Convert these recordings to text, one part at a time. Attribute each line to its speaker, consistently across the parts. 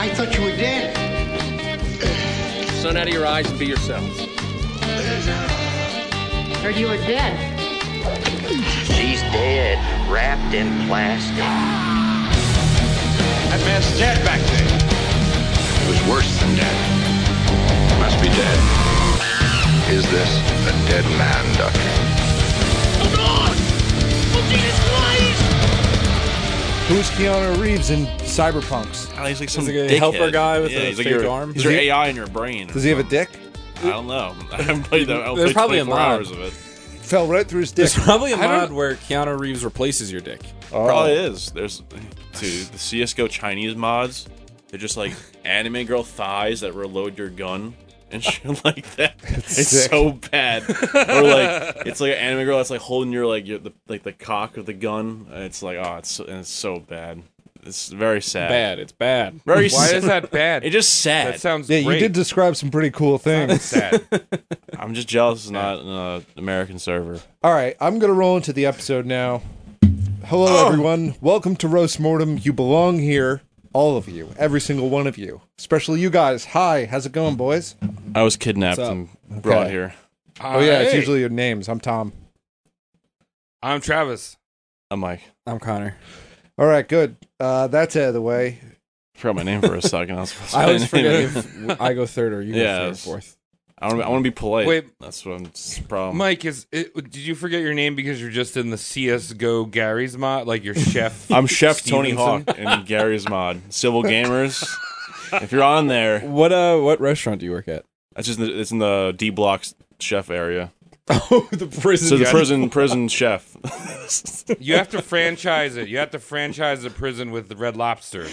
Speaker 1: I thought you were dead.
Speaker 2: Sun out of your eyes and be yourselves.
Speaker 3: Heard you were dead.
Speaker 4: She's dead, wrapped in plastic.
Speaker 5: That man's dead back there.
Speaker 6: It was worse than dead. Must be dead. Is this a dead man, Doctor?
Speaker 7: Who's Keanu Reeves in Cyberpunks?
Speaker 5: Oh, he's like some
Speaker 7: He's like a
Speaker 5: dickhead.
Speaker 7: helper guy with
Speaker 5: yeah,
Speaker 7: a
Speaker 5: he's like
Speaker 7: fake
Speaker 5: your,
Speaker 7: arm.
Speaker 5: He's
Speaker 7: Does
Speaker 5: your
Speaker 7: he-
Speaker 5: AI in your brain.
Speaker 7: Does he have a dick?
Speaker 5: I don't know. I haven't played that. I played
Speaker 8: There's probably
Speaker 5: 24
Speaker 8: a mod.
Speaker 5: hours of it.
Speaker 7: Fell right through his dick.
Speaker 8: There's probably a
Speaker 7: I don't-
Speaker 8: mod where Keanu Reeves replaces your dick.
Speaker 7: Oh.
Speaker 5: Probably is. There's, dude, the CS:GO Chinese mods. They're just like anime girl thighs that reload your gun and shit like that. it's
Speaker 7: sick.
Speaker 5: so bad. or like it's like an anime girl that's like holding your like your the, like the cock of the gun. And It's like oh, it's and it's so bad. It's very sad.
Speaker 8: Bad. It's bad.
Speaker 5: Very.
Speaker 9: Why
Speaker 5: sad.
Speaker 9: is that bad?
Speaker 5: It's just sad.
Speaker 9: that sounds
Speaker 7: Yeah,
Speaker 9: great.
Speaker 7: you did describe some pretty cool things.
Speaker 9: sad.
Speaker 5: I'm just jealous it's not an uh, American server.
Speaker 7: All right, I'm gonna roll into the episode now. Hello, everyone. Welcome to Roast Mortem. You belong here, all of you, every single one of you, especially you guys. Hi, how's it going, boys?
Speaker 5: I was kidnapped
Speaker 7: What's up?
Speaker 5: and brought
Speaker 7: Okay.
Speaker 5: here.
Speaker 7: oh yeah, it's
Speaker 9: Hey,
Speaker 7: usually your names. I'm Tom.
Speaker 9: I'm Travis.
Speaker 5: I'm like
Speaker 8: I'm Connor.
Speaker 7: All right, good. Uh, that's out of the way.
Speaker 5: forgot my name for a second. I was supposed to
Speaker 8: I always
Speaker 5: say my name.
Speaker 8: forget if I go third or you
Speaker 5: Yeah,
Speaker 8: go third or
Speaker 5: it's-
Speaker 8: fourth.
Speaker 5: I don't. I want to be polite.
Speaker 9: Wait.
Speaker 5: that's what I'm. That's the problem.
Speaker 9: Mike is. It, did you forget your name because you're just in the CS:GO Gary's mod, like your chef?
Speaker 5: I'm Chef Tony Hawk
Speaker 9: Stevenson?
Speaker 5: and Gary's Mod. Civil Gamers. if you're on there,
Speaker 8: What uh? What restaurant do you work at?
Speaker 5: that's just in the, it's in the D block chef area.
Speaker 8: Oh, the prison.
Speaker 5: So the
Speaker 9: Yeah.
Speaker 5: prison prison chef.
Speaker 9: You have to franchise it. You have to franchise the prison with the Red Lobster.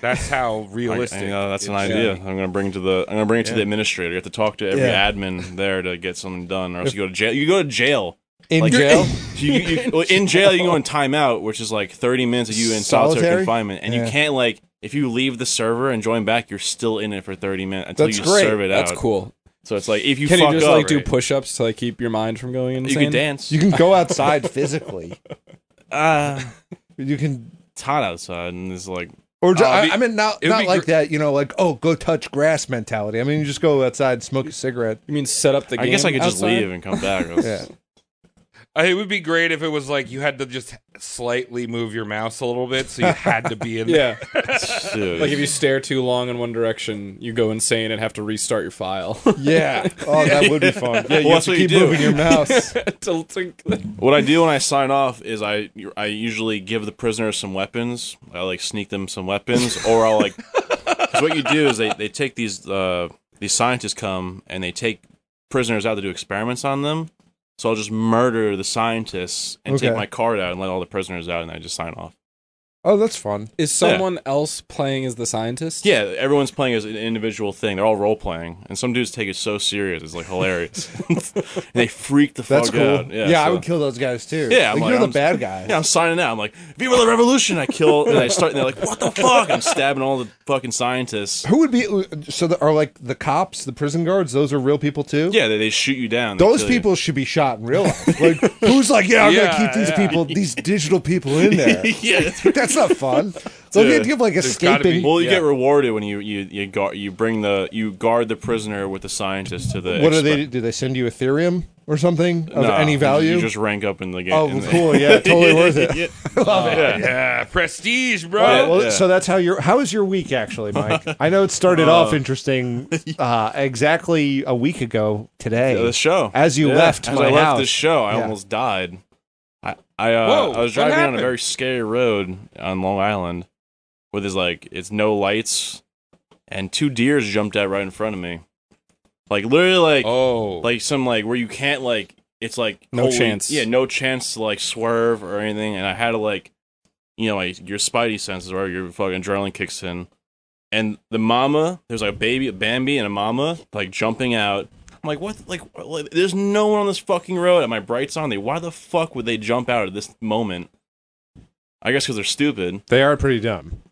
Speaker 9: That's how realistic.
Speaker 5: I, I know, that's an
Speaker 9: it's-
Speaker 5: idea. I'm gonna bring it to the. I'm gonna bring it to the administrator. You have to talk to every
Speaker 7: Yeah.
Speaker 5: admin there to get something done, or else you go to jail. You go to jail.
Speaker 7: In
Speaker 5: Like-
Speaker 7: jail.
Speaker 5: You, you, well, in jail, you go in timeout, which is like 30 minutes of you in solitary,
Speaker 7: Solitary?
Speaker 5: confinement, and
Speaker 7: Yeah.
Speaker 5: you can't like if you leave the server and join back, you're still in it for 30 minutes until
Speaker 7: That's
Speaker 5: you
Speaker 7: great.
Speaker 5: serve it out.
Speaker 8: That's cool.
Speaker 5: So it's like if you
Speaker 8: Can
Speaker 5: fuck
Speaker 8: you just
Speaker 5: up,
Speaker 8: like do
Speaker 9: right?
Speaker 8: push-ups to like keep your mind from going insane?
Speaker 5: you can dance.
Speaker 7: You can go outside physically.
Speaker 5: uh,
Speaker 7: You can,
Speaker 5: it's hot outside, and it's like
Speaker 7: or ju-
Speaker 9: Uh,
Speaker 7: I,
Speaker 9: be-
Speaker 7: I mean, not
Speaker 9: it would
Speaker 7: not
Speaker 9: be
Speaker 7: like
Speaker 9: gr-
Speaker 7: that. You know, like oh, go touch grass mentality. I mean, you just go outside, and smoke a cigarette.
Speaker 8: You mean set up the
Speaker 5: I
Speaker 8: game?
Speaker 5: guess I could just
Speaker 8: outside?
Speaker 5: leave and come back.
Speaker 7: Yeah.
Speaker 9: Uh, It would be great if it was like you had to just slightly move your mouse a little bit, so you had to be in there.
Speaker 8: Yeah. Like if you stare too long in one direction, you go insane and have to restart your file.
Speaker 7: Yeah. Oh, that would be fun. Yeah, you
Speaker 5: Well,
Speaker 7: have
Speaker 5: that's
Speaker 7: to
Speaker 5: what you
Speaker 7: keep
Speaker 5: do.
Speaker 7: moving your mouse.
Speaker 8: To- to-
Speaker 5: What I do when I sign off is I I usually give the prisoners some weapons. I like sneak them some weapons, or I'll like. Cause what you do is they, they take these uh, these scientists come and they take prisoners out to do experiments on them. So I'll just murder the scientists and take
Speaker 7: Okay.
Speaker 5: my card out and let all the prisoners out, and I just sign off.
Speaker 7: Oh, that's fun.
Speaker 8: Is someone else playing as the scientist?
Speaker 5: Yeah, everyone's playing as an individual thing. They're all role playing, and some dudes take it so serious it's like hilarious. And they freak the
Speaker 7: That's
Speaker 5: fuck
Speaker 7: cool.
Speaker 5: out.
Speaker 7: Yeah, I
Speaker 5: so-
Speaker 7: would kill those guys too.
Speaker 5: Yeah,
Speaker 7: like,
Speaker 5: I'm like,
Speaker 7: you're
Speaker 5: I'm-
Speaker 7: the bad guy.
Speaker 5: Yeah, I'm signing out. I'm like, Viva the Revolution! I kill, and I start, and they're like, what the fuck? I'm stabbing all the fucking scientists.
Speaker 7: Who would be uh, so? The, are like the cops, the prison guards? Those are real people too.
Speaker 5: Yeah, they, they shoot you down. They
Speaker 7: Those
Speaker 5: kill you.
Speaker 7: people should be shot in real life. Like, who's like, yeah, I'm
Speaker 9: Yeah,
Speaker 7: gonna keep these
Speaker 9: yeah.
Speaker 7: people, these digital people in there.
Speaker 5: yeah.
Speaker 7: That's not fun. So
Speaker 5: Yeah.
Speaker 7: if you give like
Speaker 9: gotta
Speaker 7: escaping,
Speaker 9: be-
Speaker 5: Well, you
Speaker 9: Yeah.
Speaker 5: get rewarded when you you you guard you bring the you guard the prisoner with the scientist to the.
Speaker 7: what do they
Speaker 5: exper-
Speaker 7: do? They send you Ethereum or something of
Speaker 5: No,
Speaker 7: any
Speaker 5: you-
Speaker 7: value?
Speaker 5: You just rank up in the game.
Speaker 7: oh,
Speaker 5: in the-
Speaker 7: cool. Yeah, totally worth it.
Speaker 5: Yeah.
Speaker 9: Yeah, Uh, prestige, bro.
Speaker 5: Yeah.
Speaker 7: Well, so that's how your how was your week actually, Mike? I know it started off interesting uh, exactly a week ago today.
Speaker 5: The show.
Speaker 7: As you
Speaker 5: Yeah,
Speaker 7: left
Speaker 5: as
Speaker 7: my
Speaker 5: I left
Speaker 7: house.
Speaker 5: the show, I
Speaker 7: Yeah.
Speaker 5: almost died. I I, uh,
Speaker 9: Whoa,
Speaker 5: I was
Speaker 9: what
Speaker 5: driving on a
Speaker 9: happened?
Speaker 5: very scary road on Long Island, with his like it's no lights, and two deers jumped out right in front of me, like literally like
Speaker 9: Oh,
Speaker 5: like some like where you can't like it's like
Speaker 8: No chance.
Speaker 5: yeah no chance to like swerve or anything, and I had to like you know like your spidey senses or your fucking adrenaline kicks in, and the mama there's like a baby a Bambi and a mama like jumping out. I'm like what like, like there's no one on this fucking road and my brights on. They why the fuck would they jump out at this moment? I guess because they're stupid.
Speaker 7: they are pretty dumb.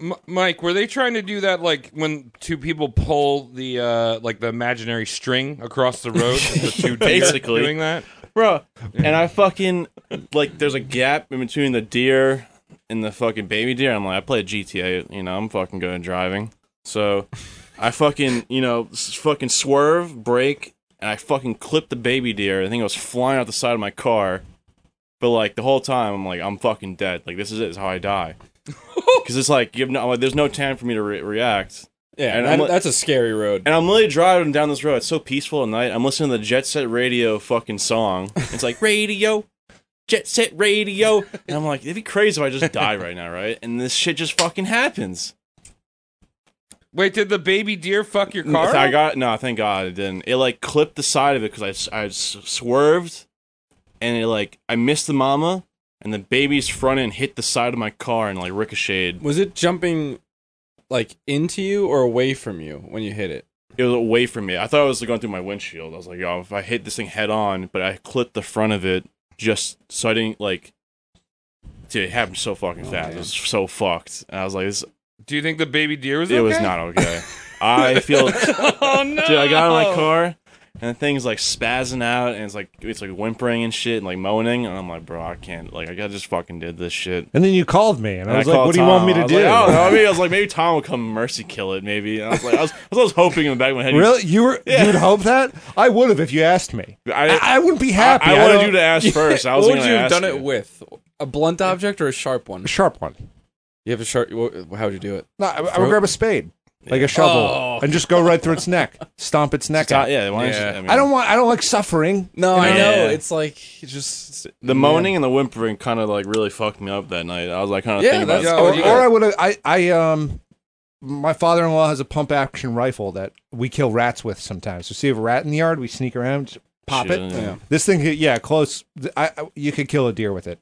Speaker 9: M- Mike, were they trying to do that like when two people pull the uh like the imaginary string across the road? the two deer
Speaker 5: Basically.
Speaker 9: doing that.
Speaker 5: bro. And I fucking like there's a gap in between the deer in the fucking baby deer. I'm like, I play GTA, you know, I'm fucking good at driving. So I fucking, you know, s- fucking swerve, brake, and I fucking clipped the baby deer. I think it was flying out the side of my car. But like the whole time, I'm like, I'm fucking dead. Like this is it. This is how I die. Because it's like you have no, like, there's no time for me to re- react.
Speaker 8: Yeah,
Speaker 5: And
Speaker 8: that-
Speaker 5: I'm like-
Speaker 8: that's a scary road.
Speaker 5: And I'm literally driving down this road. It's so peaceful at night. I'm listening to the Jet Set Radio fucking song. It's like radio, Jet Set Radio, and I'm like, it'd be crazy if I just died right now, right? And this shit just fucking happens.
Speaker 9: Wait, did the baby deer fuck your car?
Speaker 5: I got no, thank God it didn't. It like clipped the side of it because I s- I s- swerved, and it like I missed the mama, and the baby's front end hit the side of my car and like ricocheted.
Speaker 8: Was it jumping like into you or away from you when you hit it?
Speaker 5: It was away from me. I thought it was going through my windshield. I was like, yo, if I hit this thing head on, but I clipped the front of it just so I didn't like. Dude, it happened so fucking
Speaker 7: Oh,
Speaker 5: fast. It was so fucked. And I was like, this,
Speaker 9: Do you think the baby deer was?
Speaker 5: it was
Speaker 9: okay?
Speaker 5: not okay. I feel.
Speaker 9: Oh no!
Speaker 5: Dude, I got in my car and the thing's like spazzing out and it's like it's like whimpering and shit and like moaning and I'm like, bro, I can't like I got- just fucking did this shit.
Speaker 7: And then you called me, and,
Speaker 5: And
Speaker 7: I was
Speaker 5: called
Speaker 7: like, "What do you
Speaker 5: Tom.
Speaker 7: want me
Speaker 5: I
Speaker 7: to
Speaker 5: was
Speaker 7: do?"
Speaker 5: Like, I don't know. I mean, I was like, maybe Tom will come mercy kill it, maybe. And I was like, I was, I was always hoping in the back of my head.
Speaker 7: Really? You were?
Speaker 5: Yeah.
Speaker 7: You'd hope that? I would have if you asked me.
Speaker 5: I-
Speaker 7: I, I wouldn't be
Speaker 5: I,
Speaker 7: happy.
Speaker 5: I wanted
Speaker 7: don't-
Speaker 5: you to ask first. I was
Speaker 8: what
Speaker 5: going
Speaker 8: would
Speaker 5: to
Speaker 8: you have
Speaker 5: ask
Speaker 8: done
Speaker 5: you.
Speaker 8: it with? A blunt object or a sharp one?
Speaker 7: a sharp one.
Speaker 8: You have a sharp. wha- How would you do it?
Speaker 7: No, I, I would grab a spade, like a shovel,
Speaker 8: Oh.
Speaker 7: and just go right through its neck, stomp its neck
Speaker 5: Tom-
Speaker 7: out.
Speaker 5: yeah, why don't you-
Speaker 8: Yeah.
Speaker 5: I, mean,
Speaker 7: I don't want. I don't like suffering.
Speaker 8: No, I
Speaker 5: Yeah.
Speaker 8: know.
Speaker 5: Yeah.
Speaker 8: It's like it's just
Speaker 5: The moaning and the whimpering kind of like really fucked me up that night. I was like kind of
Speaker 8: Yeah,
Speaker 5: thinking about
Speaker 8: that's-
Speaker 5: it.
Speaker 8: Oh,
Speaker 7: or,
Speaker 8: you
Speaker 7: or
Speaker 8: got-
Speaker 7: I would have. I, I um, my father-in-law has a pump-action rifle that we kill rats with sometimes. So see if a rat in the yard, we sneak around, just pop
Speaker 5: Shit,
Speaker 7: it.
Speaker 5: yeah.
Speaker 8: Yeah.
Speaker 7: This thing, could- yeah, close. I, I you could kill a deer with it.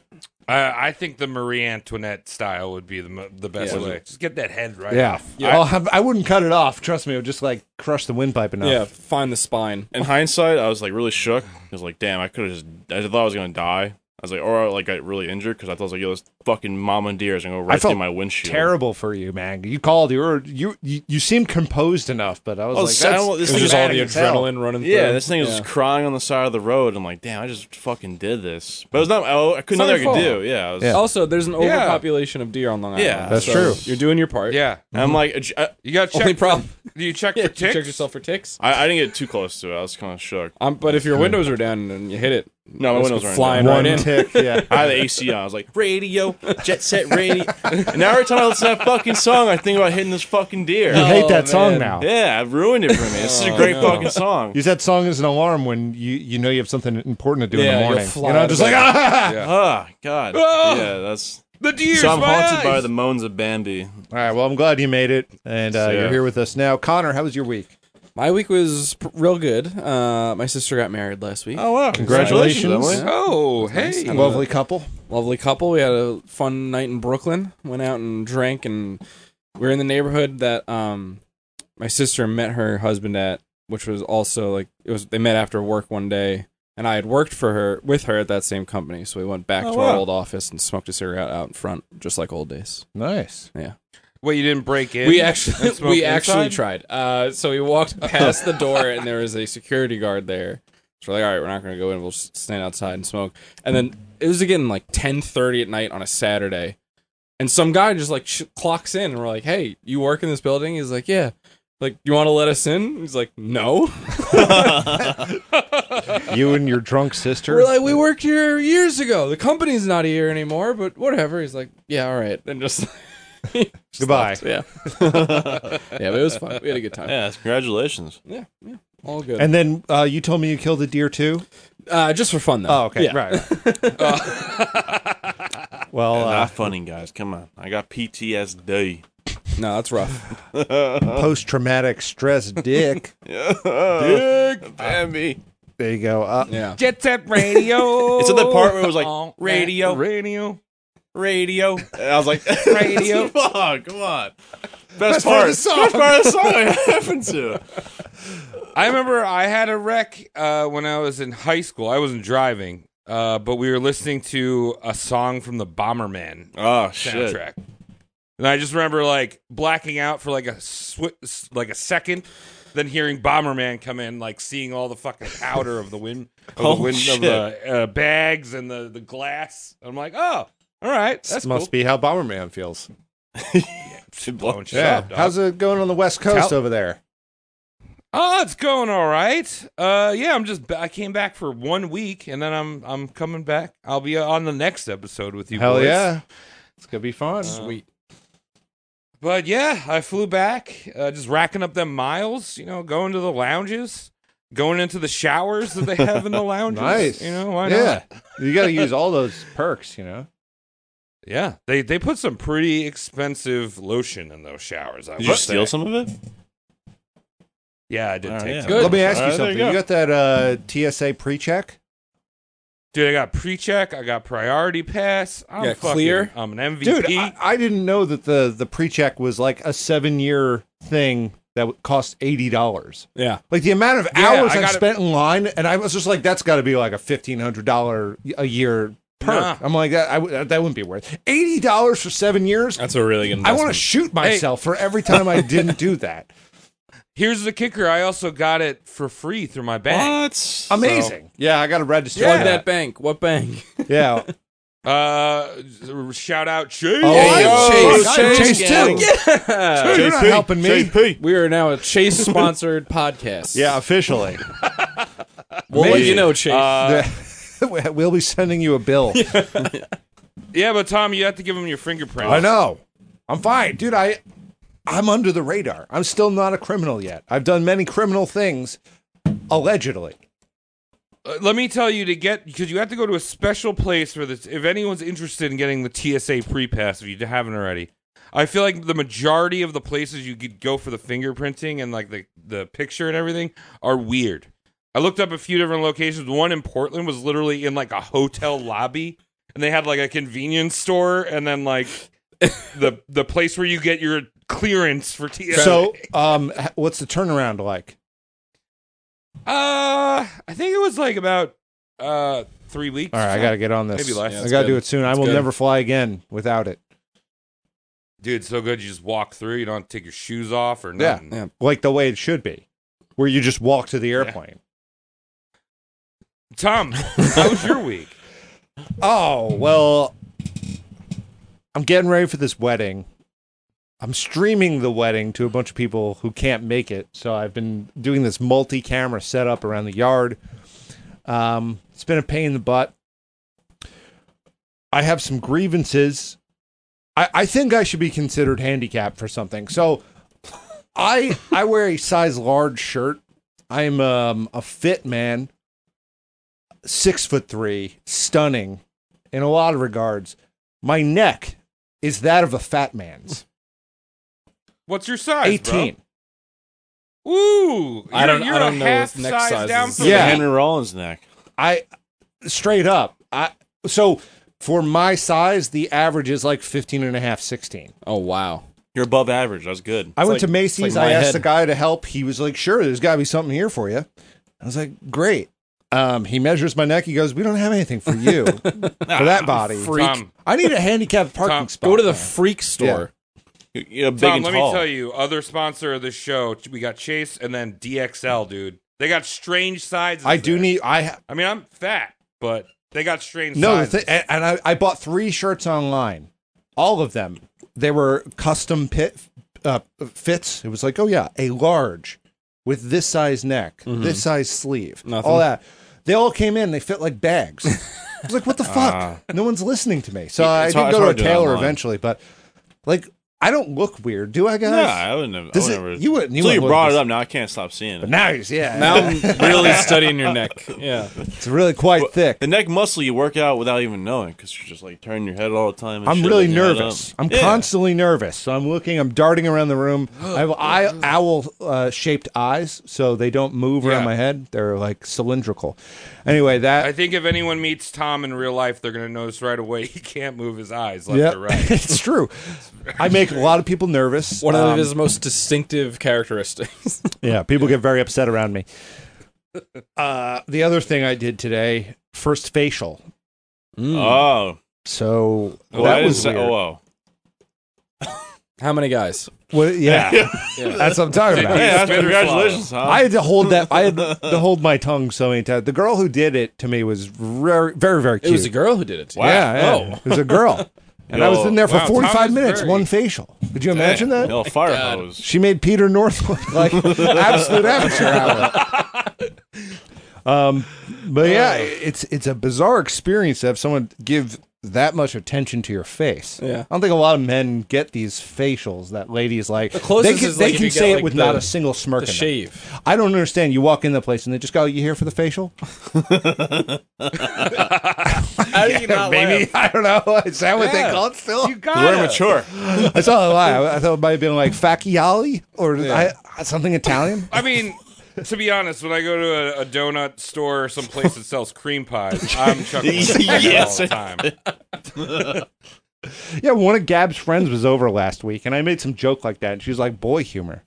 Speaker 9: Uh, I, I think the Marie Antoinette style would be the mo- the best
Speaker 8: Yeah.
Speaker 9: way. Just get that head right.
Speaker 7: Yeah,
Speaker 8: Yeah.
Speaker 7: I'll have, I wouldn't cut it off. Trust me, it would just like crush the windpipe enough.
Speaker 8: yeah. Find the spine.
Speaker 5: In hindsight, I was like really shook. I was like, damn, I could have just. I thought I was gonna die. I was like, or like I got really injured because I thought I was like, yo, this fucking mama deer is gonna go
Speaker 7: I
Speaker 5: right
Speaker 7: felt
Speaker 5: through my windshield.
Speaker 7: Terrible for you, man. You called. You were you you, you seemed composed enough, but I was
Speaker 5: Oh,
Speaker 7: like,
Speaker 5: so I
Speaker 7: that's,
Speaker 5: don't- this
Speaker 8: It was
Speaker 5: thing
Speaker 8: just
Speaker 5: is
Speaker 8: all
Speaker 5: mad
Speaker 8: the
Speaker 5: as hell.
Speaker 8: adrenaline running.
Speaker 5: Yeah,
Speaker 8: through.
Speaker 5: this thing was just crying on the side of the road. I'm like, damn, I just fucking did this. But it was not. Oh, I couldn't.
Speaker 8: It's not
Speaker 5: Nothing I could
Speaker 8: your
Speaker 5: do. Yeah. I was,
Speaker 7: Yeah.
Speaker 8: Also, there's an overpopulation of deer on Long Island.
Speaker 5: Yeah. That's
Speaker 7: true.
Speaker 8: You're doing your part.
Speaker 9: yeah.
Speaker 5: and I'm like, j- I,
Speaker 9: You got to
Speaker 8: Only
Speaker 9: check.
Speaker 8: problem.
Speaker 9: Do you check
Speaker 8: Yeah,
Speaker 9: for
Speaker 8: you
Speaker 9: ticks?
Speaker 8: check yourself for ticks.
Speaker 5: I, I didn't get too close to it. I was kind of shook.
Speaker 8: Um, but if your windows are down and you hit it,
Speaker 5: No, my
Speaker 8: it's
Speaker 5: windows weren't
Speaker 8: flying
Speaker 5: down.
Speaker 8: right in.
Speaker 7: tick. Yeah,
Speaker 5: I had the AC on. I was like, radio, jet set radio. and now every time I listen to that fucking song, I think about hitting this fucking deer.
Speaker 7: you hate that
Speaker 8: man.
Speaker 7: song now.
Speaker 5: Yeah, I've ruined it for me. This is a great fucking song.
Speaker 7: Use that song as an alarm when you you know you have something important to do in
Speaker 8: Yeah,
Speaker 7: the
Speaker 8: you'll
Speaker 7: morning.
Speaker 8: fly
Speaker 7: You know,
Speaker 8: out
Speaker 7: just
Speaker 8: of
Speaker 7: like
Speaker 8: bed.
Speaker 7: ah.
Speaker 9: Yeah.
Speaker 5: Ah, God.
Speaker 9: Ah!
Speaker 5: Yeah, that's.
Speaker 9: the deer.
Speaker 5: So I'm haunted by the moans of Bambi.
Speaker 7: All right. Well, I'm glad you made it, and uh,
Speaker 5: So, yeah.
Speaker 7: you're here with us now. Connor, how was your week?
Speaker 8: My week was p- real good. Uh, my sister got married last week.
Speaker 5: Oh wow!
Speaker 7: Congratulations.
Speaker 5: Emily.
Speaker 9: Oh, hey.
Speaker 8: nice.
Speaker 7: Lovely couple.
Speaker 8: Lovely couple. We had a fun night in Brooklyn. Went out and drank, and we were in the neighborhood that um, my sister met her husband at, which was also like it was. They met after work one day, and I had worked for her with her at that same company. So we went back
Speaker 5: Oh,
Speaker 8: to our
Speaker 5: wow.
Speaker 8: old office and smoked a cigarette out in front, just like old days.
Speaker 7: Nice.
Speaker 9: Wait, you didn't break in.
Speaker 8: we
Speaker 9: and
Speaker 8: actually
Speaker 9: smoke
Speaker 8: we actually
Speaker 9: inside?
Speaker 8: tried. Uh, so we walked past the door, and there was a security guard there. So we're like, all right, we're not going to go in. We'll just stand outside and smoke. And then it was again like ten thirty at night on a Saturday, and some guy just like sh- clocks in, and we're like, hey, you work in this building? He's like, yeah. Like, you want to let us in? He's like, no.
Speaker 7: You and your drunk sister.
Speaker 8: We're like, we worked here years ago. The company's not here anymore, but whatever. He's like, yeah, all right, and just. just
Speaker 7: Goodbye.
Speaker 8: left. Yeah. yeah, but it was fun. We had a good time.
Speaker 5: Yeah, that's- congratulations.
Speaker 8: Yeah, yeah, all good.
Speaker 7: and then uh, you told me you killed a deer too.
Speaker 8: uh, just for fun, though.
Speaker 7: Oh, okay.
Speaker 8: Yeah.
Speaker 7: Right. right. well, uh,
Speaker 5: Not funny, guys. Come on. I got PTSD.
Speaker 8: No, that's rough.
Speaker 7: post-traumatic stress, dick.
Speaker 5: Dick Bambi.
Speaker 7: There you go. Uh,
Speaker 8: Yeah.
Speaker 9: Jet Set Radio.
Speaker 5: It's at the part where it was like,
Speaker 9: radio, radio,
Speaker 5: Radio. And I was like,
Speaker 9: Radio.
Speaker 5: Fuck, come on. Best, part. Of the song. Best part of the song I happened to.
Speaker 9: I remember I had a wreck uh, when I was in high school. I wasn't driving, uh, but we were listening to a song from the Bomberman
Speaker 5: Oh shit.
Speaker 9: soundtrack, and I just remember like blacking out for like a swi s- like a second, then hearing Bomberman come in, like seeing all the fucking powder of the wind, of
Speaker 5: Oh,
Speaker 9: the, wind,
Speaker 5: shit.
Speaker 9: of the uh, bags and the the glass. I'm like, oh, All right, that's
Speaker 7: must
Speaker 9: cool.
Speaker 7: be how Bomberman feels.
Speaker 9: Blown shit
Speaker 7: Yeah.
Speaker 9: up, dog.
Speaker 7: How's it going on the West Coast
Speaker 9: Tell-
Speaker 7: over there?
Speaker 9: Oh, it's going all right. Uh, yeah, I'm just I came back for one week, and then I'm I'm coming back. I'll be on the next episode with you.
Speaker 7: Hell
Speaker 9: boys. Uh,
Speaker 7: yeah. It's gonna be fun.
Speaker 8: Sweet.
Speaker 9: But yeah, I flew back, uh, just racking up them miles. You know, going to the lounges, going into the showers that they have in the lounges.
Speaker 7: Nice.
Speaker 9: You know why
Speaker 7: yeah.
Speaker 9: not?
Speaker 7: you gotta use all those perks, you know.
Speaker 9: Yeah, they they put some pretty expensive lotion in those showers. I
Speaker 5: Did you
Speaker 9: will
Speaker 5: steal
Speaker 9: say.
Speaker 5: some of it?
Speaker 9: Yeah, I did
Speaker 5: All right,
Speaker 9: take.
Speaker 5: yeah.
Speaker 9: some.
Speaker 8: Good.
Speaker 7: Let me ask you
Speaker 5: All right, there
Speaker 7: something.
Speaker 5: you
Speaker 7: You,
Speaker 5: go.
Speaker 7: got that uh, TSA pre-check?
Speaker 9: Dude, I got pre-check. I got priority pass. I'm
Speaker 8: Yeah,
Speaker 9: fucking,
Speaker 8: clear.
Speaker 9: I'm an MVP.
Speaker 7: Dude, I, I didn't know that the the pre-check was like a seven-year thing that would cost eighty dollars.
Speaker 8: Yeah.
Speaker 7: Like the amount of
Speaker 9: Yeah,
Speaker 7: hours
Speaker 9: I
Speaker 7: I,
Speaker 9: gotta-
Speaker 7: spent in line, and I was just like, that's got to be like a fifteen hundred dollar a year perk.
Speaker 9: Nah.
Speaker 7: I'm like, that I w that wouldn't be worth it. eighty dollars for seven years.
Speaker 8: That's a really good
Speaker 7: I want to
Speaker 8: investment.
Speaker 7: shoot myself for every time I didn't do that.
Speaker 9: Here's the kicker. I also got it for free through my bank.
Speaker 5: What?
Speaker 7: Amazing. yeah, I got to register.
Speaker 8: Plug
Speaker 7: for
Speaker 8: that bank. What bank?
Speaker 7: Yeah.
Speaker 9: Uh, shout out Chase.
Speaker 7: Oh,
Speaker 8: Chase,
Speaker 7: God,
Speaker 8: Chase
Speaker 7: Chase, too.
Speaker 8: Yeah.
Speaker 7: You're not helping me.
Speaker 5: JP.
Speaker 8: We are now a Chase sponsored podcast.
Speaker 7: Yeah, officially.
Speaker 8: We'll let
Speaker 5: Maybe.
Speaker 8: you know, Chase.
Speaker 7: Uh, we'll be sending you a bill.
Speaker 9: Yeah, but Tom, you have to give him your fingerprint.
Speaker 7: I know. I'm fine, dude. I I'm under the radar. I'm still not a criminal yet. I've done many criminal things, allegedly.
Speaker 9: Uh, let me tell you to get because you have to go to a special place for this. If anyone's interested in getting the TSA pre-pass, if you haven't already, I feel like the majority of the places you could go for the fingerprinting and like the the picture and everything are weird. I looked up a few different locations. One in Portland was literally in like a hotel lobby, and they had like a convenience store, and then like the the place where you get your clearance for TSA.
Speaker 7: So, um, h- what's the turnaround like?
Speaker 9: Uh, I think it was like about uh three weeks.
Speaker 7: All right, I got to get on this.
Speaker 9: Maybe less. Yeah,
Speaker 7: I
Speaker 8: that's
Speaker 7: got to do
Speaker 8: good.
Speaker 7: it soon. I
Speaker 8: That's
Speaker 7: will
Speaker 8: good.
Speaker 7: never fly again without it.
Speaker 9: dude, so good. You just walk through. You don't have to take your shoes off or nothing.
Speaker 8: Yeah.
Speaker 7: Like the way it should be, where you just walk to the airplane.
Speaker 9: Tom, how was your week?
Speaker 7: Oh, well, I'm getting ready for this wedding. I'm streaming the wedding to a bunch of people who can't make it. So I've been doing this multi camera setup around the yard. Um, it's been a pain in the butt. I have some grievances. I, I think I should be considered handicapped for something. So I I wear a size large shirt. I'm um, a fit man, six foot three, stunning in a lot of regards. My neck is that of a fat man's.
Speaker 9: What's your size?
Speaker 7: 18.
Speaker 9: Bro? Ooh,
Speaker 8: I don't-
Speaker 9: You're,
Speaker 8: I don't
Speaker 9: a
Speaker 8: know
Speaker 9: half
Speaker 8: if neck
Speaker 9: size
Speaker 8: size
Speaker 9: down
Speaker 8: is-
Speaker 9: from
Speaker 7: Yeah.
Speaker 9: me.
Speaker 5: Henry Rollins neck.
Speaker 7: I straight up. I so for my size, the average is like 15 and a half, 16.
Speaker 8: Oh wow.
Speaker 5: You're above average. That's good.
Speaker 7: I went
Speaker 8: like-
Speaker 7: to
Speaker 8: it's
Speaker 7: Macy's.
Speaker 8: like
Speaker 7: I
Speaker 8: my
Speaker 7: asked
Speaker 8: head.
Speaker 7: the guy to help. He was like, "Sure, there's got to be something here for you." I was like, "Great." Um, he measures my neck. He goes, "We don't have anything for you for that body."
Speaker 9: Tom,
Speaker 7: I need a handicapped parking
Speaker 9: Tom,
Speaker 7: spot.
Speaker 8: Go to the
Speaker 7: man.
Speaker 8: freak store.
Speaker 5: You're, you're big
Speaker 9: Tom,
Speaker 5: and
Speaker 9: let
Speaker 5: tall.
Speaker 9: me tell you, other sponsor of this show, we got Chase and then DXL, dude. They got strange sizes.
Speaker 7: I do
Speaker 9: there.
Speaker 7: need. I ha-
Speaker 9: I mean, I'm fat, but they got strange
Speaker 7: no.
Speaker 9: sizes.
Speaker 7: The thi- and and I, I bought three shirts online. All of them. They were custom pit uh, fits. It was like, oh yeah, a large with this size neck,
Speaker 5: Mm-hmm.
Speaker 7: this size sleeve,
Speaker 8: Nothing.
Speaker 7: all that. They all came in. They fit like bags. I was like, what the fuck? no one's listening to me. So
Speaker 5: Yeah,
Speaker 7: I
Speaker 5: Ah. it's
Speaker 7: did
Speaker 5: hard-
Speaker 7: go to
Speaker 5: it's
Speaker 7: a
Speaker 5: hard to do
Speaker 7: tailor
Speaker 5: online.
Speaker 7: eventually, but like, I don't look weird, do I, guys?
Speaker 5: Nah, I wouldn't have.
Speaker 7: This
Speaker 5: I
Speaker 7: is-
Speaker 5: would never,
Speaker 7: you wouldn't- you
Speaker 5: until you
Speaker 7: wouldn't
Speaker 5: brought
Speaker 7: look
Speaker 5: it up. Now I can't stop seeing it.
Speaker 7: Now he's yeah.
Speaker 8: Now I'm really studying your neck. Yeah.
Speaker 7: it's really quite thick.
Speaker 5: The neck muscle you work out without even knowing because you're just like turning your head all the time. And
Speaker 7: I'm
Speaker 5: shit,
Speaker 7: really
Speaker 5: looking your head
Speaker 7: nervous.
Speaker 5: up.
Speaker 7: I'm
Speaker 5: Yeah.
Speaker 7: constantly nervous. So I'm looking. I'm darting around the room. I have eye, owl uh, shaped eyes, so they don't move around
Speaker 9: Yeah.
Speaker 7: my head. They're like cylindrical. Anyway,
Speaker 9: I
Speaker 7: that
Speaker 9: think if anyone meets Tom in real life, they're gonna notice right away he can't move his eyes left
Speaker 7: yeah,
Speaker 9: or right.
Speaker 7: it's true. I make a lot of people nervous.
Speaker 8: One
Speaker 7: Um,
Speaker 8: of his most distinctive characteristics.
Speaker 7: Yeah, people get very upset around me. Uh, the other thing I did today, first facial.
Speaker 5: Oh,
Speaker 7: So that
Speaker 5: well, Oh. I
Speaker 7: was
Speaker 5: didn't say-
Speaker 7: weird.
Speaker 5: oh, wow.
Speaker 8: How many guys?
Speaker 7: What, yeah. That's what I'm talking about.
Speaker 5: Hey, that's,
Speaker 9: Spit or
Speaker 5: congratulations, huh?
Speaker 7: I had to hold that. I had to hold my tongue so many times. The girl who did it to me was very, very, very
Speaker 8: It
Speaker 7: cute.
Speaker 8: was a girl who did it. To you. Oh,
Speaker 7: Yeah, yeah. it was a girl, and I was
Speaker 5: Yo,
Speaker 7: in there for
Speaker 9: wow,
Speaker 7: 45
Speaker 9: Tom is
Speaker 7: minutes,
Speaker 9: very-
Speaker 7: one facial. Could you imagine that?
Speaker 5: Yo, fire hose.
Speaker 7: She made Peter North look like absolute amateur hour. Um, but yeah,
Speaker 8: Uh.
Speaker 7: it's it's a bizarre experience to have someone give that much attention to your face.
Speaker 8: Yeah.
Speaker 7: I don't think a lot of men get these facials that ladies like.
Speaker 8: closest
Speaker 7: they can,
Speaker 8: is,
Speaker 7: they
Speaker 8: like, if
Speaker 7: can
Speaker 8: you get,
Speaker 7: say it
Speaker 8: like,
Speaker 7: without
Speaker 8: the-
Speaker 7: a single smirk. in
Speaker 8: The
Speaker 7: them.
Speaker 8: shave.
Speaker 7: I don't understand. You walk in the place and they just go, "You here for the facial?"
Speaker 8: How do you not
Speaker 7: Maybe I don't know. Is that what they call it still?
Speaker 5: We're mature.
Speaker 7: I saw a lie. I thought it might have been like facchiali or I, something Italian.
Speaker 9: I mean, to be honest, when I go to a, a donut store or some place that sells cream pies, I'm chuckling
Speaker 5: Yes.
Speaker 9: all the time.
Speaker 7: Yeah, one of Gab's friends was over last week, and I made some joke like that, and she was like, "Boy humor."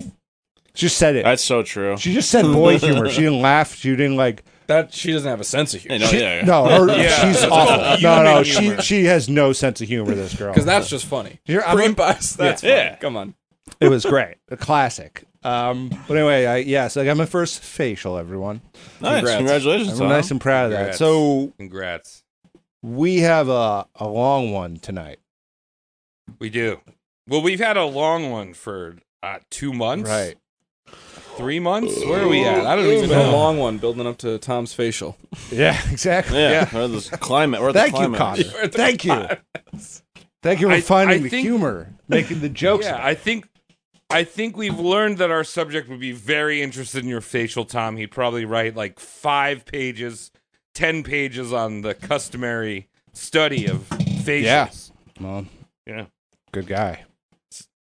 Speaker 7: She just said it.
Speaker 5: That's so true.
Speaker 7: she just said boy humor. She didn't laugh. She didn't like.
Speaker 8: That she doesn't have a sense of
Speaker 5: Hey,
Speaker 8: humor.
Speaker 5: no,
Speaker 7: she-
Speaker 5: yeah.
Speaker 7: No, her,
Speaker 9: Yeah.
Speaker 7: she's
Speaker 9: It's
Speaker 7: awful.
Speaker 9: called
Speaker 7: No, no,
Speaker 9: human
Speaker 7: she
Speaker 9: humor.
Speaker 7: she has no sense of humor. This girl.
Speaker 8: Because that's just funny.
Speaker 7: Here, I'm
Speaker 8: Cream
Speaker 7: a-
Speaker 8: pies. That's
Speaker 5: Yeah.
Speaker 8: funny.
Speaker 5: Yeah.
Speaker 8: Come on.
Speaker 7: it was great, a classic. Um, but anyway, I, yeah, so I got my first facial. Everyone,
Speaker 5: Nice.
Speaker 8: Congrats.
Speaker 5: Congratulations,
Speaker 7: I'm
Speaker 5: Tom.
Speaker 7: nice and proud of that.
Speaker 9: Congrats.
Speaker 7: So
Speaker 9: Congrats.
Speaker 7: we have a a long one tonight,
Speaker 9: We do. Well, we've had a long one for uh, two months. Three months? Where are we at? I don't
Speaker 8: It's
Speaker 9: even
Speaker 8: been a
Speaker 9: know.
Speaker 8: long one building up to Tom's facial.
Speaker 7: Yeah, exactly.
Speaker 5: Yeah. We're at this climate. We're at
Speaker 7: Thank
Speaker 5: the
Speaker 7: you,
Speaker 5: climate.
Speaker 7: Connor. Thank you. Thank you for
Speaker 9: I-
Speaker 7: finding
Speaker 9: I
Speaker 7: the
Speaker 9: think-
Speaker 7: humor, making the jokes.
Speaker 9: Yeah, I think I think we've learned that our subject would be very interested in your facial, Tom. He'd probably write like five pages, ten pages on the customary study of facials.
Speaker 7: Yeah. Well,
Speaker 9: Yeah.
Speaker 7: good guy.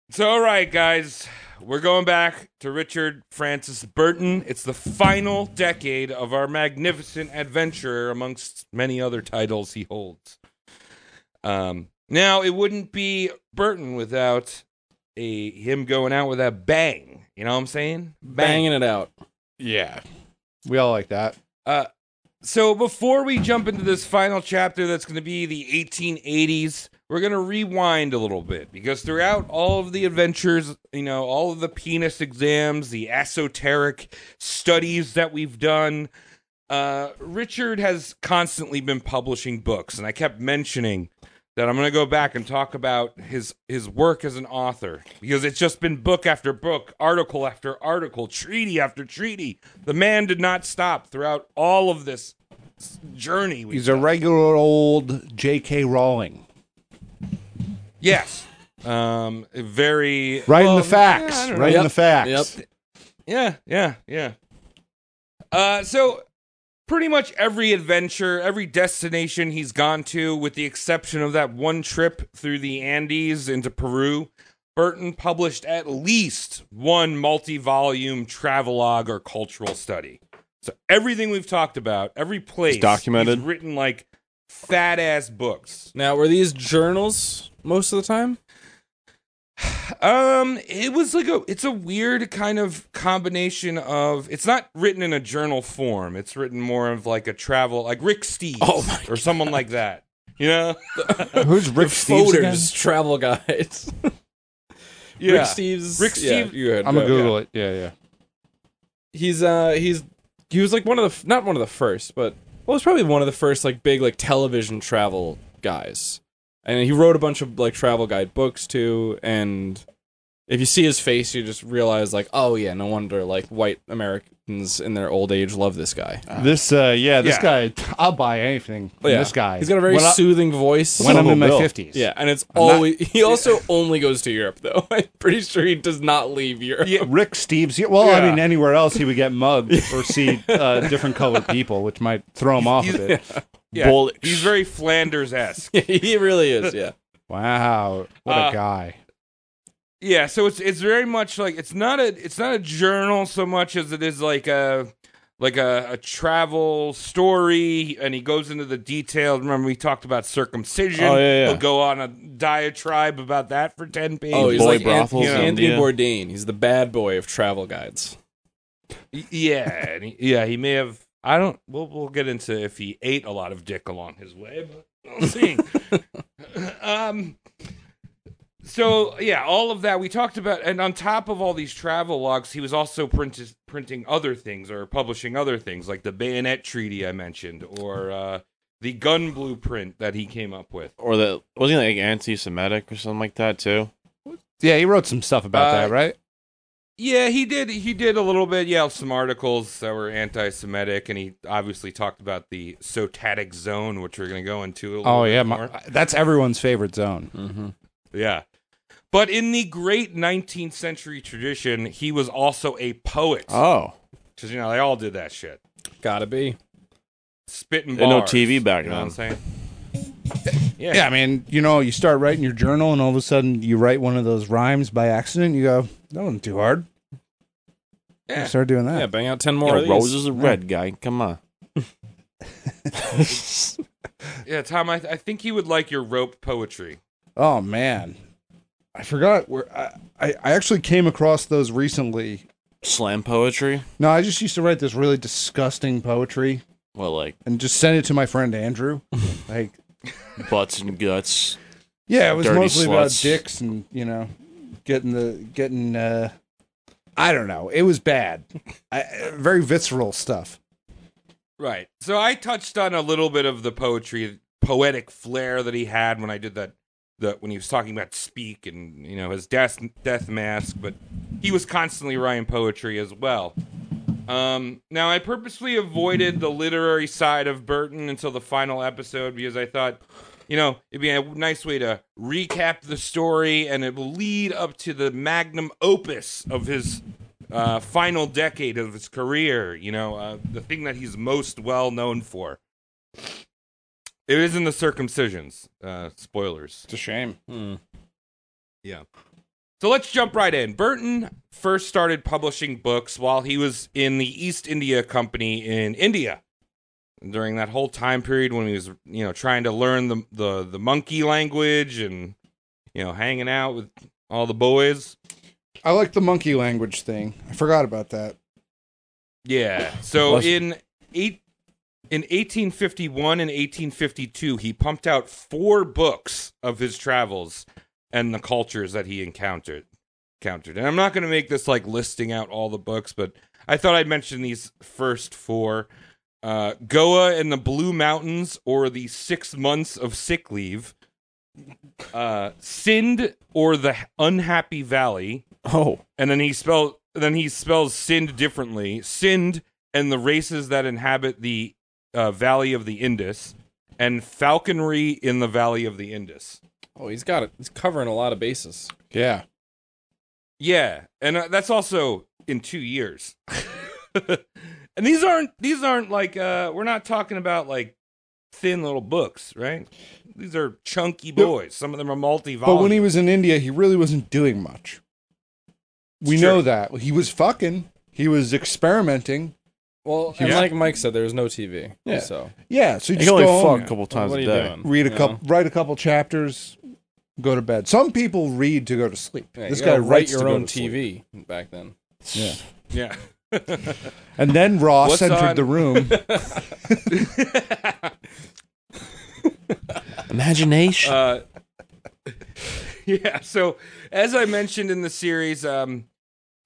Speaker 9: So, all right, guys, we're going back to Richard Francis Burton. It's the final decade of our magnificent adventurer, amongst many other titles he holds. Um, now, it wouldn't be Burton without a him going out with a bang. You know what I'm saying?
Speaker 8: Banging it out.
Speaker 7: Yeah, we all like that.
Speaker 9: Uh, so before we jump into this final chapter that's going to be the 1880s we're going to rewind a little bit because throughout all of the adventures you know all of the penis exams the esoteric studies that we've done uh, richard has constantly been publishing books and i kept mentioning that i'm going to go back and talk about his his work as an author because it's just been book after book article after article treaty after treaty the man did not stop throughout all of this s- journey we
Speaker 7: He's a regular old J.K. Rowling.
Speaker 9: Yes. Um, very
Speaker 7: Right
Speaker 9: well,
Speaker 7: in the
Speaker 9: yeah, I
Speaker 7: facts.
Speaker 9: don't know.
Speaker 7: right in
Speaker 8: Yep.
Speaker 7: the facts.
Speaker 9: Yeah, yeah, yeah. Uh, so pretty much every adventure, every destination he's gone to, with the exception of that one trip through the Andes into Peru, Burton published at least one multi-volume travelogue or cultural study. So everything we've talked about, every place he's
Speaker 5: documented.
Speaker 9: written like fat ass books.
Speaker 8: Now, were these journals most of the time?
Speaker 9: Um, it was like a it's a weird kind of combination of it's not written in a journal form. It's written more of like a travel like Rick Steves
Speaker 8: Oh my
Speaker 9: or someone like that. You know?
Speaker 7: Who's Rick Steves again?
Speaker 8: Folders, travel guides.
Speaker 9: Yeah.
Speaker 8: Rick Steves.
Speaker 9: Rick
Speaker 8: yeah,
Speaker 9: Steves-
Speaker 8: you had-
Speaker 7: I'm gonna
Speaker 8: yeah.
Speaker 7: Google it. Yeah, yeah.
Speaker 8: he's uh he's he was like one of the f- not one of the first, but well, it was probably one of the first like big like television travel guys. And he wrote a bunch of like travel guide books too. And if you see his face, you just realize like, oh yeah, no wonder like white Americans in their old age love this guy.
Speaker 7: This, uh, yeah, this
Speaker 9: Yeah.
Speaker 7: guy. I'll buy anything. from
Speaker 8: yeah.
Speaker 7: This guy.
Speaker 8: He's got a very
Speaker 7: when I-
Speaker 8: soothing voice.
Speaker 7: when I'm in my
Speaker 5: Bill.
Speaker 7: fifties.
Speaker 8: yeah, and it's
Speaker 7: not-
Speaker 8: always he also only goes to Europe though. I'm pretty sure he does not leave Europe.
Speaker 9: Yeah.
Speaker 7: Rick Steves. yeah, Well, I
Speaker 9: Yeah.
Speaker 7: mean, anywhere else he would get mugged or see uh, different colored people, which might throw him off a
Speaker 9: He's-
Speaker 7: bit.
Speaker 9: Yeah.
Speaker 5: Bullish.
Speaker 9: He's very Flanders esque.
Speaker 8: he really is. Yeah.
Speaker 7: Wow, what
Speaker 9: Uh,
Speaker 7: a guy!
Speaker 9: yeah, so it's it's very much like it's not a it's not a journal so much as it is like a like a, a travel story and he goes into the details. Remember we talked about circumcision.
Speaker 5: Oh, yeah, yeah.
Speaker 9: He'll go on a diatribe about that for ten pages.
Speaker 8: Oh, he's
Speaker 5: Boy
Speaker 8: like An-
Speaker 5: brothels
Speaker 8: he's
Speaker 9: in
Speaker 8: Anthony
Speaker 5: India.
Speaker 8: Bourdain. He's the bad boy of travel guides.
Speaker 9: Y- Yeah, and he, yeah, he may have. I don't. We'll we'll get into if he ate a lot of dick along his way, but we'll see. um, So yeah, all of that we talked about, and on top of all these travel logs, he was also print- printing other things or publishing other things, like the bayonet treaty I mentioned, or uh, the gun blueprint that he came up with.
Speaker 5: Or the wasn't he like anti-Semitic or something like that too?
Speaker 7: Yeah, he wrote some stuff about
Speaker 9: Uh,
Speaker 7: that, right?
Speaker 9: Yeah, he did. He did a little bit. Yeah, some articles that were anti-Semitic, and he obviously talked about the Sotatic zone, which we're going to go into. A little
Speaker 7: Oh
Speaker 9: bit
Speaker 7: yeah,
Speaker 9: more.
Speaker 7: my, that's everyone's favorite zone.
Speaker 9: yeah. But in the great 19th century tradition, he was also a poet.
Speaker 5: Oh,
Speaker 9: Because, you know, they all did that shit.
Speaker 8: Gotta be.
Speaker 9: Spitting
Speaker 5: There
Speaker 9: bars.
Speaker 5: no TV back
Speaker 9: You know what I'm
Speaker 5: then.
Speaker 9: saying?
Speaker 7: Yeah. I mean, you know, you start writing your journal, and all of a sudden, you write one of those rhymes by accident. You go, that wasn't too hard.
Speaker 9: Yeah.
Speaker 7: You start doing
Speaker 8: Yeah,
Speaker 7: that.
Speaker 8: bang out ten
Speaker 9: Oh,
Speaker 5: You
Speaker 8: more
Speaker 5: know,
Speaker 8: of these.
Speaker 5: Rose is a red guy. Come on.
Speaker 9: Yeah, Tom, I, I think he would like your rope poetry.
Speaker 7: Oh man, I forgot where I, I I actually came across those recently.
Speaker 5: Slam poetry.
Speaker 7: No, I just used to write this really disgusting poetry
Speaker 5: Well, like
Speaker 7: and just send it to my friend Andrew. like,
Speaker 5: butts and guts.
Speaker 7: yeah, it was
Speaker 5: Dirty
Speaker 7: mostly about
Speaker 5: sluts.
Speaker 7: dicks and you know, getting the getting. uh I don't know. It was bad. I, uh, very visceral stuff.
Speaker 9: Right. So I touched on a little bit of the poetry, poetic flair that he had when I did that, the, when he was talking about speak and, you know, his death, death mask, but he was constantly writing poetry as well. Um, now, I purposely avoided the literary side of Burton until the final episode because I thought, you know, it'd be a nice way to recap the story and it will lead up to the magnum opus of his uh, final decade of his career, you know, uh, the thing that he's most well known for. It is in the circumcisions. Uh, spoilers.
Speaker 7: It's a shame.
Speaker 8: Hmm.
Speaker 9: So let's jump right in. Burton first started publishing books while he was in the East India Company in India. During that whole time period when he was, you know, trying to learn the the, the monkey language and you know, hanging out with all the boys.
Speaker 7: I like the monkey language thing. I forgot about that.
Speaker 9: Yeah. So
Speaker 5: Bless you.
Speaker 9: in eight in 1851 and 1852, he pumped out four books of his travels and the cultures that he encountered. Encountered, and I'm not going to make this like listing out all the books, but I thought I'd mention these first four: uh, Goa and the Blue Mountains, or the Six Months of Sick Leave. Uh, Sind or the Unhappy Valley,
Speaker 5: Oh,
Speaker 9: and then he spell then he spells Sind differently. Sind and the races that inhabit the uh, Valley of the Indus, and falconry in the Valley of the Indus.
Speaker 8: Oh, he's got it. He's covering a lot of bases.
Speaker 7: Yeah.
Speaker 9: Yeah, and uh, that's also in two years. and these aren't these aren't like uh, we're not talking about like thin little books, right? These are chunky boys. Some of them are multi-volume.
Speaker 7: But when he was in India, he really wasn't doing much. We
Speaker 9: Sure.
Speaker 7: know that. He was fucking. He was experimenting.
Speaker 8: Well, and like Mike said, there was no TV.
Speaker 7: Yeah.
Speaker 8: So
Speaker 7: Yeah, so you
Speaker 5: you
Speaker 7: just
Speaker 5: can only
Speaker 7: go home,
Speaker 5: fuck a couple times
Speaker 8: what are
Speaker 5: a
Speaker 8: you
Speaker 5: day.
Speaker 8: doing?
Speaker 7: read a
Speaker 8: You
Speaker 7: couple,
Speaker 8: know?
Speaker 7: write a couple chapters, go to bed. Some people read to go to sleep.
Speaker 8: Yeah,
Speaker 7: this
Speaker 8: you
Speaker 7: guy
Speaker 8: gotta
Speaker 7: writes to
Speaker 8: your
Speaker 7: go
Speaker 8: own
Speaker 7: to sleep.
Speaker 8: TV back then.
Speaker 9: yeah.
Speaker 7: And then Ross
Speaker 9: What's
Speaker 7: entered
Speaker 9: on-
Speaker 7: the room.
Speaker 5: Imagination.
Speaker 9: Uh, yeah. So, as I mentioned in the series, um,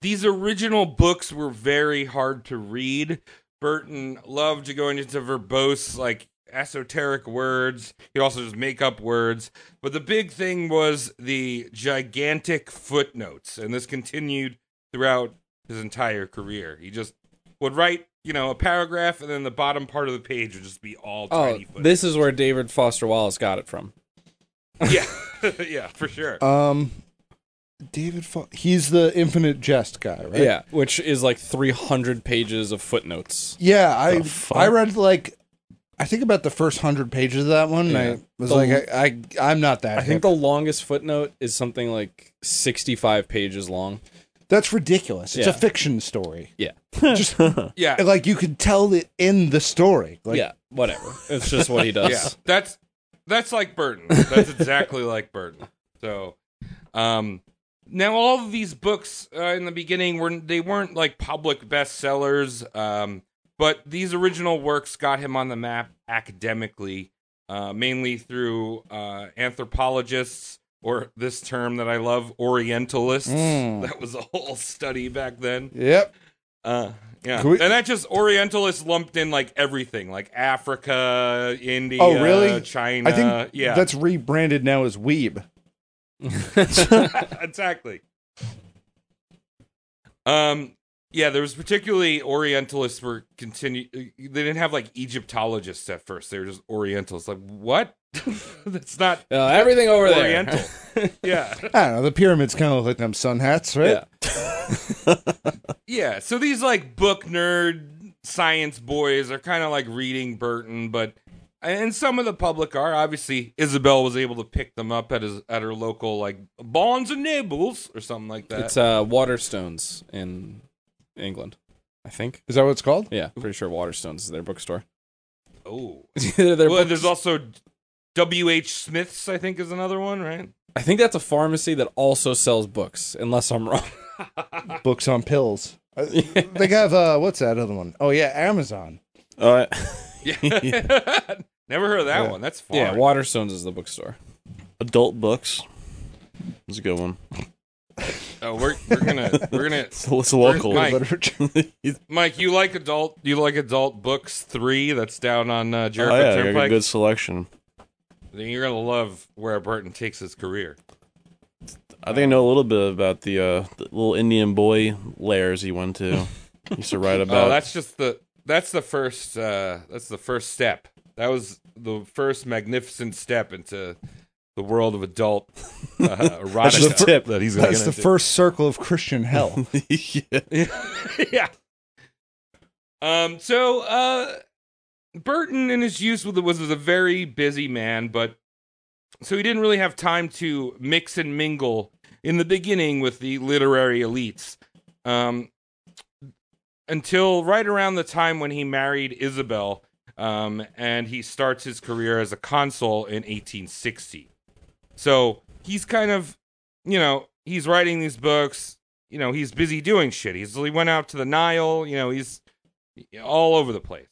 Speaker 9: these original books were very hard to read. Burton loved going into verbose, like esoteric words. He'd also just make up words. But the big thing was the gigantic footnotes, and this continued throughout his entire career. He just would write, you know, a paragraph, and then the bottom part of the page would just be all
Speaker 8: Oh,
Speaker 9: tiny footnotes.
Speaker 8: this is where David Foster Wallace got it from.
Speaker 9: yeah, yeah, for sure.
Speaker 8: Uh,
Speaker 7: um, David, Fa- he's the infinite jest guy, right?
Speaker 8: Yeah, which is like 300 pages of footnotes.
Speaker 7: Yeah, I
Speaker 5: The fuck?
Speaker 7: I read like I think about the first hundred pages of that one. and
Speaker 8: Yeah.
Speaker 7: I was
Speaker 8: The-
Speaker 7: like, I, I I'm not that.
Speaker 8: I think
Speaker 7: hip.
Speaker 8: the longest footnote is something like 65 pages long.
Speaker 7: that's ridiculous. It's a
Speaker 8: Yeah.
Speaker 7: fiction story.
Speaker 8: Yeah.
Speaker 7: just
Speaker 9: Yeah,
Speaker 7: like you could tell it in the story. Like,
Speaker 8: yeah, whatever. It's just what he
Speaker 9: yeah,
Speaker 8: does.
Speaker 9: that's that's like Burton. That's exactly like Burton. So, um, now all of these books uh, in the beginning were they weren't like public bestsellers, um, but these original works got him on the map academically, uh, mainly through uh, anthropologists or this term that I love, Orientalists. That was a whole study back then.
Speaker 7: Yep.
Speaker 9: Uh, yeah,
Speaker 7: Can we-
Speaker 9: and that just Orientalists lumped in like everything, like Africa, India,
Speaker 7: Oh, really?
Speaker 9: China.
Speaker 7: I think
Speaker 9: Uh, yeah,
Speaker 7: that's rebranded now as Weeb.
Speaker 9: exactly. Um, yeah, there was particularly Orientalists were continue. uh, They didn't have like Egyptologists at first; they were just Orientalists. Like what? That's not
Speaker 8: Uh, everything over
Speaker 9: Oriental.
Speaker 8: there.
Speaker 9: yeah,
Speaker 7: I don't know. The pyramids kind of look like them sun hats, right?
Speaker 8: Yeah.
Speaker 9: yeah. So these like book nerd science boys are kind of like reading Burton, but and some of the public are obviously Isabel was able to pick them up at his at her local like Bonds and Nibbles or something like that.
Speaker 8: It's uh, Waterstones in England, I think.
Speaker 7: Is that what it's called?
Speaker 8: Yeah, pretty sure Waterstones is their bookstore.
Speaker 9: oh.
Speaker 8: They're their
Speaker 9: well,
Speaker 8: book-
Speaker 9: there's also W.H. Smith's, I think, is another one, right?
Speaker 8: I think that's a pharmacy that also sells books, unless I'm wrong.
Speaker 7: Books on pills. Uh, they have uh, what's that other one? Oh yeah, Amazon.
Speaker 5: All right.
Speaker 9: Yeah. Never heard of that one. That's far.
Speaker 8: Yeah, Waterstones is the bookstore.
Speaker 5: Adult books. It's a good one.
Speaker 9: oh, we're we're gonna we're gonna
Speaker 5: It's, it's local. oh,
Speaker 9: Mike.
Speaker 7: Literature.
Speaker 9: Mike. You like adult? You like adult books three? That's down on uh,
Speaker 5: Oh,
Speaker 9: Jericho
Speaker 5: yeah, they got a
Speaker 9: Turnpike.
Speaker 5: good selection.
Speaker 9: Then you're gonna love where Burton takes his career.
Speaker 5: I think I know a little bit about the, uh, the little Indian boy lairs he went to. He used to write about.
Speaker 9: Oh, that's just the that's the first uh that's the first step. That was the first magnificent step into the world of adult uh, erotica.
Speaker 5: That's just the tip.
Speaker 9: that he's gonna
Speaker 7: That's
Speaker 9: get
Speaker 7: the
Speaker 9: into.
Speaker 7: first circle of Christian hell.
Speaker 5: yeah.
Speaker 9: yeah. Um. So, uh, Burton in his youth was was a very busy man, but so he didn't really have time to mix and mingle in the beginning with the literary elites. Um, until right around the time when he married Isabel, um, and he starts his career as a consul in 1860. So he's kind of, you know, he's writing these books. You know, he's busy doing shit. He's he went out to the Nile. You know, he's all over the place.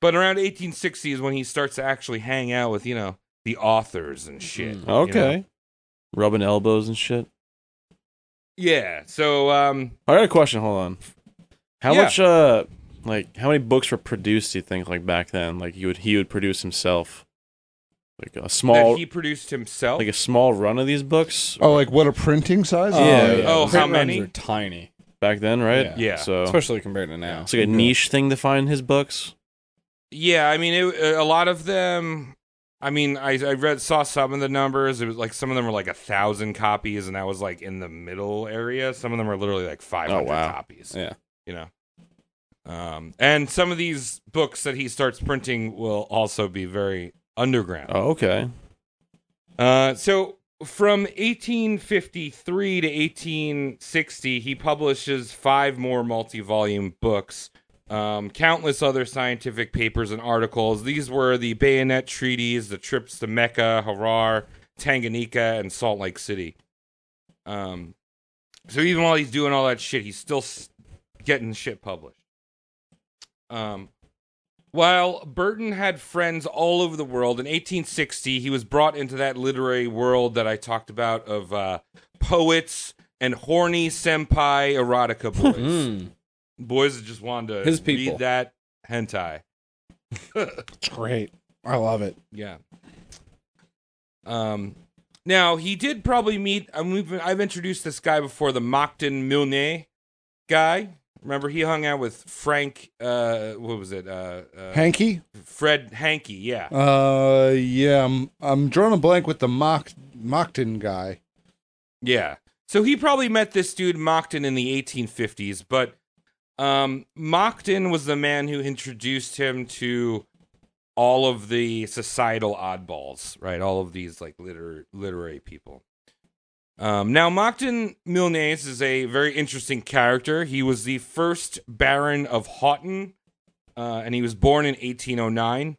Speaker 9: But around 1860 is when he starts to actually hang out with you know the authors and shit. you know?
Speaker 5: Okay. Rubbing elbows and shit.
Speaker 9: Yeah. So um,
Speaker 5: I got a question. Hold on. How
Speaker 9: Yeah.
Speaker 5: much, uh, like, how many books were produced? Do you think, like back then, like you would he would produce himself, like a small,
Speaker 9: that he produced himself.
Speaker 5: like a small run of these books
Speaker 7: oh, like what a printing size?
Speaker 5: Yeah.
Speaker 8: Oh,
Speaker 9: Oh,
Speaker 8: Print
Speaker 9: how
Speaker 8: runs
Speaker 9: many?
Speaker 8: are tiny,
Speaker 5: back then, right?
Speaker 8: Yeah.
Speaker 9: Yeah.
Speaker 5: So
Speaker 8: especially compared to now.
Speaker 5: Oh.
Speaker 8: Mm-hmm.
Speaker 5: it's like a niche thing to find his books.
Speaker 9: Yeah, I mean, it, a lot of them. I mean, I, I read saw some of the numbers. It was like some of them were like a thousand copies, and that was like in the middle area. Some of them are literally like five hundred
Speaker 5: Oh, wow.
Speaker 9: copies.
Speaker 8: Yeah.
Speaker 9: you know. Um, and some of these books that he starts printing will also be very underground.
Speaker 5: Oh, okay.
Speaker 9: Uh, so from 1853 to 1860, he publishes five more multi-volume books, um, countless other scientific papers and articles. These were the Bayonet Treaties, the trips to Mecca, Harar, Tanganyika, and Salt Lake City. Um, so even while he's doing all that shit, he's still s- getting shit published. Um, while Burton had friends all over the world, in 1860 he was brought into that literary world that I talked about of uh, poets and horny senpai erotica boys.
Speaker 8: Mm.
Speaker 9: boys that just wanted to
Speaker 8: His people.
Speaker 9: read that hentai.
Speaker 7: It's great. I love it.
Speaker 9: Yeah. Um, now he did probably meet. I mean, we've, I've introduced this guy before, the Mockton Milne guy. Remember, he hung out with Frank. Uh, what was it? Uh, uh,
Speaker 7: Hanky?
Speaker 9: Fred Hankey. Yeah.
Speaker 7: Uh, yeah. I'm, I'm drawing a blank with the Mock Mockton guy.
Speaker 9: Yeah. So he probably met this dude Mockton in the 1850s, but um, Mockton was the man who introduced him to all of the societal oddballs, right? All of these like liter- literary people. Um, now, Mockton Milnes is a very interesting character. He was the first Baron of Houghton, uh, and he was born in 1809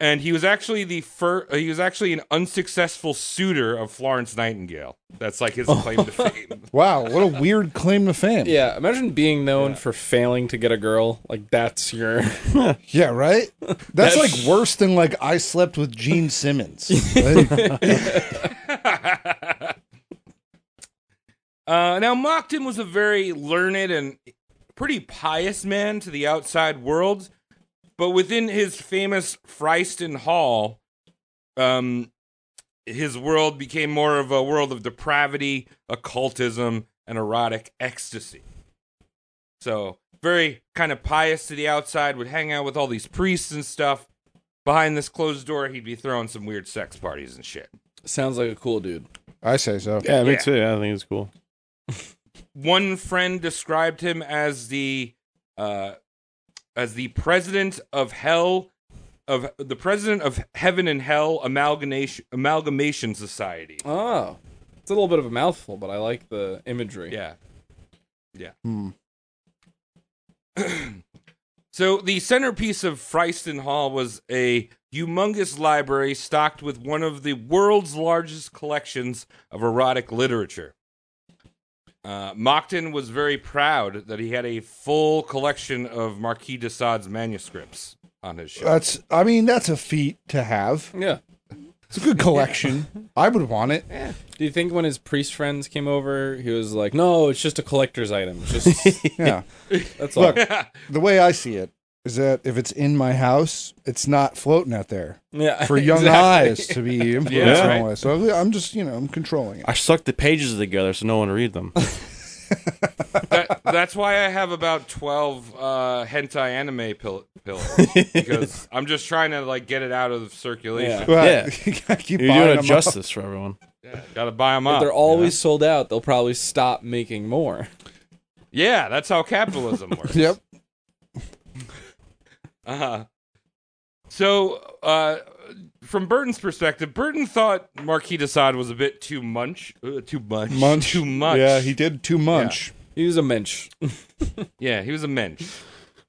Speaker 9: and he was actually the fir- uh, he was actually an unsuccessful suitor of Florence Nightingale. That's like his claim to fame.
Speaker 7: Wow, what a weird claim to fame.
Speaker 8: Yeah, imagine being known for failing to get a girl. Like that's your
Speaker 7: Yeah, right? That's, like worse than like I slept with Gene Simmons. Like,
Speaker 9: Uh, now, Mockton was a very learned and pretty pious man to the outside world, but within his famous Fryston Hall, um, his world became more of a world of depravity, occultism, and erotic ecstasy. So, very kind of pious to the outside, would hang out with all these priests and stuff. Behind this closed door, he'd be throwing some weird sex parties and shit.
Speaker 8: Sounds like a cool dude.
Speaker 7: I say so.
Speaker 5: Yeah, me
Speaker 9: Yeah.
Speaker 5: too. Yeah, I think it's cool.
Speaker 9: one friend described him as the uh as the president of hell of the president of heaven and hell amalgamation amalgamation society
Speaker 8: Oh, it's a little bit of a mouthful, but I like the imagery.
Speaker 9: yeah yeah so the centerpiece of fryston hall was a humongous library stocked with one of the world's largest collections of erotic literature Uh, Mockton was very proud that he had a full collection of Marquis de Sade's manuscripts on his show.
Speaker 7: That's. I mean, that's a feat to have.
Speaker 8: Yeah.
Speaker 7: It's a good collection. I would want it.
Speaker 8: Do you think when his priest friends came over, he was like, "No, it's just a collector's item. It's just
Speaker 7: Yeah.
Speaker 8: that's all."
Speaker 7: Look, the way I see it is that if it's in my house, it's not floating out there
Speaker 8: yeah.
Speaker 7: for young
Speaker 8: exactly.
Speaker 7: eyes to be influenced
Speaker 5: Yeah.
Speaker 7: on with. So I'm just, you know, I'm controlling it.
Speaker 5: I sucked the pages together so no one read them.
Speaker 9: That- that's why I have about 12 uh, hentai anime pill- pillows because I'm just trying to like get it out of circulation.
Speaker 5: Yeah.
Speaker 7: I keep
Speaker 5: You're
Speaker 7: buying
Speaker 5: doing a
Speaker 7: them up.
Speaker 5: justice for everyone.
Speaker 9: Got to buy them
Speaker 8: If
Speaker 9: up.
Speaker 7: Ah,
Speaker 8: they're always sold out, they'll probably stop making more.
Speaker 9: yeah, that's how capitalism works.
Speaker 7: Yep.
Speaker 9: Uh-huh. So, uh, from Burton's perspective, Burton thought Marquis de Sade was a bit too much, uh, too much,
Speaker 7: Munch.
Speaker 9: too much.
Speaker 7: Yeah, he did too much.
Speaker 8: He was a mensch.
Speaker 9: Yeah, he was a mensch.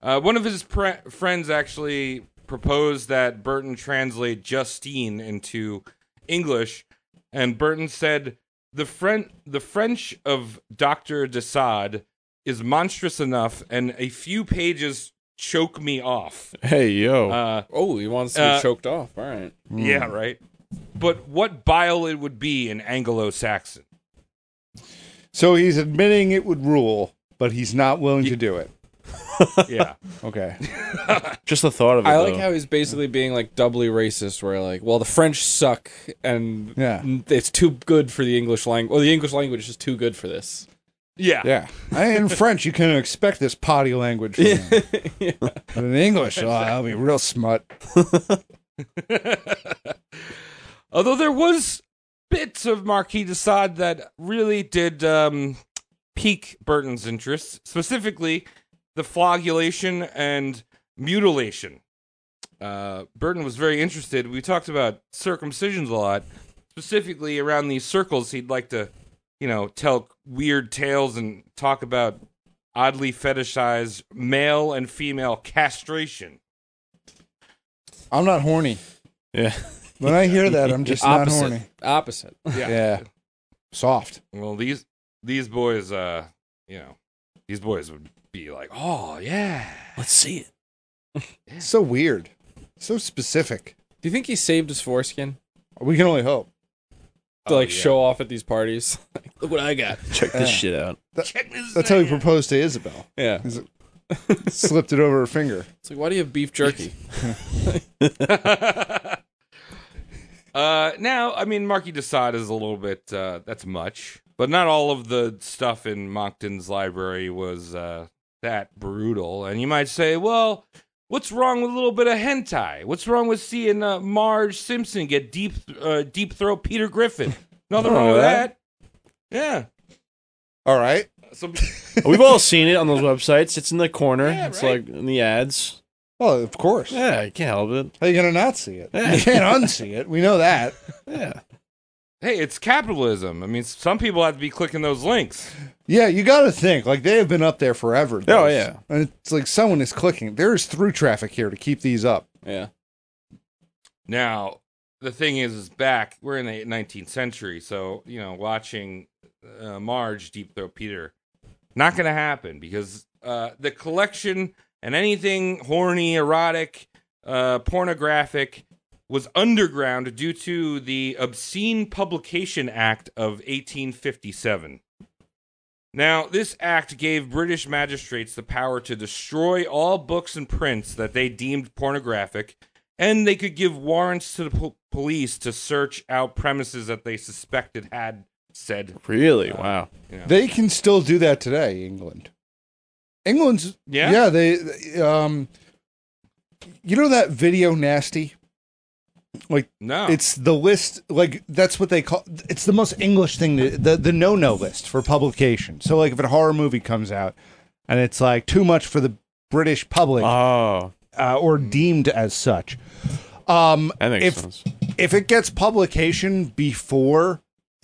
Speaker 9: Uh, one of his pre- friends actually proposed that Burton translate Justine into English, and Burton said the Fren- the French of Doctor Desade is monstrous enough, and a few pages choke me off.
Speaker 5: Hey, yo.
Speaker 9: Uh,
Speaker 8: Oh, he wants to be
Speaker 9: Uh,
Speaker 8: choked off. All right.
Speaker 9: Yeah, right. But what bile it would be in Anglo-Saxon?
Speaker 7: So he's admitting it would rule, but he's not willing to do it.
Speaker 9: Yeah,
Speaker 7: Okay.
Speaker 5: Just the thought of it.
Speaker 8: I like
Speaker 7: uh,
Speaker 5: though.
Speaker 8: how he's basically being like doubly racist, where like, well, the French suck, and
Speaker 7: Yeah.
Speaker 8: it's too good for the English language. Well, the English language is just too good for this.
Speaker 9: yeah,
Speaker 7: Yeah. I, in French, you can expect this potty language from him. But in English, oh, that'll be real smut.
Speaker 9: Although there was bits of Marquis de Sade that really did um, pique Burton's interest, specifically the flagellation and mutilation. Uh, Burton was very interested. We talked about circumcisions a lot, specifically around these circles. He'd like to, you know, tell weird tales and talk about oddly fetishized male and female castration.
Speaker 7: I'm not horny.
Speaker 5: Yeah.
Speaker 7: When I hear that, I'm just not
Speaker 8: Opposite.
Speaker 7: horny.
Speaker 8: Opposite.
Speaker 7: Yeah. Soft.
Speaker 9: Well, these these boys, uh, you know, these boys would be like, oh yeah,
Speaker 5: Let's see it.
Speaker 7: So weird. So specific.
Speaker 8: Do you think he saved his foreskin
Speaker 7: We can only hope.
Speaker 8: to
Speaker 9: Oh,
Speaker 8: like
Speaker 9: yeah.
Speaker 8: show off at these parties? Look what I got.
Speaker 5: Check this shit out.
Speaker 7: That's how he proposed to Isabel.
Speaker 8: Yeah.
Speaker 7: Slipped it over her finger.
Speaker 8: It's like, why do you have beef jerky?
Speaker 9: Uh, now, I mean, Marquis de Sade is a little bit uh, that's much, but not all of the stuff in Moncton's library was uh, that brutal. And you might say, well, what's wrong with a little bit of hentai? What's wrong with seeing uh, Marge Simpson get deep uh, deep throat Peter Griffin? Nothing wrong with that. Yeah.
Speaker 7: All right.
Speaker 9: Some-
Speaker 5: We've all seen it on those websites. It's in the corner.
Speaker 9: Yeah,
Speaker 5: It's
Speaker 9: right.
Speaker 5: like in the ads.
Speaker 7: Well, of course.
Speaker 5: Yeah, I can't help it.
Speaker 7: How you going to not see it? You can't unsee it. We know that.
Speaker 5: Yeah.
Speaker 9: hey, it's capitalism. I mean, some people have to be clicking those links.
Speaker 7: Yeah, you got to think. Like, they have been up there forever.
Speaker 5: Oh, yeah.
Speaker 7: And it's like someone is clicking. There is through traffic here to keep these up.
Speaker 8: Yeah.
Speaker 9: Now, the thing is, is back we're in the 19th century, so you know, watching uh, Marge deep throat Peter, not going to happen because uh, the collection and anything horny, erotic, uh, pornographic was underground due to the Obscene Publication Act of 1857. Now, this act gave British magistrates the power to destroy all books and prints that they deemed pornographic, and they could give warrants to the po- police to search out premises that they suspected had said.
Speaker 5: Really? Wow.
Speaker 7: They can still do that today, England. England's
Speaker 9: Yeah?
Speaker 7: yeah they um you know that video nasty like
Speaker 9: No.
Speaker 7: it's the list like that's what they call it's the most english thing to, the the no-no list for publication so like if a horror movie comes out and it's like too much for the british public
Speaker 5: Oh,
Speaker 7: uh, or deemed as such um
Speaker 5: that makes
Speaker 7: if
Speaker 5: sense.
Speaker 7: if it gets publication before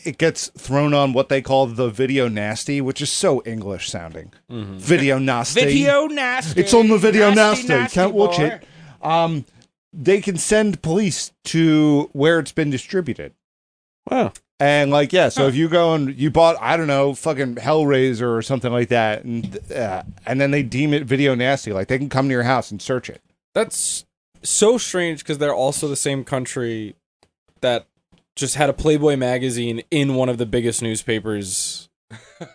Speaker 7: it gets thrown on what they call the video nasty, which is so English sounding.
Speaker 5: Mm-hmm.
Speaker 7: Video nasty.
Speaker 9: video nasty.
Speaker 7: It's on the video nasty. Can't
Speaker 9: boy.
Speaker 7: watch it. Um, they can send police to where it's been distributed.
Speaker 5: Wow.
Speaker 7: And like, yeah, so if you go and you bought, I don't know, fucking Hellraiser or something like that, and uh, and then they deem it video nasty, like they can come to your house and search it.
Speaker 8: That's so strange because they're also the same country that just had a Playboy magazine in one of the biggest newspapers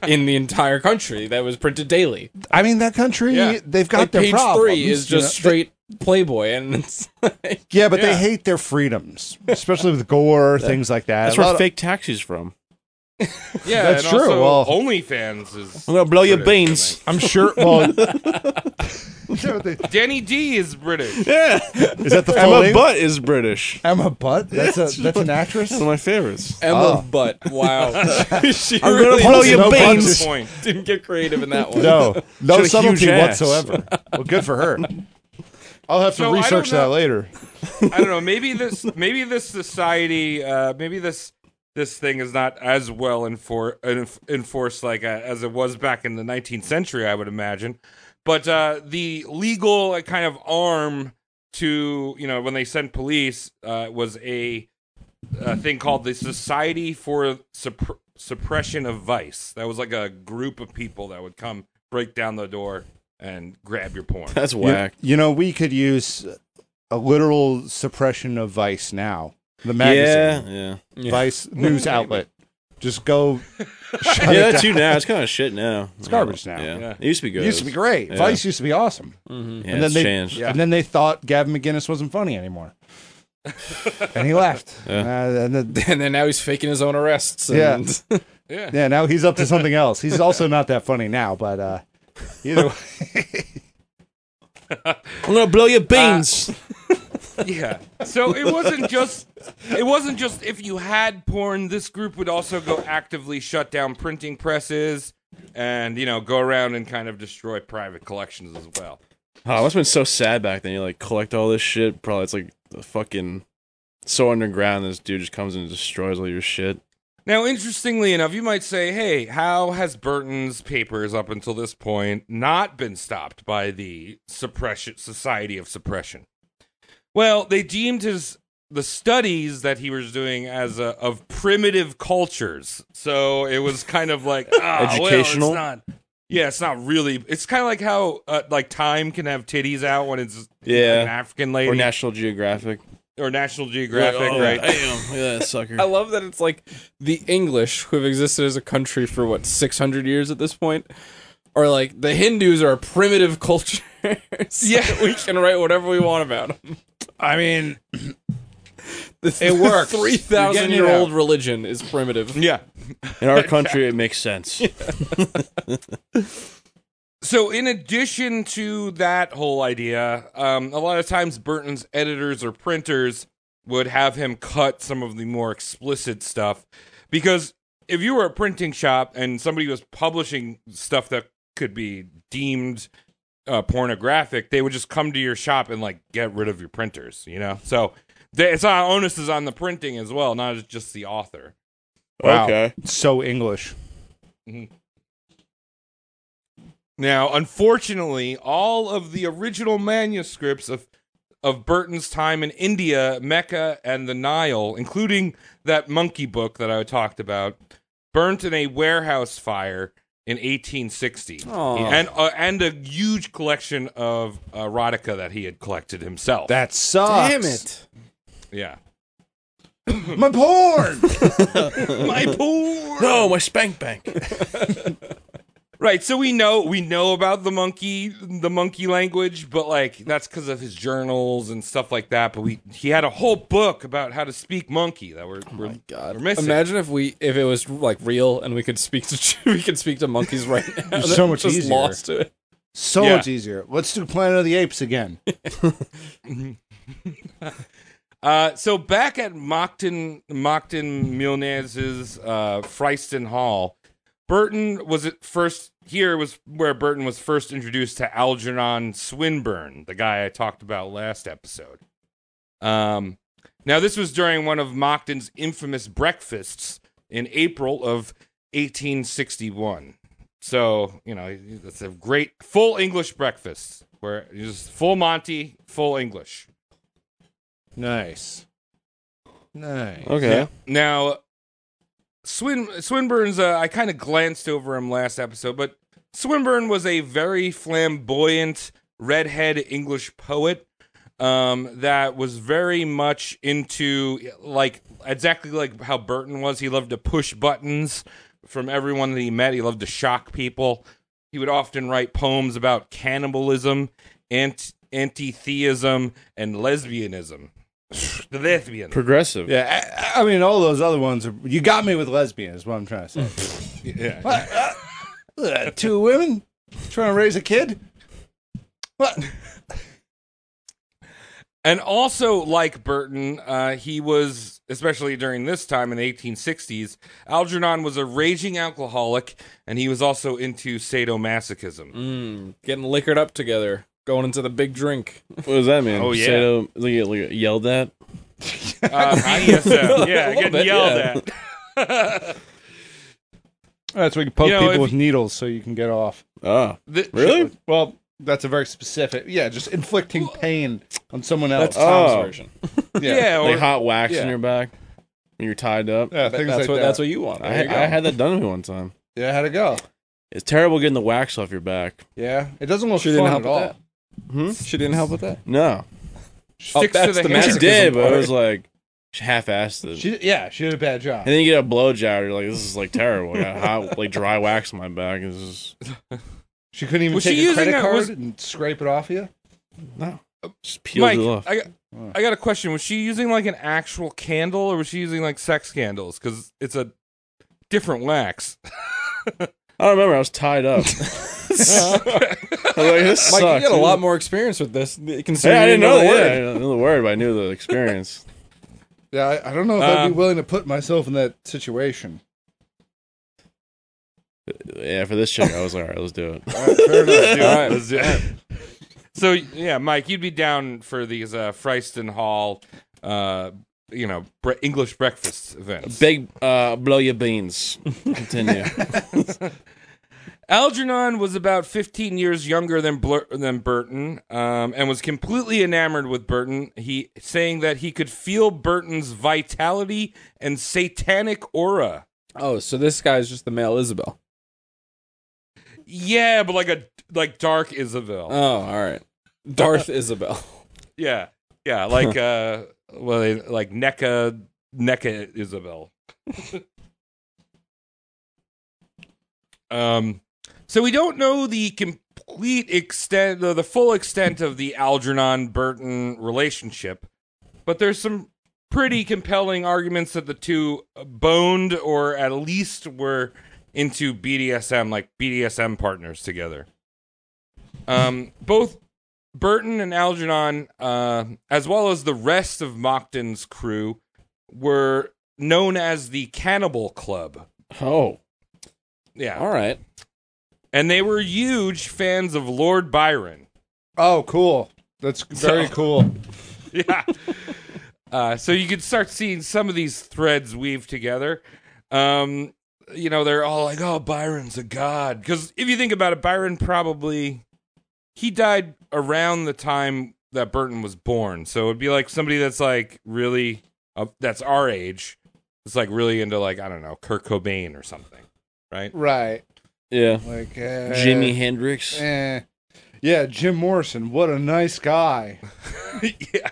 Speaker 8: in the entire country that was printed daily.
Speaker 7: I mean, that country,
Speaker 9: Yeah.
Speaker 7: they've got
Speaker 8: Like
Speaker 7: their
Speaker 8: page
Speaker 7: problems.
Speaker 8: three is
Speaker 7: you
Speaker 8: just
Speaker 7: know?
Speaker 8: straight Playboy, and it's like,
Speaker 7: Yeah, but they
Speaker 9: Yeah.
Speaker 7: hate their freedoms, especially with gore, things like that.
Speaker 5: That's
Speaker 7: A lot
Speaker 5: where
Speaker 7: of-
Speaker 5: fake taxis from.
Speaker 9: Yeah,
Speaker 7: That's
Speaker 9: and
Speaker 7: true,
Speaker 9: Also,
Speaker 7: well-
Speaker 9: OnlyFans is.
Speaker 5: I'm gonna blow your
Speaker 9: British,
Speaker 5: beans.
Speaker 7: I'm sure. Well,
Speaker 9: I think. Danny D is British.
Speaker 5: Yeah,
Speaker 7: is that the full
Speaker 5: Emma
Speaker 7: name?
Speaker 5: Butt is British.
Speaker 7: Emma Butt. That's a that's an actress.
Speaker 5: That's one of my favorites.
Speaker 7: Oh.
Speaker 8: Emma Butt. Wow, she
Speaker 5: I'm
Speaker 8: really
Speaker 5: gonna blow
Speaker 7: Punch
Speaker 5: your
Speaker 7: no
Speaker 5: beans.
Speaker 7: punches.
Speaker 9: Point.
Speaker 8: didn't get creative in that one.
Speaker 7: No,
Speaker 5: She had a
Speaker 7: no
Speaker 5: huge
Speaker 7: subtlety
Speaker 5: ass.
Speaker 7: whatsoever. Well, good for her. I'll have to
Speaker 9: So, I don't
Speaker 7: research that
Speaker 9: know-
Speaker 7: later.
Speaker 9: I don't know. Maybe this. Maybe this society. Uh, maybe this. This thing is not as well enfor- enf- enforced like uh, as it was back in the 19th century, I would imagine. But uh, the legal uh, kind of arm to you know when they sent police uh, was a, uh thing called the Society for Suppr Suppression of Vice. That was like a group of people that would come break down the door and grab your porn.
Speaker 5: That's
Speaker 7: You-
Speaker 5: whack.
Speaker 7: You, know, we could use a literal suppression of Vice now. The magazine,
Speaker 5: yeah.
Speaker 7: Vice news outlet. Just go. shut it
Speaker 5: yeah, that's
Speaker 7: down.
Speaker 5: you now. It's kind of shit now. It's
Speaker 7: garbage now.
Speaker 5: Yeah.
Speaker 9: Yeah.
Speaker 5: It used to be good.
Speaker 7: It used to be great.
Speaker 5: Yeah.
Speaker 7: Vice used to be awesome.
Speaker 5: Yeah,
Speaker 7: and then
Speaker 5: it's
Speaker 7: they
Speaker 5: changed.
Speaker 7: and then they thought Gavin McGinnis wasn't funny anymore, and he left. Uh, and then-
Speaker 8: and then now he's faking his own arrests.
Speaker 7: Yeah.
Speaker 8: And
Speaker 9: yeah.
Speaker 7: yeah, now he's up to something else. He's also not that funny now, but uh, either way,
Speaker 5: I'm gonna blow your
Speaker 7: Ah.
Speaker 5: beans.
Speaker 9: Yeah. So it wasn't just it wasn't just if you had porn, this group would also go actively shut down printing presses and you know go around and kind of destroy private collections as well.
Speaker 5: oh, it must have been so sad back then. You like collect all this shit. Probably it's like the fucking so underground. This dude just comes and destroys all your shit.
Speaker 9: Now, interestingly enough, you might say, "Hey, how has Burton's papers up until this point not been stopped by the suppression Society of Suppression?" Well, they deemed his the studies that he was doing as a, of primitive cultures, so it was kind of like ah,
Speaker 5: Educational?
Speaker 9: Well, it's not, yeah, it's not really. It's kind of like how uh, like Time can have titties out when it's
Speaker 5: Yeah.
Speaker 9: an African lady
Speaker 5: Or oh,
Speaker 9: or,
Speaker 5: National Geographic.
Speaker 7: Oh,
Speaker 9: National Geographic, right?
Speaker 5: Damn, look at that sucker.
Speaker 8: I love that it's like the English who have existed as a country for what 600 years at this point are like the Hindus are a primitive culture. yeah, we can write whatever we want about them.
Speaker 7: I mean,
Speaker 8: It
Speaker 7: works. You're
Speaker 8: Three thousand
Speaker 7: getting it
Speaker 8: year old
Speaker 7: out.
Speaker 8: religion is primitive.
Speaker 9: Yeah.
Speaker 5: In our country, it makes sense.
Speaker 9: So, in addition to that whole idea, um, a lot of times Burton's editors or printers would have him cut some of the more explicit stuff because if you were a printing shop and somebody was publishing stuff that could be deemed uh, pornographic, they would just come to your shop and like get rid of your printers, you know. So, they, it's not onus is on the printing as well, not just the author.
Speaker 7: wow,
Speaker 5: Okay.
Speaker 7: so English.
Speaker 9: Now, unfortunately, all of the original manuscripts of of Burton's time in India, Mecca, and the Nile, including that monkey book that I talked about, burnt in a warehouse fire in 1860,
Speaker 8: Aw.
Speaker 9: and uh, and a huge collection of erotica that he had collected himself.
Speaker 7: That sucks.
Speaker 9: yeah,
Speaker 7: my porn.
Speaker 9: my poor.
Speaker 5: No, my spank bank.
Speaker 9: Right, so we know we know about the monkey the monkey language, but like that's because of his journals and stuff like that. But we he had a whole book about how to speak monkey that we're, we're
Speaker 8: Oh God,
Speaker 9: we're missing.
Speaker 8: imagine if we if it was like real and we could speak to we could speak to monkeys right now.
Speaker 3: It's so
Speaker 8: They're
Speaker 3: much
Speaker 8: just
Speaker 3: easier.
Speaker 8: lost to it.
Speaker 3: So
Speaker 9: Yeah.
Speaker 3: much easier. Let's do Planet of the Apes again.
Speaker 9: Uh, so back at Mockton Mockton Milnaz's uh, Fryston Hall, Burton was at first here was where Burton was first introduced to Algernon Swinburne, the guy I talked about last episode. Um, now this was during one of Mockton's infamous breakfasts in April of 1861. So you know that's a great full English breakfast where you just full Monty, full English.
Speaker 7: Nice. Nice.
Speaker 8: Okay.
Speaker 9: Now, Swin Swinburne's. Uh, I kind of glanced over him last episode, but Swinburne was a very flamboyant redhead English poet um, that was very much into like exactly like how Burton was. He loved to push buttons from everyone that he met. He loved to shock people. He would often write poems about cannibalism, ant- anti-theism, and lesbianism. the lesbian.
Speaker 5: Progressive.
Speaker 3: Yeah, I, I mean, all those other ones. Are, you got me with lesbian, is what I'm trying to say.
Speaker 9: Yeah.
Speaker 3: What? Uh, uh, two women trying to raise a kid. What?
Speaker 9: And also, like Burton, uh, he was, especially during this time in the 1860s, Algernon was a raging alcoholic, and he was also into sadomasochism.
Speaker 8: Mm, getting liquored up together, going into the big drink.
Speaker 5: What does that mean?
Speaker 9: Oh, yeah.
Speaker 5: Sado- like, like, yelled at.
Speaker 9: Uh, BDSM.
Speaker 8: A
Speaker 9: yeah,
Speaker 8: little
Speaker 9: getting
Speaker 8: bit,
Speaker 9: yelled
Speaker 8: yeah.
Speaker 9: at.
Speaker 3: That's where you poke
Speaker 9: You know, if
Speaker 3: people with
Speaker 9: you-
Speaker 3: needles so you can get off.
Speaker 5: Oh,
Speaker 9: The-
Speaker 5: really?
Speaker 3: Well, that's a very specific. Yeah, just inflicting pain on someone else.
Speaker 8: That's Tom's
Speaker 5: Oh.
Speaker 8: version.
Speaker 9: Yeah, Oh, or,
Speaker 5: like hot wax in
Speaker 3: yeah.
Speaker 5: your back when you're tied up.
Speaker 3: yeah,
Speaker 8: That-
Speaker 3: things
Speaker 8: that's
Speaker 3: like
Speaker 8: what
Speaker 3: that.
Speaker 8: that's what you want.
Speaker 5: I,
Speaker 8: There you go.
Speaker 5: I had that done to me one time.
Speaker 3: yeah, how'd it go?
Speaker 5: It's terrible getting the wax off your back.
Speaker 3: Yeah, it doesn't look
Speaker 8: She
Speaker 3: fun
Speaker 8: didn't help
Speaker 3: at all.
Speaker 8: with that. She didn't help with that.
Speaker 5: No,
Speaker 9: sticks to
Speaker 8: that's
Speaker 9: the,
Speaker 8: the
Speaker 9: hand.
Speaker 5: she
Speaker 8: masochism
Speaker 5: did, but
Speaker 8: part.
Speaker 5: it was like half-assed. It.
Speaker 3: She, yeah, she did a bad job.
Speaker 5: and then you get a blow job. You're like, this is like terrible. I got hot, like dry wax on my back. This is
Speaker 3: She couldn't even
Speaker 9: Was
Speaker 3: take
Speaker 9: she
Speaker 3: a
Speaker 9: using
Speaker 3: credit
Speaker 9: a-
Speaker 3: card
Speaker 9: was-
Speaker 3: and scrape it off you.
Speaker 5: no, just peeled
Speaker 9: Mike,
Speaker 5: it off.
Speaker 9: I got, I got a question. Was she using like an actual candle, or was she using like sex candles? Because it's a different wax.
Speaker 5: I don't remember. I was tied up. I was like, this
Speaker 8: Mike,
Speaker 5: sucks.
Speaker 8: you got a lot more experience with this. Considering
Speaker 5: Yeah, I didn't know the
Speaker 8: the
Speaker 5: word. I
Speaker 8: word.
Speaker 5: didn't know the word, but I knew the experience.
Speaker 3: Yeah, I, I don't know if I'd
Speaker 8: Um,
Speaker 3: be willing to put myself in that situation.
Speaker 5: yeah, for this chick, I was like, all right, let's do it.
Speaker 3: All right, fair enough.
Speaker 8: All right.
Speaker 9: Let's do it. so yeah, Mike, you'd be down for these uh, Fryston Hall, uh, you know, bre- English breakfast events.
Speaker 5: Big uh, blow your beans. Continue.
Speaker 9: Algernon was about 15 years younger than Blur- than Burton, um, and was completely enamored with Burton. He saying that he could feel Burton's vitality and satanic aura.
Speaker 8: Oh, so this guy's just the male Isabel.
Speaker 9: Yeah, but like a like dark Isabel.
Speaker 8: Oh, all right. Darth Isabel.
Speaker 9: yeah, yeah, like uh, well, they- like E NECA NECA E Isabel. um, so we don't know the complete extent, the, the full extent of the Algernon Burton relationship, but there's some pretty compelling arguments that the two boned or at least were into BDSM, like BDSM partners together. Um, both Burton and Algernon, uh, as well as the rest of Mockton's crew, were known as the Cannibal Club.
Speaker 5: oh,
Speaker 9: Yeah.
Speaker 8: All right.
Speaker 9: And they were huge fans of Lord Byron.
Speaker 3: Oh, cool. That's very cool.
Speaker 9: Yeah. uh, so you could start seeing some of these threads weave together. Um, you know, they're all like, oh, Byron's a god. Because if you think about it, Byron probably, he died around the time that Burton was born. So it'd be like somebody that's like really, uh, that's our age. It's like really into like, I don't know, Kurt Cobain or something. Right?
Speaker 3: Right.
Speaker 5: yeah.
Speaker 3: Like uh,
Speaker 5: Jimi Hendrix.
Speaker 3: eh. Yeah, Jim Morrison. What a nice guy.
Speaker 9: yeah.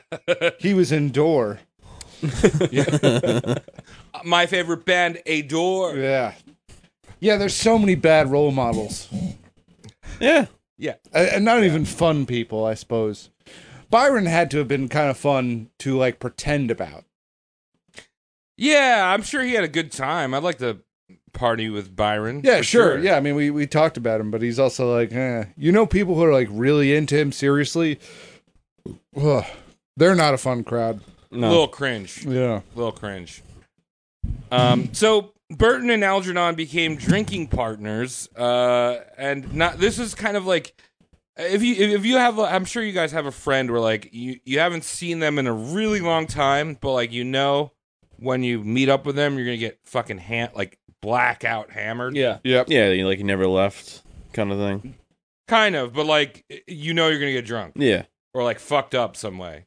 Speaker 3: He was indoor.
Speaker 9: My favorite band, Adore.
Speaker 3: Yeah. Yeah, there's so many bad role models.
Speaker 5: Yeah.
Speaker 3: Uh, and not even fun people, I suppose. Byron had to have been kind of fun to like pretend about.
Speaker 9: Yeah, I'm sure he had a good time. I'd like to party with Byron.
Speaker 3: Yeah,
Speaker 9: for
Speaker 3: sure. Yeah, I mean, we we talked about him, but he's also like, eh. you know, people who are like really into him seriously. Ugh, they're not a fun crowd.
Speaker 8: No.
Speaker 9: Little cringe.
Speaker 3: Yeah,
Speaker 9: Little cringe. Um, so Burton and Algernon became drinking partners, uh, and not. This is kind of like if you if you have. A, I'm sure you guys have a friend where like you you haven't seen them in a really long time, but like you know when you meet up with them, you're gonna get fucking ham like blackout hammered.
Speaker 8: yeah.
Speaker 5: Yeah, you like you never left kind of thing.
Speaker 9: Kind of, but like you know you're gonna get drunk
Speaker 5: Yeah.
Speaker 9: or like fucked up some way.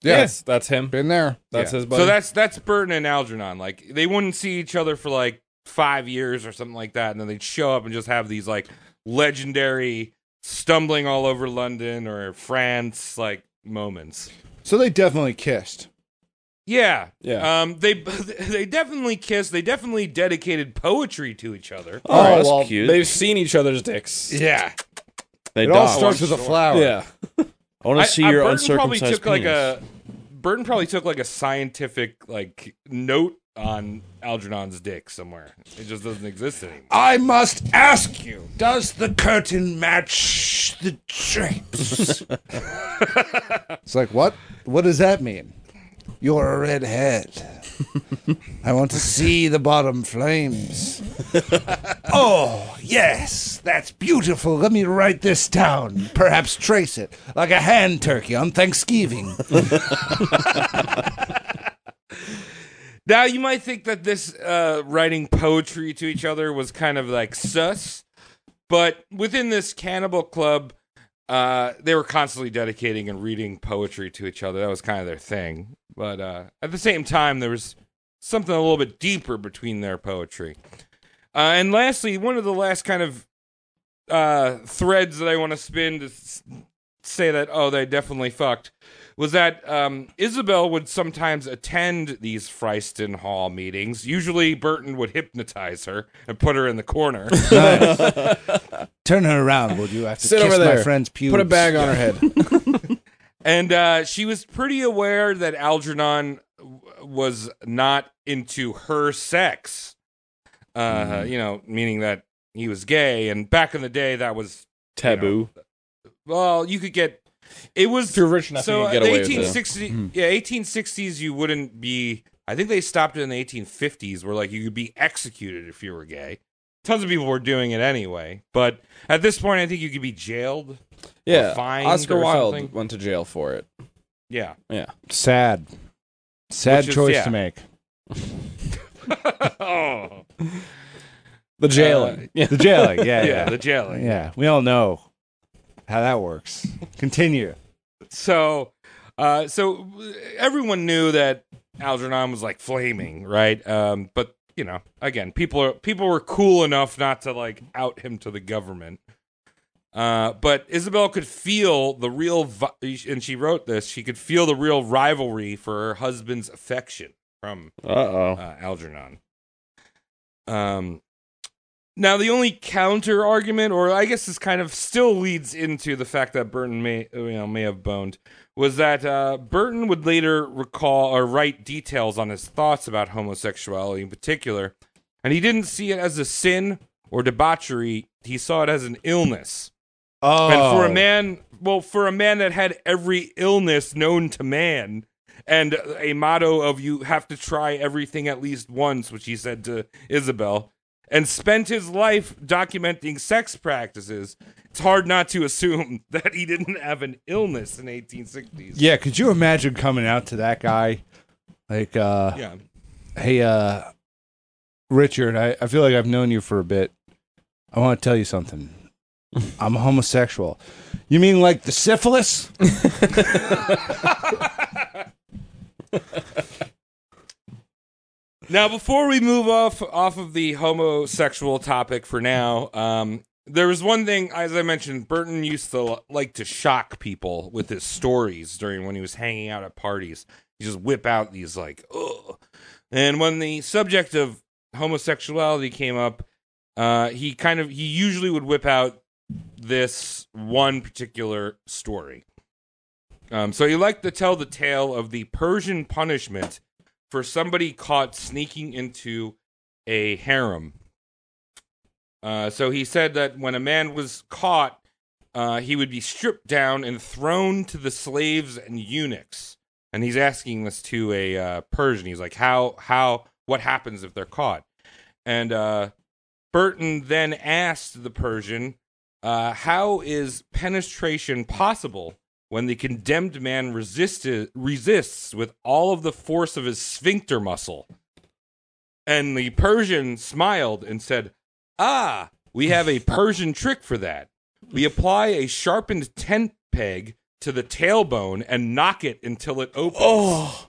Speaker 3: Yeah.
Speaker 8: Yes, that's him.
Speaker 3: been there.
Speaker 8: That's
Speaker 9: Yeah.
Speaker 8: his buddy.
Speaker 9: So that's that's Burton and Algernon. Like they wouldn't see each other for like five years or something like that, and then they'd show up and just have these like legendary stumbling all over London or France like moments.
Speaker 3: So they definitely kissed.
Speaker 9: Yeah,
Speaker 8: Yeah.
Speaker 9: Um, they they definitely kissed. They definitely dedicated poetry to each other.
Speaker 5: Oh, that's
Speaker 3: well,
Speaker 5: cute.
Speaker 8: They've seen each other's dicks.
Speaker 9: Yeah,
Speaker 5: they
Speaker 3: It all
Speaker 5: docked.
Speaker 3: starts with a flower.
Speaker 8: Yeah.
Speaker 5: I want to see
Speaker 9: I- I-
Speaker 5: your
Speaker 9: Burton probably
Speaker 5: uncircumcised
Speaker 9: took
Speaker 5: penis.
Speaker 9: like a Burton probably took like a scientific like note on Algernon's dick somewhere. It just doesn't exist anymore.
Speaker 7: I must ask you, does the curtain match the drapes?
Speaker 3: It's like what? What does that mean?
Speaker 7: You're a redhead. I want to see the bottom flames. oh, yes, that's beautiful. Let me write this down. Perhaps trace it like a hand turkey on Thanksgiving.
Speaker 9: Now you might think that this uh, writing poetry to each other was kind of like sus, but within this cannibal club, uh, they were constantly dedicating and reading poetry to each other. That was kind of their thing. But uh, at the same time, there was something a little bit deeper between their poetry. Uh, and lastly, one of the last kind of uh, threads that I want to spin to s- say that oh they definitely fucked was that um, Isabel would sometimes attend these Fryston Hall meetings. Usually Burton would hypnotize her and put her in the corner.
Speaker 3: Turn her around, would you? I have to
Speaker 8: Sit
Speaker 3: kiss
Speaker 8: over there.
Speaker 3: my friend's pubes.
Speaker 8: Put a bag on her head.
Speaker 9: and uh, she was pretty aware that Algernon w- was not into her sex. Uh, You know, meaning that he was gay. And back in the day, that was,
Speaker 5: taboo.
Speaker 9: well, you could get. It was
Speaker 8: If you're rich enough,
Speaker 9: so
Speaker 8: you
Speaker 9: uh,
Speaker 8: can get
Speaker 9: the
Speaker 8: away with it. Hmm.
Speaker 9: 1860 yeah 1860s you wouldn't be i think they stopped it in the 1850s where like you could be executed if you were gay tons of people were doing it anyway but at this point i think you could be jailed
Speaker 8: Yeah.
Speaker 9: fined
Speaker 8: Oscar
Speaker 9: or
Speaker 8: Wilde
Speaker 9: something.
Speaker 8: went to jail for it.
Speaker 9: yeah
Speaker 3: Sad. Sad
Speaker 9: Which is-
Speaker 3: choice
Speaker 9: yeah.
Speaker 3: to make.
Speaker 9: oh
Speaker 8: The jailing. Uh, yeah.
Speaker 3: Uh, The jailing. Yeah,
Speaker 9: yeah,
Speaker 3: yeah,
Speaker 9: the jailing
Speaker 3: yeah. We all know how that works. Continue.
Speaker 9: so uh so everyone knew that algernon was like flaming right um but you know again people are people were cool enough not to like out him to the government uh but isabel could feel the real vi- and she wrote this she could feel the real rivalry for her husband's affection from
Speaker 5: Uh oh.
Speaker 9: uh, Algernon. Um, now the only counter argument, or I guess this kind of still leads into the fact that Burton may you know may have boned, was that uh, Burton would later recall or write details on his thoughts about homosexuality in particular, and he didn't see it as a sin or debauchery. He saw it as an illness.
Speaker 3: Oh,
Speaker 9: And for a man, well, for a man that had every illness known to man, and a motto of you have to try everything at least once, which he said to Isabel, and spent his life documenting sex practices, it's hard not to assume that he didn't have an illness in 1860s.
Speaker 3: Yeah, could you imagine coming out to that guy? Like, uh,
Speaker 9: Yeah.
Speaker 3: hey, uh, Richard, I, I feel like I've known you for a bit. I want to tell you something. I'm homosexual. You mean like the syphilis?
Speaker 9: Now, before we move off off of the homosexual topic for now, um, there was one thing, as I mentioned, Burton used to l- like to shock people with his stories during when he was hanging out at parties. He just whip out these like, ugh. And when the subject of homosexuality came up, Uh, he kind of he usually would whip out this one particular story. Um, so he liked to tell the tale of the Persian punishment for somebody caught sneaking into a harem. Uh, so he said that when a man was caught, uh, he would be stripped down and thrown to the slaves and eunuchs. And he's asking this to a uh, Persian. He's like, "How? How? What happens if they're caught?" And uh, Burton then asked the Persian, uh, "How is penetration possible when the condemned man resisted, resists with all of the force of his sphincter muscle?" And the Persian smiled and said, "Ah, we have a Persian trick for that. We apply a sharpened tent peg to the tailbone and knock it until it opens."
Speaker 8: Oh.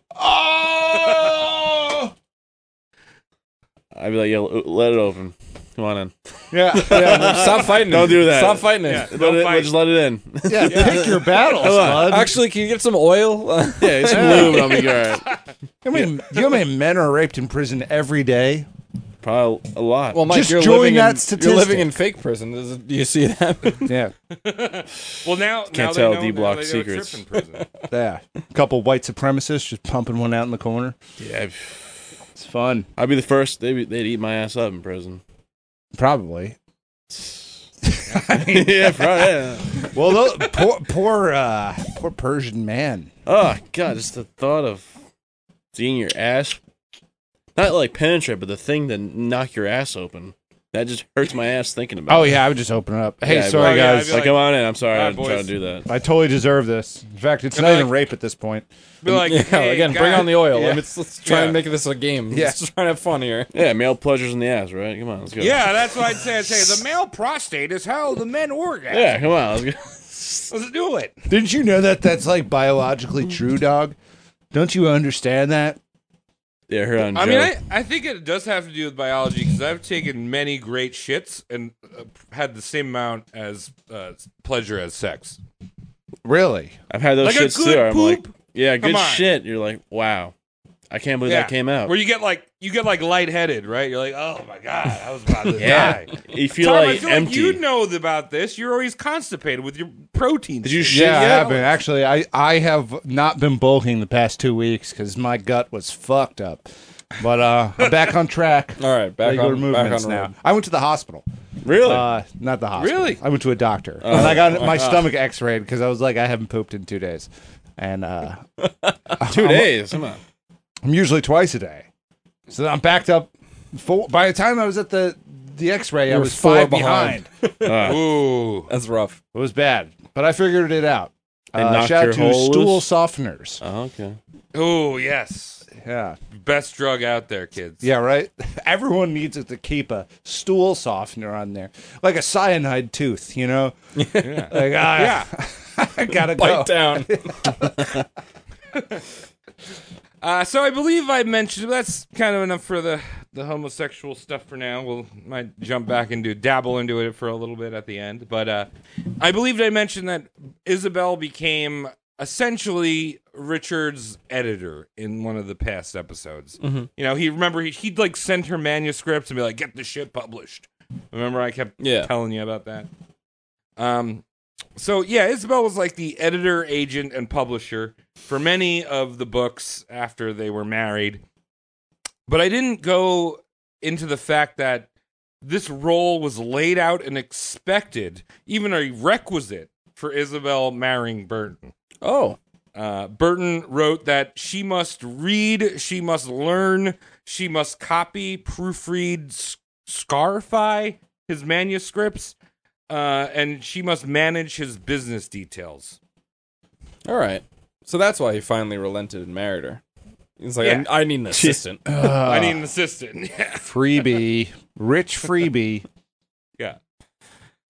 Speaker 8: I'd be like, yo, let it open. Come on in.
Speaker 7: Yeah,
Speaker 8: Stop fighting.
Speaker 5: Don't
Speaker 8: it.
Speaker 5: do that.
Speaker 8: Stop fighting it. let
Speaker 9: don't
Speaker 8: it
Speaker 9: fight.
Speaker 8: Just let it in.
Speaker 7: yeah, Pick your battles, bud.
Speaker 8: Actually, can you get some oil? yeah,
Speaker 5: It's lube, and I'll be all right.
Speaker 7: I mean, you know how many men are raped in prison every day?
Speaker 5: Probably a lot.
Speaker 8: Well, Mike,
Speaker 7: Just
Speaker 8: you're
Speaker 7: join
Speaker 8: living
Speaker 7: that
Speaker 8: in,
Speaker 7: statistic.
Speaker 8: You're living in fake prison. Does it- do you see that?
Speaker 7: Yeah,
Speaker 9: Well, now can't now
Speaker 5: tell
Speaker 9: they know,
Speaker 5: D-Block
Speaker 9: now they know it's
Speaker 5: secrets.
Speaker 9: Rip in prison.
Speaker 7: yeah. A couple white supremacists just pumping one out in the corner.
Speaker 5: yeah,
Speaker 7: It's fun,
Speaker 5: I'd be the first. They'd, be- they'd eat my ass up in prison.
Speaker 7: probably.
Speaker 5: yeah, probably. Yeah.
Speaker 7: Well, tho- poor, poor, uh, poor Persian man.
Speaker 5: Oh god, just the thought of seeing your ass not like penetrate, but the thing to knock your ass open. That just hurts my ass thinking about
Speaker 7: Oh
Speaker 5: it.
Speaker 7: yeah, I would just open it up. Hey,
Speaker 5: Yeah, I'd be
Speaker 7: sorry
Speaker 9: Oh, yeah, I'd
Speaker 7: guys,
Speaker 9: be
Speaker 5: Like, come on in, I'm sorry,
Speaker 9: "Alright,
Speaker 5: I didn't try to
Speaker 9: boys."
Speaker 5: do that.
Speaker 7: I totally deserve this. In fact, it's
Speaker 9: And
Speaker 7: not
Speaker 9: like-
Speaker 7: even rape at this point.
Speaker 9: Be like,
Speaker 8: yeah,
Speaker 9: "Hey,
Speaker 8: again, bring
Speaker 9: guy-
Speaker 8: on the oil.
Speaker 9: Yeah.
Speaker 8: Let's, let's try
Speaker 9: Yeah.
Speaker 8: and make this a game.
Speaker 7: Yeah.
Speaker 8: Let's try and have fun here.
Speaker 5: Yeah, male pleasures in the ass, right? Come on, let's go.
Speaker 9: Yeah, that's what I'd say. I'd say the male prostate is how the men orgasm.
Speaker 5: Yeah, come on, let's go.
Speaker 9: Let's do it.
Speaker 7: Didn't you know that that's like biologically true, dog? Don't you understand that?
Speaker 5: Yeah, her on
Speaker 9: I mean,
Speaker 5: Joe.
Speaker 9: I, I think it does have to do with biology because I've taken many great shits and uh, had the same amount as uh, pleasure as sex.
Speaker 7: Really?
Speaker 5: I've had those
Speaker 9: like a
Speaker 5: shits
Speaker 9: good
Speaker 5: too. I'm like
Speaker 9: poop?
Speaker 5: Yeah,
Speaker 9: Come
Speaker 5: good
Speaker 9: on.
Speaker 5: shit. You're like, wow. I can't believe that came out.
Speaker 9: Where you get like you get like lightheaded, right? You're like, oh my god, I was about to
Speaker 5: yeah.
Speaker 9: die.
Speaker 5: You feel
Speaker 9: Tom, I
Speaker 5: like
Speaker 9: feel
Speaker 5: empty.
Speaker 9: like you know about this. You're always constipated with your protein.
Speaker 5: Did you shit
Speaker 7: Yeah, I
Speaker 5: yet?
Speaker 7: have been. Actually, I, I have not been bulking the past two weeks because my gut was fucked up. But uh, I'm back on track.
Speaker 8: All right, back
Speaker 7: Regular
Speaker 8: on
Speaker 7: movements
Speaker 8: back on road.
Speaker 7: now. I went to the hospital.
Speaker 5: Really? Oh. Uh-huh.
Speaker 7: Uh, not the hospital.
Speaker 9: Really?
Speaker 7: I went to a doctor. and I got my stomach x-rayed because I was like, I haven't pooped in two days. And uh,
Speaker 5: 2 days. Come on.
Speaker 7: I'm usually twice a day. So I'm backed up. Four, by the time I was at the, the x-ray, I
Speaker 8: were
Speaker 7: was
Speaker 8: four
Speaker 7: five
Speaker 8: behind.
Speaker 7: behind.
Speaker 9: Ooh,
Speaker 8: That's rough.
Speaker 7: It was bad, but I figured it out.
Speaker 5: They
Speaker 7: Uh,
Speaker 5: knocked
Speaker 7: shout
Speaker 5: your
Speaker 7: out to
Speaker 5: hole
Speaker 7: stool
Speaker 5: loose?
Speaker 7: softeners.
Speaker 5: Oh, okay.
Speaker 9: ooh, yes,
Speaker 7: Yeah,
Speaker 9: best drug out there, kids.
Speaker 7: yeah, right. Everyone needs it to keep a stool softener on there, like a cyanide tooth. You know, yeah. like ah,
Speaker 9: Yeah.
Speaker 7: I gotta
Speaker 8: Bite
Speaker 7: go.
Speaker 8: down.
Speaker 9: Uh, so I believe I mentioned that's kind of enough for the the homosexual stuff for now. We'll might jump back and do dabble into it for a little bit at the end, but uh, I believed I mentioned that Isabel became essentially Richard's editor in one of the past episodes. You know, he remember he, he'd like send her manuscripts and be like, "Get this shit published." Remember, I kept
Speaker 8: Yeah.
Speaker 9: telling you about that. Um, so yeah, Isabel was like the editor, agent, and publisher for many of the books after they were married. But I didn't go into the fact that this role was laid out and expected, even a requisite for Isabel marrying Burton.
Speaker 8: Oh,
Speaker 9: Uh, Burton wrote that she must read, she must learn, she must copy, proofread, s- scarify his manuscripts, uh, and she must manage his business details.
Speaker 8: all right. So that's why he finally relented and married her. He's like,
Speaker 9: Yeah.
Speaker 8: I, I need an assistant.
Speaker 9: I need an assistant. Yeah.
Speaker 7: Uh, Freebie, rich freebie.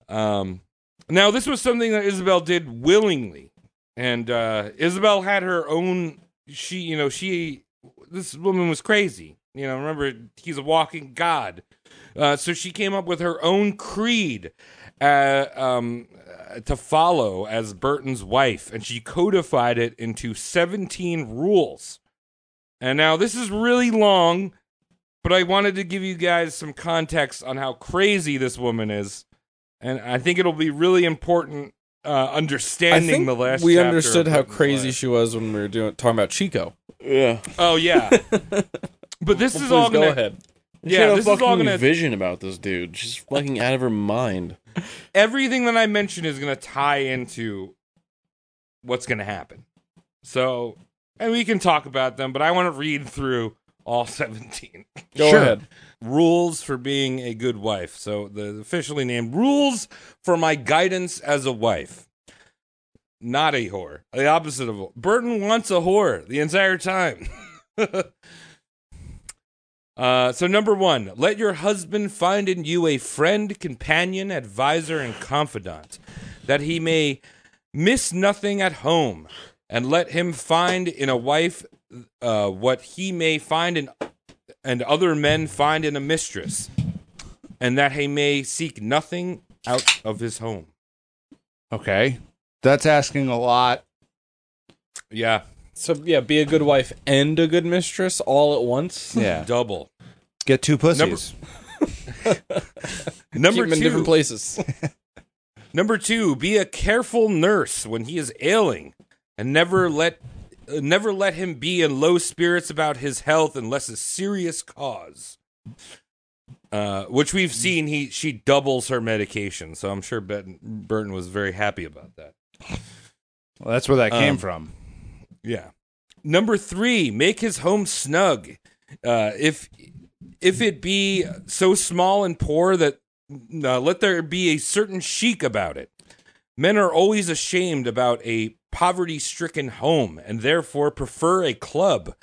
Speaker 9: Um, now, this was something that Isabel did willingly, and uh, Isabel had her own. She, you know, she. This woman was crazy. You know, remember he's a walking god. Uh, so she came up with her own creed uh, um, uh, to follow as Burton's wife, and she codified it into 17 rules. And now this is really long, But I wanted to give you guys some context on how crazy this woman is, and I think it'll be really important uh,
Speaker 8: I
Speaker 9: understanding
Speaker 8: think
Speaker 9: the last.
Speaker 8: we
Speaker 9: chapter
Speaker 8: understood
Speaker 9: of
Speaker 8: how
Speaker 9: Britain's
Speaker 8: crazy
Speaker 9: Life.
Speaker 8: she was when we were doing talking about Chico.
Speaker 5: Yeah.
Speaker 9: Oh yeah, but this is
Speaker 8: Please
Speaker 9: all
Speaker 8: go
Speaker 9: gonna.
Speaker 8: ahead.
Speaker 5: She had
Speaker 9: Yeah,
Speaker 5: a
Speaker 9: this is all
Speaker 5: fucking
Speaker 9: gonna.
Speaker 5: vision about this dude. She's fucking out of her mind.
Speaker 9: everything that I mentioned is going to tie into what's going to happen. So, and we can talk about them, but I want to read through all 17
Speaker 8: Go ahead.
Speaker 9: rules for being a good wife. So, the officially named rules for my guidance as a wife. Not a whore. The opposite of Burton wants a whore the entire time. Uh, so number one, let your husband find in you a friend, companion, advisor, and confidant, that he may miss nothing at home, and let him find in a wife uh, what he may find in and other men find in a mistress, and that he may seek nothing out of his home.
Speaker 7: Okay. That's asking a lot.
Speaker 9: Yeah,
Speaker 8: So yeah, be a good wife and a good mistress all at once.
Speaker 7: Yeah.
Speaker 9: double
Speaker 7: Get two pussies.
Speaker 9: Number-
Speaker 8: Keep
Speaker 9: number
Speaker 8: them in
Speaker 9: two.
Speaker 8: different places.
Speaker 9: Number two, be a careful nurse when he is ailing, and never let uh, never let him be in low spirits about his health unless a serious cause. Uh, which we've seen, he she doubles her medication, so I'm sure ben, Burton was very happy about that.
Speaker 7: well, that's where that came
Speaker 9: Um,
Speaker 7: from.
Speaker 9: Yeah. Number three, make his home snug. Uh, if if it be so small and poor that uh, let there be a certain chic about it. Men are always ashamed about a poverty-stricken home, and therefore prefer a club.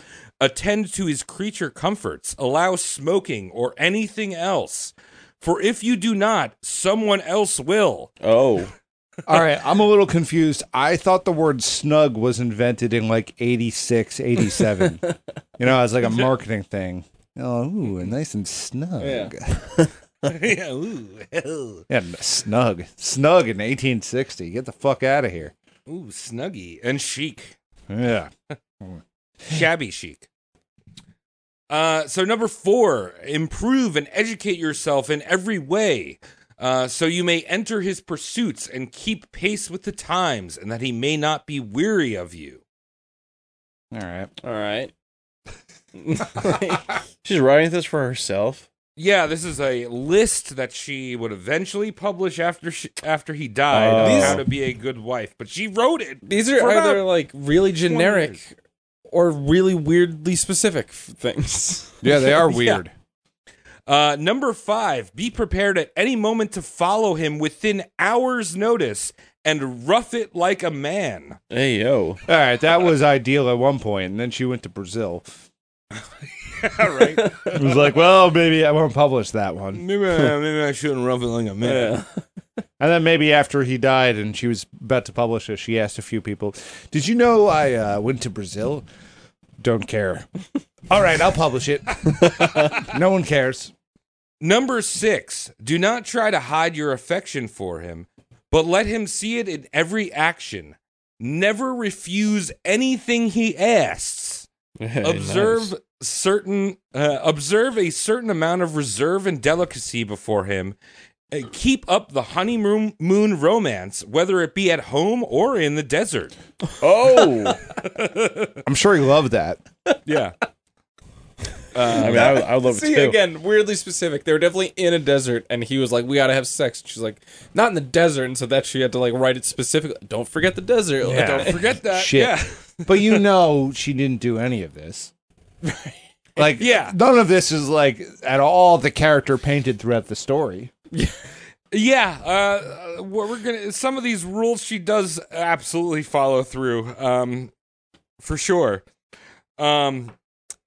Speaker 9: Attend to his creature comforts. Allow smoking or anything else. For if you do not, someone else will.
Speaker 5: Oh.
Speaker 7: All right. I'm a little confused. I thought the word snug was invented in like 86, 87. you know, as like a marketing thing. Oh, ooh, nice and snug. Yeah.
Speaker 9: yeah, ooh,
Speaker 7: n- snug. Snug in 1860. Get the fuck out of here.
Speaker 9: ooh, snuggy and chic.
Speaker 7: Yeah.
Speaker 9: shabby chic. Uh, so number four, improve and educate yourself in every way, uh, so you may enter his pursuits and keep pace with the times, and that he may not be weary of you.
Speaker 7: All right.
Speaker 8: all right.
Speaker 5: She's writing this for herself.
Speaker 9: Yeah, this is a list that she would eventually publish after she, after he died of
Speaker 8: These-
Speaker 9: how to be a good wife, but she wrote it.
Speaker 8: These are
Speaker 9: For about
Speaker 8: either like really
Speaker 9: 20
Speaker 8: generic
Speaker 9: years.
Speaker 8: or really weirdly specific f- things.
Speaker 7: Yeah, they are weird.
Speaker 9: Uh, number five, be prepared at any moment to follow him within hours' notice and rough it like a man.
Speaker 5: Hey yo.
Speaker 7: All right, that was ideal at one point, and then she went to Brazil.
Speaker 9: All right.
Speaker 7: It was like, well, maybe I won't publish that one.
Speaker 9: Maybe I, maybe I shouldn't rough it like a man.
Speaker 7: And then maybe after he died, and she was about to publish it, she asked a few people, "Did you know I uh, went to Brazil?" Don't care. All right, I'll publish it. no one cares.
Speaker 9: Number six, do not try to hide your affection for him, but let him see it in every action. Never refuse anything he asks. observe certain uh, observe a certain amount of reserve and delicacy before him. Uh, keep up the honeymoon moon romance, whether it be at home or in the desert.
Speaker 5: Oh.
Speaker 7: I'm sure he loved that.
Speaker 9: Yeah.
Speaker 5: I mean, I, would- I would love
Speaker 8: See
Speaker 5: it too.
Speaker 8: again, weirdly specific. They were definitely in a desert, and he was like, "We gotta have sex." And she's like, "Not in the desert," and so that she had to like write it specifically. Don't forget the desert. Like,
Speaker 9: Don't forget that.
Speaker 7: Shit.
Speaker 9: Yeah.
Speaker 7: But you know, she didn't do any of this. Like,
Speaker 9: Yeah.
Speaker 7: none of this is like at all the character painted throughout the story.
Speaker 9: Yeah, uh, uh, we're we're gonna. Some of these rules she does absolutely follow through, um, for sure. Um,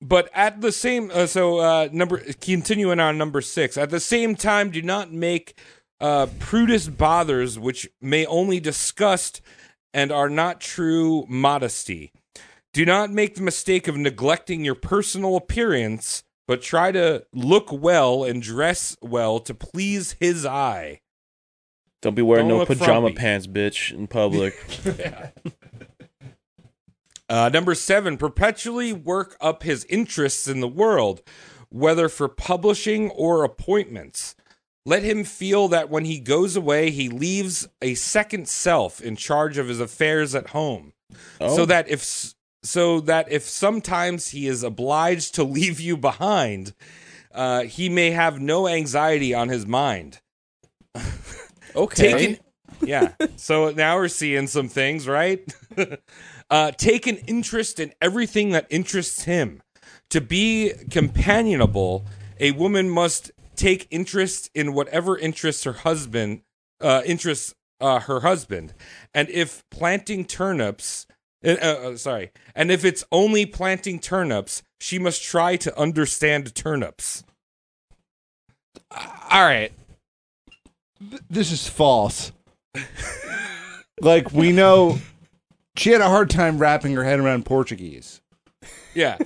Speaker 9: but at the same, uh, so uh, number continuing on number six. At the same time, do not make uh, prudish bothers, which may only disgust and are not true modesty. Do not make the mistake of neglecting your personal appearance, but try to look well and dress well to please his eye.
Speaker 5: Don't be wearing
Speaker 9: Don't
Speaker 5: no
Speaker 9: look
Speaker 5: pajama
Speaker 9: frumpy.
Speaker 5: pants, bitch, in public.
Speaker 9: Uh, number seven, perpetually work up his interests in the world, whether for publishing or appointments. Let him feel that when he goes away, he leaves a second self in charge of his affairs at home. So that if s- so that if sometimes he is obliged to leave you behind, uh, he may have no anxiety on his mind.
Speaker 8: okay.
Speaker 9: Taken, yeah. So now we're seeing some things, right? uh, take an interest in everything that interests him. To be companionable, a woman must take interest in whatever interests her husband uh, interests uh, her husband. And if planting turnips, uh, uh, sorry, and if it's only planting turnips, she must try to understand turnips.
Speaker 7: All right. This is false. like we know she had a hard time wrapping her head around Portuguese.
Speaker 9: Yeah.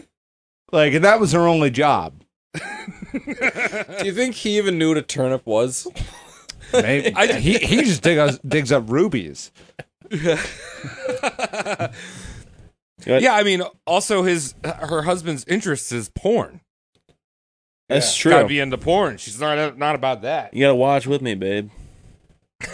Speaker 7: Like and that was her only job.
Speaker 8: Do you think he even knew what a turnip was?
Speaker 7: Maybe- he he just dig us, digs up rubies.
Speaker 9: Yeah, I mean, also his her husband's interest is porn.
Speaker 5: That's true.
Speaker 9: Gotta be into porn. She's not not about that.
Speaker 5: You gotta watch with me, babe. you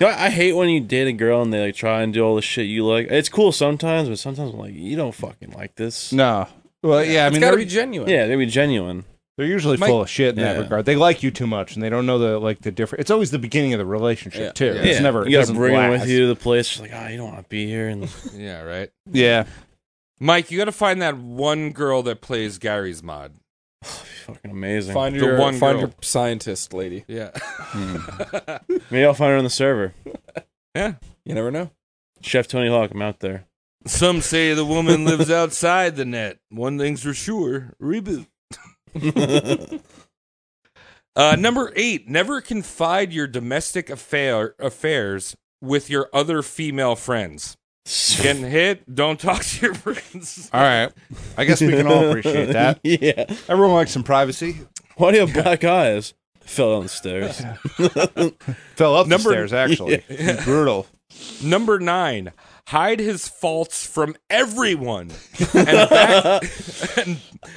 Speaker 5: know, I hate when you date a girl and they like try and do all the shit you like. It's cool sometimes, but sometimes I'm like, you don't fucking like this.
Speaker 7: No. Well, yeah, I
Speaker 8: It's
Speaker 7: mean
Speaker 8: gotta
Speaker 7: they're,
Speaker 8: be genuine.
Speaker 5: Yeah, they be genuine.
Speaker 7: they're usually
Speaker 9: Mike-
Speaker 7: full of shit in that
Speaker 5: Yeah.
Speaker 7: regard. They like you too much and they don't know the like the different. It's always the beginning of the relationship
Speaker 8: Yeah.
Speaker 7: too.
Speaker 8: Yeah.
Speaker 7: It's never it
Speaker 5: You gotta
Speaker 7: doesn't
Speaker 5: bring them
Speaker 7: last.
Speaker 5: with you to the place. She's like, ah, you don't want to be here. And
Speaker 9: Yeah, right.
Speaker 7: Yeah.
Speaker 9: Mike, you gotta find that one girl that plays Gary's mod.
Speaker 5: fucking amazing.
Speaker 8: Find
Speaker 9: The
Speaker 8: your
Speaker 9: one
Speaker 8: find
Speaker 9: girl.
Speaker 8: your scientist lady.
Speaker 9: Yeah.
Speaker 5: Maybe I'll find her on the server.
Speaker 8: You never know.
Speaker 5: Chef Tony Hawk, I'm out there.
Speaker 9: Some say the woman lives outside the net. One thing's for sure. Reboot. Uh, number eight, never confide your domestic affair affairs with your other female friends. Getting hit, don't talk to your friends.
Speaker 7: All right. I guess we can all appreciate that.
Speaker 5: yeah.
Speaker 7: Everyone likes some privacy.
Speaker 5: Why do you have black eyes? Fell down the stairs.
Speaker 7: Fell up
Speaker 9: Number-
Speaker 7: the stairs actually. Brutal.
Speaker 9: Number nine, hide his faults from everyone and back, and,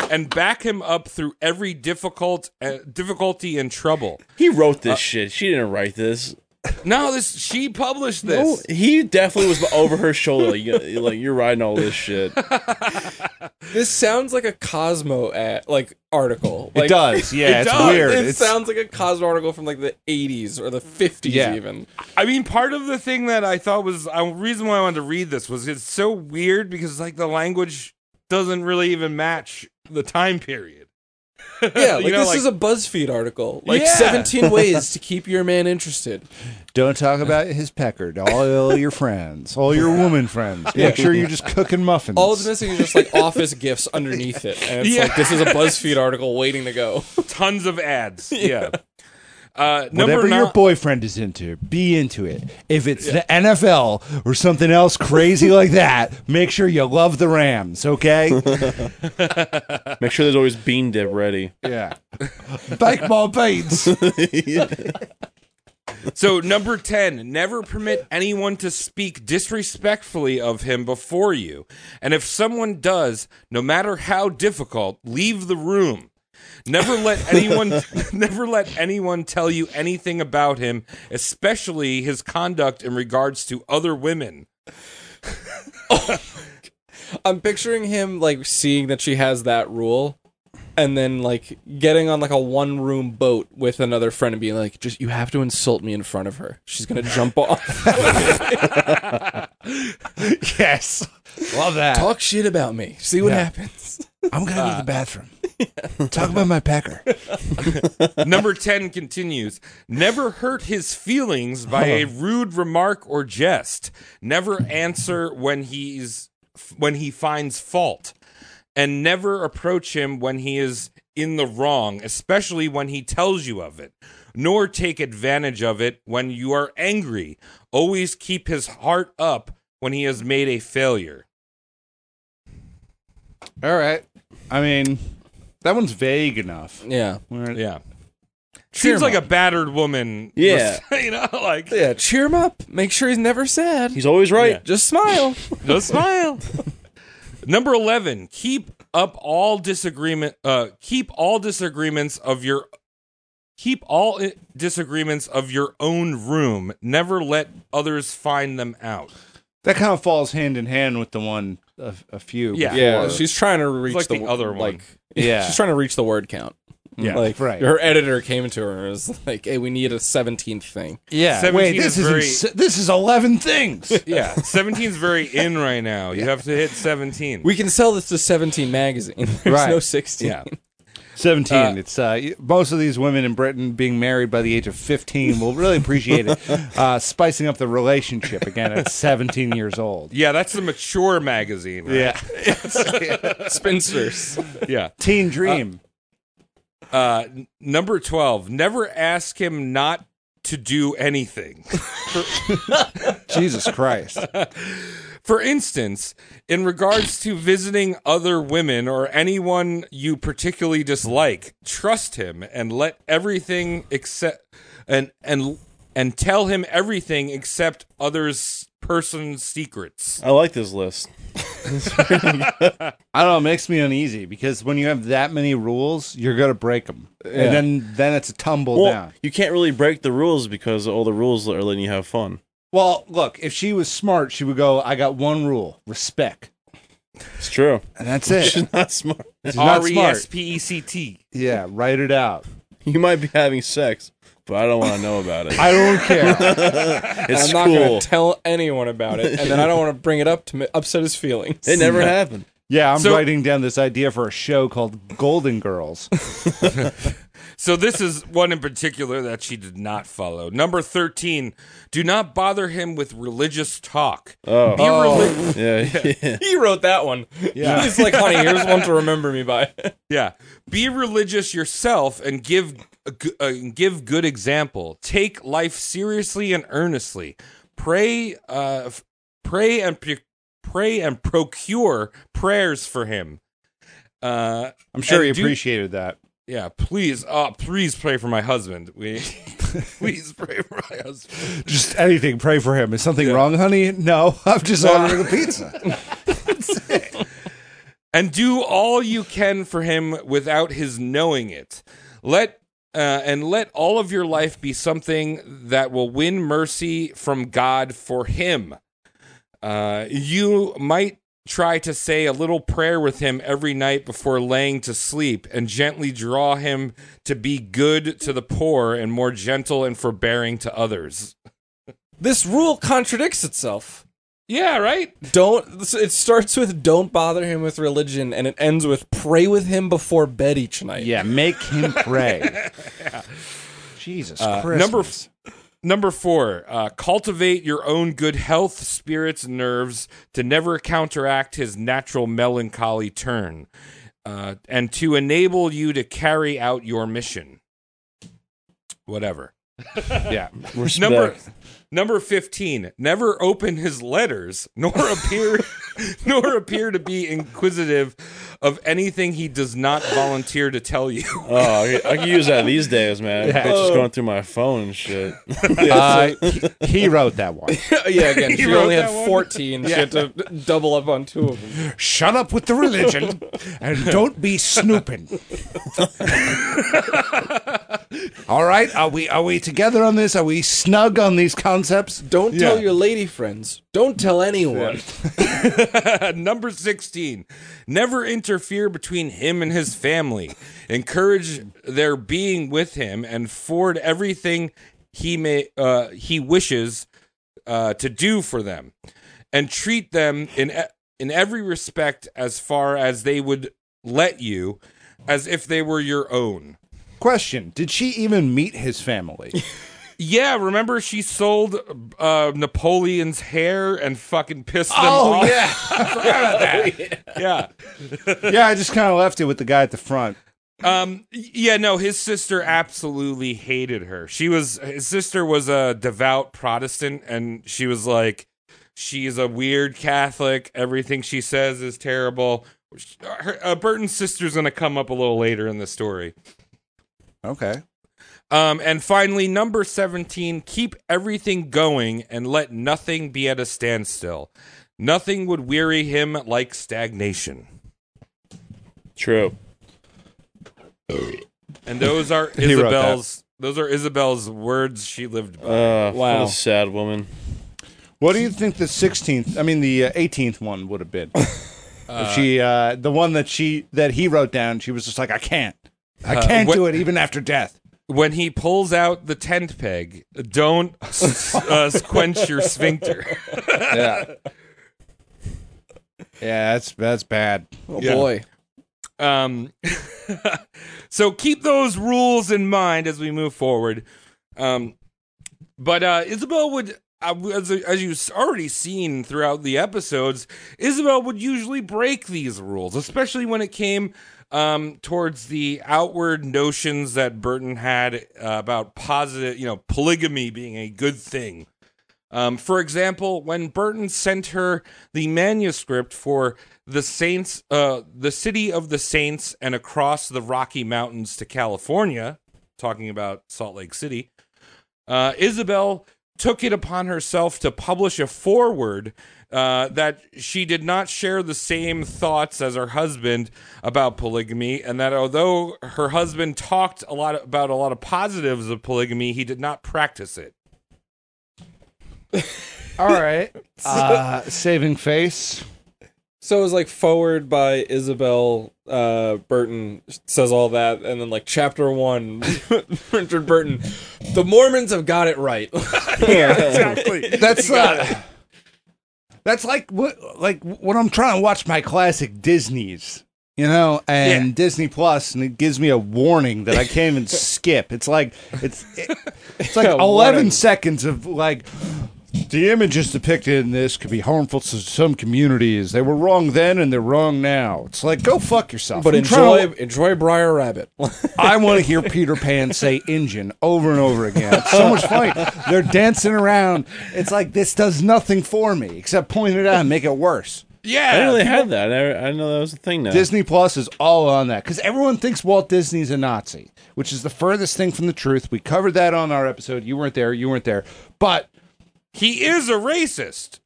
Speaker 9: and back him up through every difficult uh, difficulty and trouble.
Speaker 5: He wrote this shit. She didn't write this.
Speaker 9: No, this she published
Speaker 5: Oh,
Speaker 9: this.
Speaker 5: he definitely was over her shoulder. Like, you- like you're riding all this shit.
Speaker 8: This sounds like a Cosmo ad, like article. Like,
Speaker 7: it does. Yeah,
Speaker 9: it
Speaker 7: it's
Speaker 9: does.
Speaker 7: weird.
Speaker 8: It
Speaker 7: it's,
Speaker 8: sounds like a Cosmo article from like the 80s or the 50s
Speaker 7: Yeah.
Speaker 8: even.
Speaker 9: I mean, part of the thing that I thought was the reason why I wanted to read this was it's so weird because like the language doesn't really even match the time period.
Speaker 8: Yeah, like
Speaker 9: know,
Speaker 8: this
Speaker 9: like-
Speaker 8: is a BuzzFeed article. Like
Speaker 9: Yeah.
Speaker 8: 17 ways to keep your man interested.
Speaker 7: Don't talk about his pecker to all your friends, all your woman friends. Make sure you're just cooking muffins.
Speaker 8: All it's missing is just like office gifts underneath it. And it's
Speaker 9: Yeah.
Speaker 8: like this is a BuzzFeed article waiting to go.
Speaker 9: Tons of ads. Yeah. Uh,
Speaker 7: Whatever
Speaker 9: number nine.
Speaker 7: your boyfriend is into, be into it. If it's the NFL or something else crazy like that, make sure you love the Rams, okay?
Speaker 5: Make sure there's always bean dip ready.
Speaker 7: yeah. Bake my beans.
Speaker 9: So number 10, never permit anyone to speak disrespectfully of him before you. And if someone does, no matter how difficult, leave the room. Never let anyone never let anyone tell you anything about him, especially his conduct in regards to other women.
Speaker 8: I'm picturing him like seeing that she has that rule and then like getting on like a one room boat with another friend and being like, just you have to insult me in front of her. She's gonna jump off.
Speaker 7: yes. Love that.
Speaker 8: Talk shit about me. See what
Speaker 7: Yeah.
Speaker 8: happens.
Speaker 7: I'm going to go to the bathroom. Talk about my pecker.
Speaker 9: Number 10 continues Never hurt his feelings by a rude remark or jest. Never answer when he's when he finds fault. And never approach him when he is in the wrong, especially when he tells you of it. Nor take advantage of it when you are angry. Always keep his heart up when he has made a failure.
Speaker 7: All right. I mean, that one's vague enough.
Speaker 8: Yeah.
Speaker 9: Yeah.
Speaker 8: Cheer him
Speaker 9: Seems like a
Speaker 8: up.
Speaker 9: battered woman.
Speaker 5: Yeah.
Speaker 9: You know, like,
Speaker 8: Yeah, cheer him up. Make sure he's never sad.
Speaker 5: He's always right.
Speaker 8: Just smile.
Speaker 9: Just smile. Number 11, keep up all disagreement uh keep all disagreements of your keep all i- disagreements of your own room never let others find them out
Speaker 7: That kind of falls hand in hand with the one a, a few.
Speaker 9: Yeah.
Speaker 8: Yeah,
Speaker 7: before.
Speaker 8: she's trying to reach
Speaker 9: like the
Speaker 8: wo-
Speaker 9: other one.
Speaker 8: Like,
Speaker 7: Yeah.
Speaker 8: she's trying to reach the word count.
Speaker 7: Yeah,
Speaker 8: like
Speaker 7: right.
Speaker 8: her editor came to her and was like, "Hey, we need a seventeenth thing."
Speaker 7: yeah.
Speaker 9: 17
Speaker 7: Wait, this
Speaker 9: is
Speaker 7: is
Speaker 9: very-
Speaker 7: ins- this is eleven things.
Speaker 9: yeah 17's very in right now you have to hit 17
Speaker 8: We can sell this to seventeen magazine. There's
Speaker 7: Right.
Speaker 8: no sixteen.
Speaker 7: Yeah. 17.
Speaker 9: Uh,
Speaker 7: it's uh, y- most of these women in Britain being married by the age of 15 will really appreciate it. Uh, spicing up the relationship again at 17 years old.
Speaker 9: yeah that's the mature magazine right?
Speaker 7: Yeah.
Speaker 8: Spinsters.
Speaker 9: yeah
Speaker 7: Teen dream.
Speaker 9: uh n- number 12 never ask him not to do anything
Speaker 7: Jesus Christ.
Speaker 9: For instance, in regards to visiting other women or anyone you particularly dislike, trust him and let everything except and and and tell him everything except others person's secrets.
Speaker 5: I like this list.
Speaker 7: I don't know. It makes me uneasy because when you have that many rules, you're going to break them. And then, then it's a tumble
Speaker 5: Well,
Speaker 7: down.
Speaker 5: you can't really break the rules because all the rules are letting you have fun.
Speaker 7: Well, look, if she was smart, she would go, I got one rule respect.
Speaker 5: It's true.
Speaker 7: And that's it.
Speaker 5: She's not smart.
Speaker 7: She's not
Speaker 9: R E S
Speaker 7: smart.
Speaker 9: P E C T.
Speaker 7: Yeah, write it out.
Speaker 5: You might be having sex, but I don't want to know about it.
Speaker 7: I don't care.
Speaker 5: It's
Speaker 8: I'm not
Speaker 5: cool.
Speaker 8: gonna tell anyone about it, and then I don't want to bring it up to m- upset his feelings.
Speaker 5: it never happened.
Speaker 7: Yeah, I'm
Speaker 9: So-
Speaker 7: writing down this idea for a show called Golden Girls.
Speaker 9: So this is one in particular that she did not follow. Number 13, do not bother him with religious talk.
Speaker 5: Oh,
Speaker 9: Be reli-
Speaker 5: yeah. yeah.
Speaker 8: He wrote that one. Yeah. He's like, honey, here's one to remember me by.
Speaker 9: Yeah, be religious yourself and give a g- uh, and give good example. Take life seriously and earnestly. Pray, uh, f- pray and pro- pray and procure prayers for him. Uh,
Speaker 7: I'm sure
Speaker 9: And
Speaker 7: he
Speaker 9: do-
Speaker 7: appreciated that.
Speaker 9: yeah, please, uh, please pray for my husband. We please pray for my husband.
Speaker 7: Just anything, pray for him. Is something wrong, honey? No, I'm just ordering a pizza.
Speaker 9: and do all you can for him without his knowing it. Let uh, and let all of your life be something that will win mercy from God for him. Uh, you might try to say a little prayer with him every night before laying to sleep and gently draw him to be good to the poor and more gentle and forbearing to others.
Speaker 8: This rule contradicts itself.
Speaker 9: Yeah, right?
Speaker 8: Don't. this- It starts with don't bother him with religion, and it ends with pray with him before bed each night.
Speaker 7: yeah, make him pray. Uh, Jesus Christ.
Speaker 9: number f- Number four, uh, cultivate your own good health, spirits, nerves to never counteract his natural melancholy turn, uh, and to enable you to carry out your mission. Whatever.
Speaker 7: yeah.
Speaker 9: Number number fifteen. Never open his letters, nor appear, nor appear to be inquisitive of anything he does not volunteer to tell you.
Speaker 5: Oh, I, I can use that these days, man. It's just going through my phone and shit.
Speaker 7: Uh, he, he wrote that one.
Speaker 8: yeah. Again, she
Speaker 9: wrote
Speaker 8: only
Speaker 9: that one?
Speaker 8: had fourteen. She had to double up on two of them.
Speaker 7: Shut up with the religion and don't be snooping. All right, are we are we together on this? Are we snug on these concepts?
Speaker 8: Don't
Speaker 7: tell
Speaker 8: tell
Speaker 7: Yeah.
Speaker 8: your lady friends. Don't tell anyone.
Speaker 9: Number 16. Never interfere between him and his family. Encourage their being with him and forward everything he may uh, he wishes uh, to do for them. And treat them in e- in every respect as far as they would let you as if they were your own.
Speaker 7: Question: Did she even meet his family?
Speaker 9: Yeah, remember she sold uh, Napoleon's hair and fucking pissed them
Speaker 7: Oh,
Speaker 9: off. yeah.
Speaker 7: yeah, I just kind of left it with the guy at the front.
Speaker 9: Um. Yeah. No. His sister absolutely hated her. She was his sister was a devout Protestant, and she was like, she's a weird Catholic. Everything she says is terrible. Her, uh, Burton's sister's gonna come up a little later in the story.
Speaker 7: Okay.
Speaker 9: Um. And finally, number seventeen: keep everything going and let nothing be at a standstill. Nothing would weary him like stagnation.
Speaker 5: True.
Speaker 9: And those are
Speaker 7: He wrote that.
Speaker 9: Isabel's. Those are Isabel's words she lived by.
Speaker 5: Uh,
Speaker 8: Wow.
Speaker 5: wow. sad woman.
Speaker 7: What do you think the 16th, I mean the uh, 18th one would have been? If she uh, the one that she that he wrote down, she was just like I can't. I
Speaker 9: Uh,
Speaker 7: can't
Speaker 9: what-
Speaker 7: do it even after death.
Speaker 9: when he pulls out the tent peg, don't s- uh, quench your sphincter.
Speaker 7: Yeah. yeah, that's that's bad.
Speaker 8: Oh
Speaker 7: Yeah.
Speaker 8: boy.
Speaker 9: Um, so keep those rules in mind as we move forward. Um, but uh, Isabel would, uh, as, as you've already seen throughout the episodes, Isabel would usually break these rules, especially when it came um, towards the outward notions that Burton had uh, about positive, you know, polygamy being a good thing. Um, for example, when Burton sent her the manuscript for the Saints, uh, the City of the Saints, and across the Rocky Mountains to California, talking about Salt Lake City, uh, Isabel took it upon herself to publish a foreword uh, that she did not share the same thoughts as her husband about polygamy, and that although her husband talked a lot about a lot of positives of polygamy, he did not practice it.
Speaker 7: All right. Uh, saving face.
Speaker 8: So it was like forward by Isabel uh, Burton says all that, and then like chapter one, Richard Burton, the Mormons have got it right.
Speaker 7: That's uh, that's like what like when I'm trying to watch my classic Disney's, you know, and Disney Plus, and it gives me a warning that I can't even skip. It's like it's it- it's like
Speaker 8: A warning.
Speaker 7: eleven seconds of like. The images depicted in this could be harmful to some communities. They were wrong then, and they're wrong now. It's like go fuck yourself.
Speaker 8: but
Speaker 7: I'm trying
Speaker 8: enjoy enjoy Briar Rabbit.
Speaker 7: I want to hear Peter Pan say engine over and over again. It's so much fun. They're dancing around. It's like this does nothing for me except point it out and make it worse.
Speaker 9: Yeah,
Speaker 5: I didn't really have that. I, I didn't know that was a thing now.
Speaker 7: Disney Plus is all on that because everyone thinks Walt Disney's a Nazi, which is the furthest thing from the truth. We covered that on our episode. You weren't there. You weren't there. But
Speaker 9: He is a racist.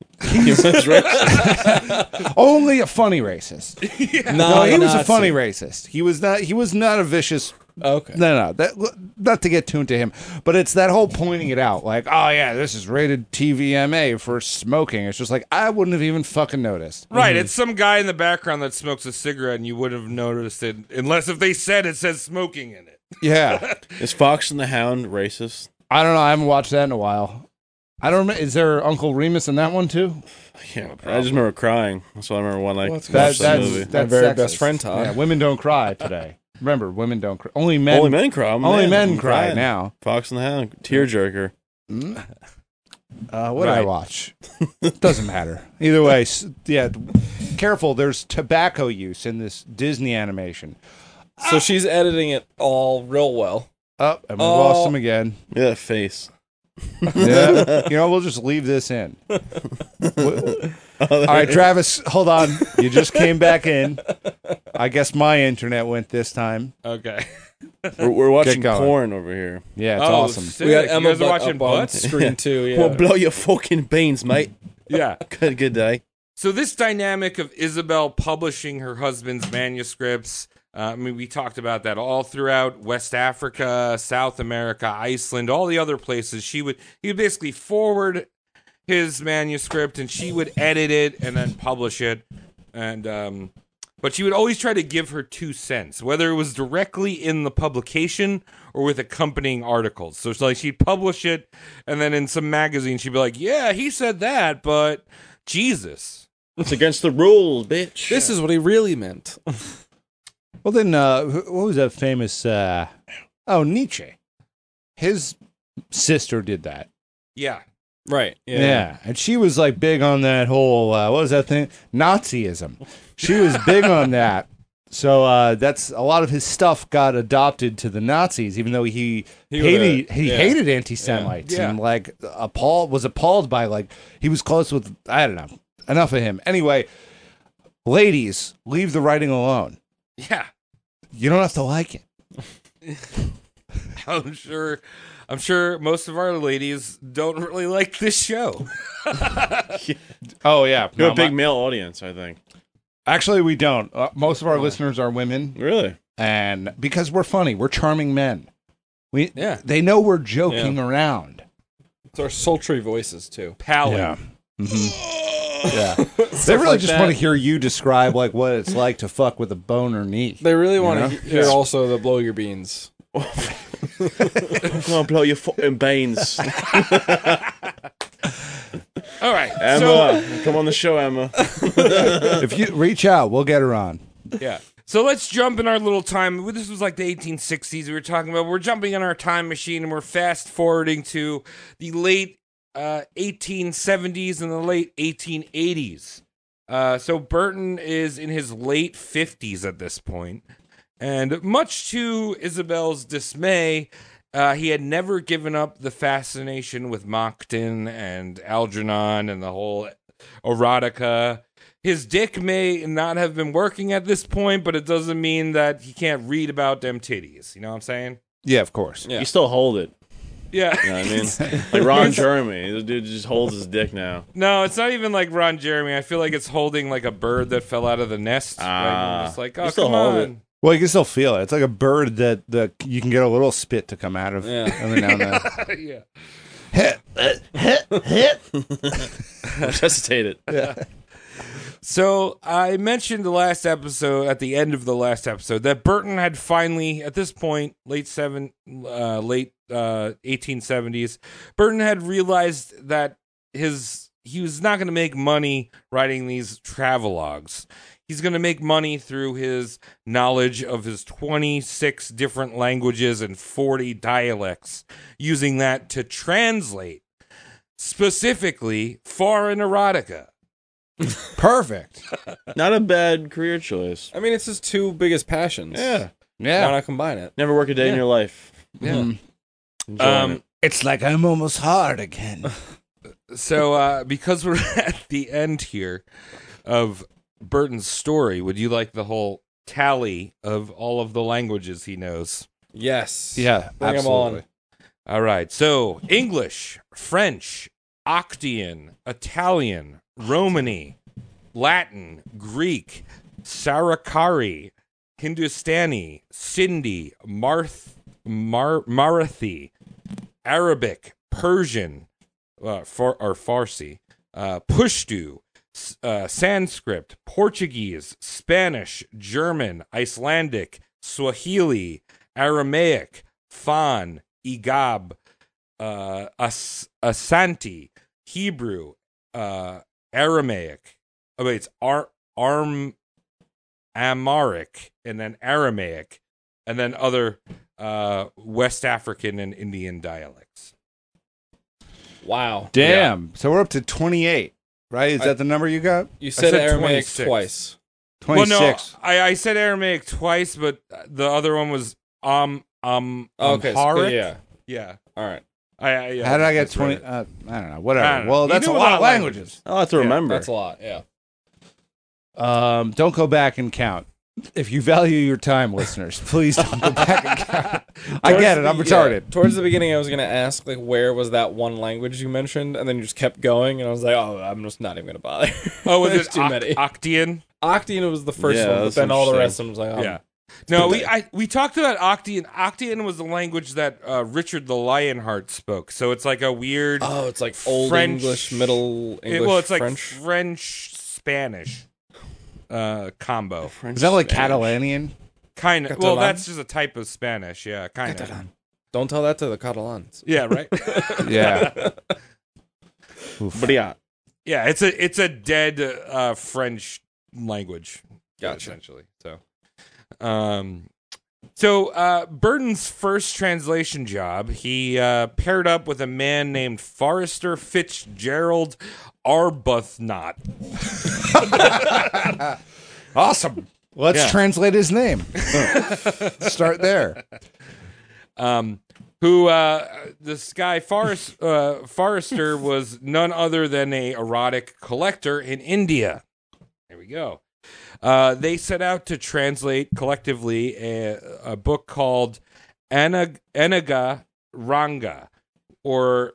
Speaker 7: only a funny racist. Uh,
Speaker 8: no,
Speaker 7: he was a funny racist. He was not. He was not a vicious
Speaker 8: Okay.
Speaker 7: No, no, that, not to get tuned to him, but it's that whole pointing it out, like, oh yeah, this is rated TVMA for smoking. It's just like I wouldn't have even fucking noticed.
Speaker 9: Right, it's some guy in the background that smokes a cigarette and you wouldn't have noticed it unless if they said it says smoking in it.
Speaker 7: Yeah,
Speaker 5: Is Fox and the Hound racist?
Speaker 7: I don't know. I haven't watched that in a while. I don't. remember. Is there Uncle Remus in that one too?
Speaker 5: Yeah, I just remember crying. That's what I remember when I watched
Speaker 7: That-
Speaker 5: that,
Speaker 7: that's
Speaker 5: movie.
Speaker 7: that's
Speaker 8: very
Speaker 7: sexist.
Speaker 8: best friend, Todd.
Speaker 7: Yeah, women don't cry today. Remember, women don't cry. Only men.
Speaker 5: only men cry. I'm a
Speaker 7: only men
Speaker 5: man. I'm
Speaker 7: cry
Speaker 5: crying.
Speaker 7: now.
Speaker 5: Fox and the Hound, tearjerker.
Speaker 7: Uh, what did I
Speaker 9: Right.
Speaker 7: watch? Doesn't matter. Either way, s- yeah. Careful. There's tobacco use in this Disney animation.
Speaker 8: So she's editing it all real well.
Speaker 7: Up and we
Speaker 8: Oh.
Speaker 7: lost him again.
Speaker 5: Yeah, that face.
Speaker 7: Yeah. you know, we'll just leave this in. All right, Travis, hold on. You just came back in. I guess my internet went this time.
Speaker 9: Okay.
Speaker 5: We're, we're watching
Speaker 7: going.
Speaker 5: porn over here.
Speaker 7: Yeah, it's
Speaker 9: oh,
Speaker 7: awesome.
Speaker 9: Sick. you guys are
Speaker 8: Butt
Speaker 9: watching
Speaker 8: up on
Speaker 9: butts?
Speaker 8: screen too. Yeah.
Speaker 5: Well, blow your fucking beans, mate.
Speaker 9: yeah.
Speaker 5: Good, good day.
Speaker 9: So this dynamic of Isabel publishing her husband's manuscripts, uh, I mean, we talked about that all throughout West Africa, South America, Iceland, all the other places. She would he would basically forward his manuscript, and she would edit it and then publish it. And um, but she would always try to give her two cents, whether it was directly in the publication or with accompanying articles. So it's like she'd publish it, and then in some magazine she'd be like, "Yeah, he said that, but." Jesus.
Speaker 5: It's against the rules, bitch.
Speaker 8: this is what he really meant.
Speaker 7: Well, then, uh, wh- what was that famous? Uh, oh, Nietzsche. His sister did that.
Speaker 9: Yeah.
Speaker 8: Right.
Speaker 7: Yeah. And she was like big on that whole, uh, what was that thing? Nazism. She was big on that. So uh, that's a lot of his stuff got adopted to the Nazis, even though he
Speaker 8: He
Speaker 7: hated
Speaker 8: would've-
Speaker 7: he
Speaker 8: yeah.
Speaker 7: hated anti Semites
Speaker 9: Yeah.
Speaker 7: and like appalled was appalled by like he was close with I don't know enough of him anyway. Ladies, leave the writing alone.
Speaker 9: Yeah.
Speaker 7: You don't have to like it.
Speaker 9: I'm sure I'm sure most of our ladies don't really like this show.
Speaker 7: Oh yeah,
Speaker 5: you have a big male audience, I think.
Speaker 7: Actually, we don't. Uh, most of our listeners are women,
Speaker 5: Really?
Speaker 7: and because we're funny, we're charming men. We
Speaker 8: Yeah.
Speaker 7: They know we're joking around.
Speaker 8: It's our sultry voices too.
Speaker 9: Palate.
Speaker 7: Mm-hmm. Yeah. they really
Speaker 8: like
Speaker 7: just
Speaker 8: that.
Speaker 7: want to hear you describe like what it's like to fuck with a boner knee.
Speaker 8: They really want
Speaker 7: know?
Speaker 8: to hear also the blow your beans.
Speaker 5: I'm gonna blow your fucking veins.
Speaker 9: All right. So,
Speaker 5: Emma, come on the show, Emma.
Speaker 7: if you reach out, we'll get her on.
Speaker 8: Yeah.
Speaker 9: so let's jump in our little time. This was like the 1860s we were talking about. We're jumping in our time machine and we're fast forwarding to the late uh, 1870s and the late 1880s. Uh, so Burton is in his late 50s at this point, and much to Isabel's dismay, uh, he had never given up the fascination with Mockton and Algernon and the whole erotica. His dick may not have been working at this point, but it doesn't mean that he can't read about them titties. You know what I'm saying?
Speaker 7: Yeah, of course.
Speaker 8: Yeah.
Speaker 5: You still hold it.
Speaker 9: Yeah.
Speaker 5: You know what I mean? Like Ron Jeremy. The dude just holds his dick now.
Speaker 9: No, it's not even like Ron Jeremy. I feel like it's holding like a bird that fell out of the nest. right?
Speaker 5: Ah.
Speaker 9: It's like,
Speaker 5: You
Speaker 9: oh,
Speaker 5: still
Speaker 9: come
Speaker 5: hold
Speaker 9: on.
Speaker 5: it.
Speaker 7: Well, you can still feel it. It's like a bird that the you can get a little spit to come out of
Speaker 8: Yeah.
Speaker 7: every now and then.
Speaker 9: yeah.
Speaker 5: Resuscitate it.
Speaker 9: So I mentioned the last episode at the end of the last episode that Burton had finally, at this point, late seven, uh, late eighteen seventies, Burton had realized that his he was not going to make money writing these travelogues. He's going to make money through his knowledge of his 26 different languages and 40 dialects, using that to translate specifically foreign erotica.
Speaker 7: Perfect.
Speaker 5: Not a bad career choice.
Speaker 8: I mean, it's his two biggest passions.
Speaker 5: Yeah.
Speaker 8: Why
Speaker 7: Yeah.
Speaker 8: not combine it?
Speaker 5: Never work a day in your life.
Speaker 9: Yeah.
Speaker 5: Hmm. Enjoying
Speaker 9: Um,
Speaker 5: it.
Speaker 7: It's like I'm almost hard again.
Speaker 9: So, uh, because we're at the end here of Burton's story, would you like the whole tally of all of the languages he knows?
Speaker 8: Yes.
Speaker 7: Yeah,
Speaker 8: Bring 'em
Speaker 7: absolutely.
Speaker 8: on.
Speaker 9: All right. So, English, French, Octian, Italian, Romany, Latin, Greek, Sarakari, Hindustani, Sindhi, Marth, Mar- Marathi, Arabic, Persian, uh, far, or Farsi, uh, Pushtu, S- uh, Sanskrit, Portuguese, Spanish, German, Icelandic, Swahili, Aramaic, Fan, Igab, uh, As- Asanti, Hebrew, uh, Aramaic. Oh, wait, it's Ar- Arm, Amharic, and then Aramaic, and then other uh, West African and Indian dialects.
Speaker 8: Wow.
Speaker 7: Damn. So we're up to 28, right? Is
Speaker 8: I-
Speaker 7: that the number you got?
Speaker 8: You said,
Speaker 9: said
Speaker 8: Aramaic
Speaker 9: 26.
Speaker 8: twice.
Speaker 7: 26.
Speaker 9: Well, no, I, I said Aramaic twice, but the other one was um um
Speaker 8: Okay. so-
Speaker 9: Amharic.
Speaker 8: yeah.
Speaker 9: yeah.
Speaker 8: All right.
Speaker 9: I, I, yeah,
Speaker 7: How did I get
Speaker 9: that's right.
Speaker 7: 20? Uh, I don't know. Whatever.
Speaker 9: I don't know.
Speaker 7: Well,
Speaker 9: You
Speaker 7: that's a
Speaker 9: knew
Speaker 7: lot, of languages.
Speaker 5: I'll have to remember.
Speaker 8: That's a lot. Yeah.
Speaker 7: Um, don't go back and count. If you value your time, listeners, please don't go back and count. I
Speaker 8: Towards
Speaker 7: get it. I'm
Speaker 8: the-
Speaker 7: retarded.
Speaker 8: yeah, towards the beginning, I was gonna ask like, where was that one language you mentioned, and then you just kept going, and I was like, oh, I'm just not even gonna bother.
Speaker 9: Oh, was
Speaker 8: There's
Speaker 9: it
Speaker 8: too
Speaker 9: Oc-
Speaker 8: many?
Speaker 9: Octian?
Speaker 8: Octian was the first
Speaker 5: Yeah,
Speaker 8: one, but
Speaker 5: that's
Speaker 8: then all the
Speaker 5: interesting.
Speaker 8: rest of them was like, oh,
Speaker 9: yeah. No, we
Speaker 8: day.
Speaker 9: I, we talked about Octian. Octian was the language that uh, Richard the Lionheart spoke. So it's like a weird.
Speaker 8: Oh, it's like old
Speaker 9: French-
Speaker 8: English, Middle English,
Speaker 9: it- well, it's like
Speaker 8: French.
Speaker 9: Spanish uh, combo.
Speaker 7: Is that like Catalanian?
Speaker 9: Kind of. Well,
Speaker 8: Catalan?
Speaker 9: that's just a type of Spanish. Yeah, kind of.
Speaker 8: Don't tell that to the Catalans.
Speaker 9: Yeah, right.
Speaker 7: Yeah.
Speaker 5: But yeah.
Speaker 9: yeah, it's a it's a dead uh, French language.
Speaker 8: Gotcha.
Speaker 9: Essentially, so. Um, so uh, Burton's first translation job, he uh, paired up with a man named Forrester Fitzgerald Arbuthnot.
Speaker 7: awesome. Let's
Speaker 9: Yeah.
Speaker 7: translate his name. Start there.
Speaker 9: um, who uh, this guy Forrest, uh, Forrester was none other than a erotic collector in India. There we go. Uh, they set out to translate collectively a, a book called Anag- Anaga Ranga, or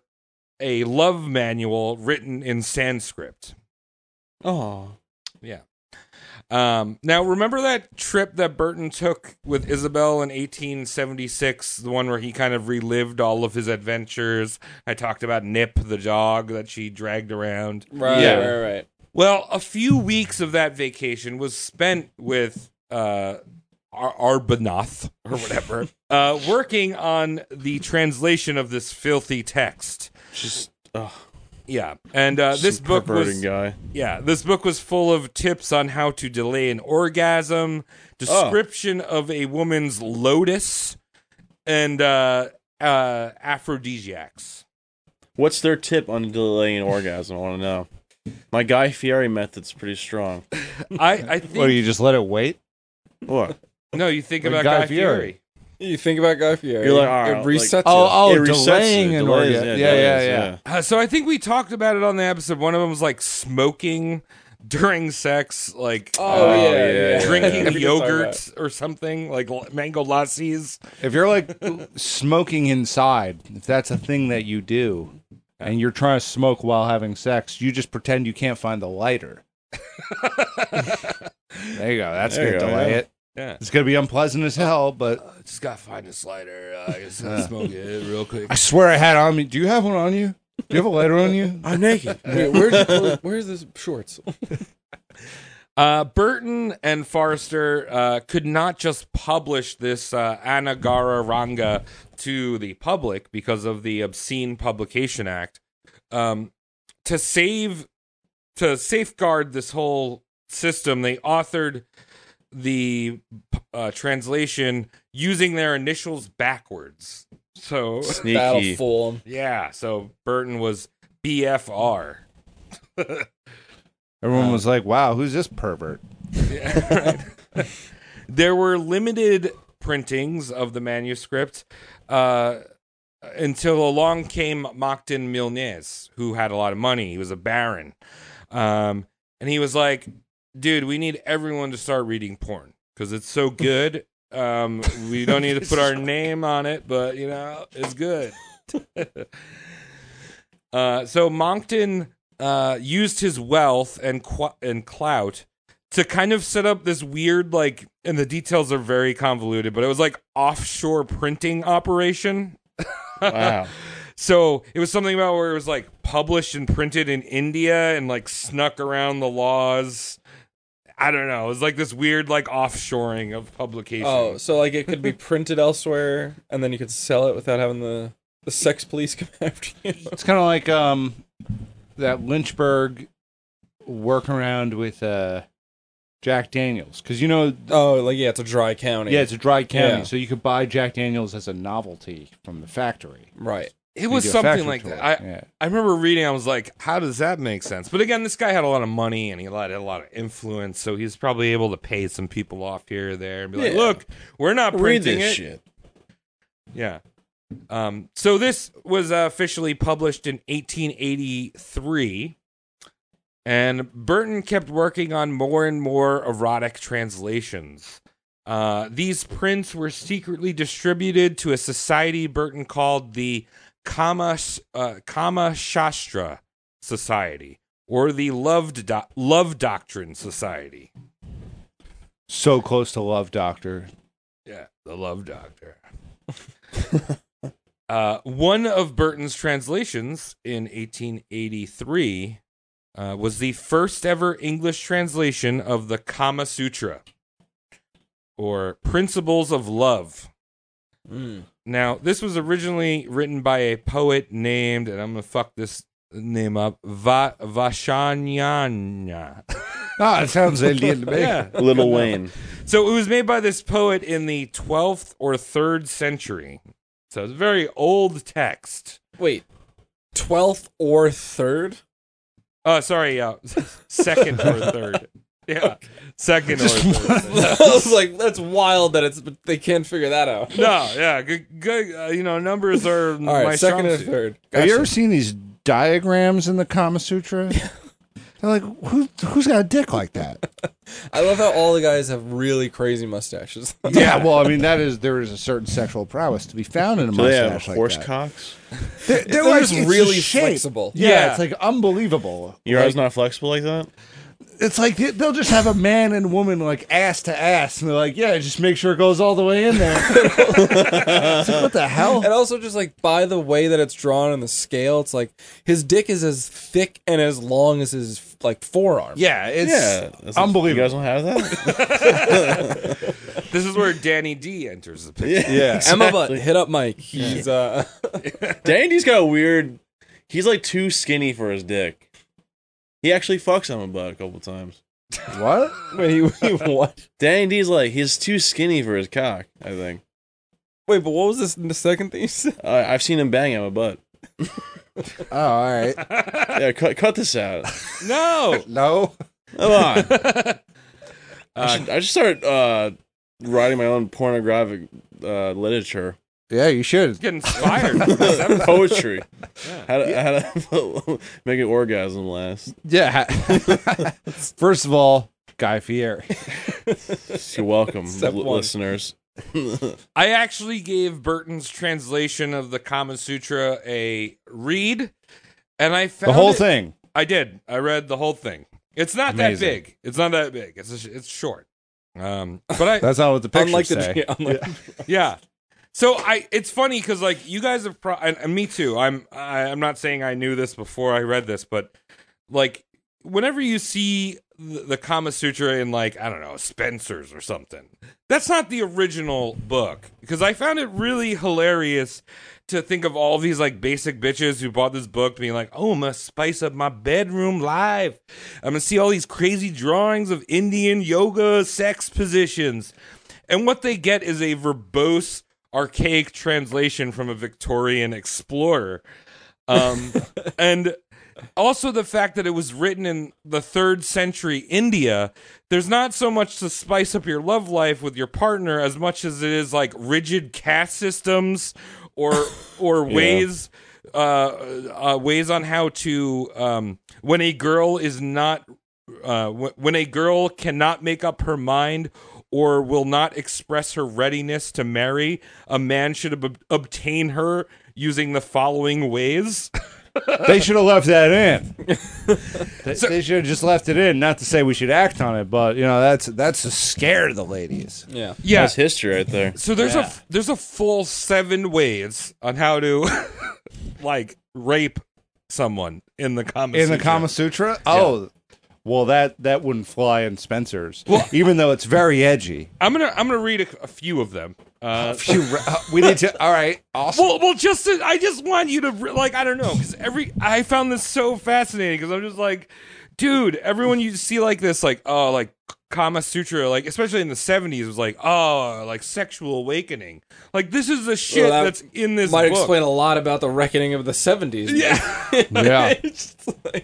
Speaker 9: a love manual written in Sanskrit.
Speaker 8: Oh,
Speaker 9: Yeah. Um, now remember that trip that Burton took with Isabel in 1876, the one where he kind of relived all of his adventures. I talked about Nip, the dog that she dragged around.
Speaker 8: Right,
Speaker 5: Yeah.
Speaker 8: right, right.
Speaker 9: Well, a few weeks of that vacation was spent with uh, Ar- Arbanath or whatever, uh, working on the translation of this filthy text.
Speaker 5: Just uh,
Speaker 9: Yeah, and uh, this book was
Speaker 5: guy.
Speaker 9: yeah, this book was full of tips on how to delay an orgasm, description of a woman's lotus, and uh, uh, aphrodisiacs.
Speaker 5: What's their tip on delaying an orgasm? I want to know. My Guy Fieri method's pretty strong.
Speaker 9: I, I think
Speaker 7: What do you just let it wait?
Speaker 5: What?
Speaker 9: no, you think
Speaker 7: Like
Speaker 9: about
Speaker 7: Guy
Speaker 9: Guy Fieri.
Speaker 7: Fieri.
Speaker 8: You think about Guy Fieri.
Speaker 5: You're like, all right,
Speaker 8: it
Speaker 5: like-
Speaker 8: resets you.
Speaker 7: Oh,
Speaker 5: It
Speaker 7: oh,
Speaker 5: resets you,
Speaker 7: delaying an
Speaker 5: delays,
Speaker 7: orgasm.
Speaker 5: it
Speaker 7: Yeah, yeah,
Speaker 5: delays,
Speaker 7: yeah.
Speaker 9: Uh, so I think we talked about it on the episode. One of them was like smoking during sex, like
Speaker 8: Oh,
Speaker 9: uh,
Speaker 8: yeah,
Speaker 5: yeah,
Speaker 8: yeah.
Speaker 5: yeah.
Speaker 9: drinking
Speaker 8: I think it's all right.
Speaker 9: yogurt or something, like l- mango lassis.
Speaker 7: If you're like smoking inside, if that's a thing that you do, and you're trying to smoke while having sex, you just pretend you can't find the lighter. there you go. That's gonna
Speaker 5: There you go,
Speaker 7: delay
Speaker 5: yeah.
Speaker 7: it.
Speaker 9: Yeah.
Speaker 7: It's gonna be unpleasant as hell, but
Speaker 9: Just gotta find a slider. Uh, I guess smoke it real quick.
Speaker 7: I swear I had on me. Do you have one on you? Do you have a lighter on you?
Speaker 5: I'm naked.
Speaker 8: Wait, where's the clothes- where's the shorts?
Speaker 9: Uh, Burton and Forrester uh, could not just publish this uh, Anagara Ranga to the public because of the Obscene Publication Act. Um, to save, to safeguard this whole system, they authored the uh, translation using their initials backwards. So
Speaker 5: Sneaky.
Speaker 8: fool him.
Speaker 9: yeah, so Burton was BFR.
Speaker 7: Everyone was like, "Wow, who's this pervert?"
Speaker 9: There were limited printings of the manuscript uh, until along came Mockton Milnes, who had a lot of money. He was a baron. Um, and he was like, dude, we need everyone to start reading porn because it's so good. Um, we don't need to put our name on it, but, you know, it's good. uh, so Moncton uh, used his wealth and, qu- and clout to kind of set up this weird like and the details are very convoluted but it was like offshore printing operation
Speaker 5: Wow.
Speaker 9: so it was something about where it was like published and printed in india and like snuck around the laws i don't know it was like this weird like offshoring of publication
Speaker 8: Oh, so like it could be printed elsewhere, and then you could sell it without having the the sex police come after you.
Speaker 7: It's kind of like um that Lynchburg workaround with uh Jack Daniels, because you know
Speaker 8: Oh, like yeah, it's a dry county.
Speaker 7: Yeah, it's a dry county,
Speaker 8: Yeah.
Speaker 7: so you could buy Jack Daniels as a novelty from the factory.
Speaker 8: right.
Speaker 9: it was
Speaker 7: They do a
Speaker 9: something
Speaker 7: factory
Speaker 9: like
Speaker 7: tour,
Speaker 9: that I,
Speaker 7: yeah.
Speaker 9: I remember reading, I was like, how does that make sense? But again, this guy had a lot of money and he had a lot of influence, so he's probably able to pay some people off here or there and be like,
Speaker 8: Yeah.
Speaker 9: look, we're not
Speaker 5: Read
Speaker 9: printing
Speaker 5: this
Speaker 9: it.
Speaker 5: shit.
Speaker 9: Yeah. Um, so this was officially published in 1883, and Burton kept working on more and more erotic translations. Uh, these prints were secretly distributed to a society Burton called the Kama, uh, Kama Shastra Society or the Love, Do- Love Doctrine Society.
Speaker 7: So close to Love Doctor.
Speaker 9: Yeah, the Love Doctor. uh, one of Burton's translations in 1883 uh, was the first ever English translation of the Kama Sutra, or Principles of Love. Now, this was originally written by a poet named, and I'm gonna fuck this name up, Va- Vashanyana.
Speaker 7: Ah, it sounds Indian to me.
Speaker 9: yeah,
Speaker 5: Little Wayne.
Speaker 9: so it was made by this poet in the 12th or 3rd century. So it's a very old text.
Speaker 8: Wait, twelfth or third?
Speaker 9: Oh, sorry, uh, second or third. Yeah, second or third.
Speaker 8: I was like, that's wild that it's but they can't figure that out.
Speaker 9: No, yeah, good, good. Uh, you know, numbers are
Speaker 8: All right,
Speaker 9: my
Speaker 8: second
Speaker 9: strong
Speaker 8: or
Speaker 9: suit.
Speaker 8: third.
Speaker 7: Have you ever seen these diagrams in the Kama Sutra? They're like, who who's got a dick like that?
Speaker 8: I love how all the guys have really crazy mustaches.
Speaker 7: yeah, well, I mean, that is there is a certain sexual prowess to be found in a
Speaker 5: Do they have
Speaker 7: mustache like
Speaker 5: horse
Speaker 7: that.
Speaker 5: cocks?
Speaker 7: they're they're
Speaker 8: They're
Speaker 7: like,
Speaker 8: just
Speaker 7: it's
Speaker 8: really
Speaker 7: the shape.
Speaker 8: flexible.
Speaker 7: Yeah,
Speaker 9: Yeah.
Speaker 7: it's like unbelievable.
Speaker 5: Your eyes not flexible like that?
Speaker 3: it's like they- they'll just have a man and woman like ass to ass, and they're like, "Yeah, just make sure it goes all the way in there." It's like, what the hell?
Speaker 8: And also, just like by the way that it's drawn on the scale, it's like his dick is as thick and as long as his like forearm.
Speaker 3: Yeah, it's
Speaker 5: that's-
Speaker 3: unbelievable.
Speaker 5: You guys don't have that?
Speaker 9: This is where Danny D enters the picture.
Speaker 3: yeah.
Speaker 8: Emma Butt, hit up Mike. He's uh,
Speaker 5: Dandy's got a weird. He's like too skinny for his dick. He actually fucks Emma Butt a couple times.
Speaker 3: what?
Speaker 8: wait, he, he what?
Speaker 5: Dandy's like he's too skinny for his cock. I think
Speaker 8: Wait, but what was this? The second thing you said?
Speaker 5: uh, I've seen him bang Emma Butt.
Speaker 3: Oh, all right.
Speaker 5: Yeah, cut cut this out.
Speaker 9: No.
Speaker 3: No.
Speaker 5: Come on. I, should, I should start uh, writing my own pornographic uh, literature,
Speaker 3: Yeah, you should.
Speaker 9: Get inspired.
Speaker 5: poetry. How to, how to make an orgasm last?
Speaker 3: Yeah. First of all, Guy Fieri.
Speaker 5: You're welcome,
Speaker 8: Step
Speaker 5: li-
Speaker 8: one.
Speaker 5: listeners.
Speaker 9: I actually gave Burton's translation of the Kama Sutra a read, and I found
Speaker 3: The whole
Speaker 9: it-
Speaker 3: thing.
Speaker 9: I did. I read the whole thing. It's not
Speaker 3: Amazing.
Speaker 9: that big. It's not that big. It's a sh- it's short. Um, but I
Speaker 3: That's not what the pictures
Speaker 8: Unlike the
Speaker 3: say.
Speaker 8: yeah, unlike-
Speaker 9: yeah. So I, it's funny because like you guys have, pro- and, and me too. I'm, I, I'm not saying I knew this before I read this, but like whenever you see the, the Kama Sutra in like I don't know Spencer's or something, that's not the original book because I found it really hilarious to think of all these like basic bitches who bought this book being like, oh, I'm gonna spice up my bedroom live. I'm gonna see all these crazy drawings of Indian yoga sex positions. And what they get is a verbose, archaic translation from a Victorian explorer. Um, and also the fact that it was written in the third century India, there's not so much to spice up your love life with your partner as much as it is like rigid caste systems or or ways uh, uh, ways on how to um, when a girl is not uh, wh- when a girl cannot make up her mind or will not express her readiness to marry, a man should ob- obtain her using the following ways.
Speaker 3: They should have left that in. they, they should have just left it in. Not to say we should act on it, but you know that's that's to scare the ladies.
Speaker 8: yeah.
Speaker 9: Yeah.
Speaker 5: That's history right there.
Speaker 9: So there's a there's a full seven ways on how to like rape someone in the Kama
Speaker 3: In the
Speaker 9: Sutra.
Speaker 3: Kama Sutra. Oh, well that that wouldn't fly in Spencer's, even though it's very edgy.
Speaker 9: I'm gonna I'm gonna read a, a few of them. Uh,
Speaker 3: Phew, uh, we need to. All right, awesome.
Speaker 9: well, well, just to, I just want you to re- like I don't know because every I found this so fascinating because I'm just like, dude, everyone you see like this like oh like Kama Sutra like especially in the 70s was like oh like sexual awakening like this is the shit
Speaker 8: Well, that
Speaker 9: that's in this
Speaker 8: Might
Speaker 9: book.
Speaker 8: explain a lot about the reckoning of the seventies.
Speaker 9: yeah.
Speaker 3: yeah,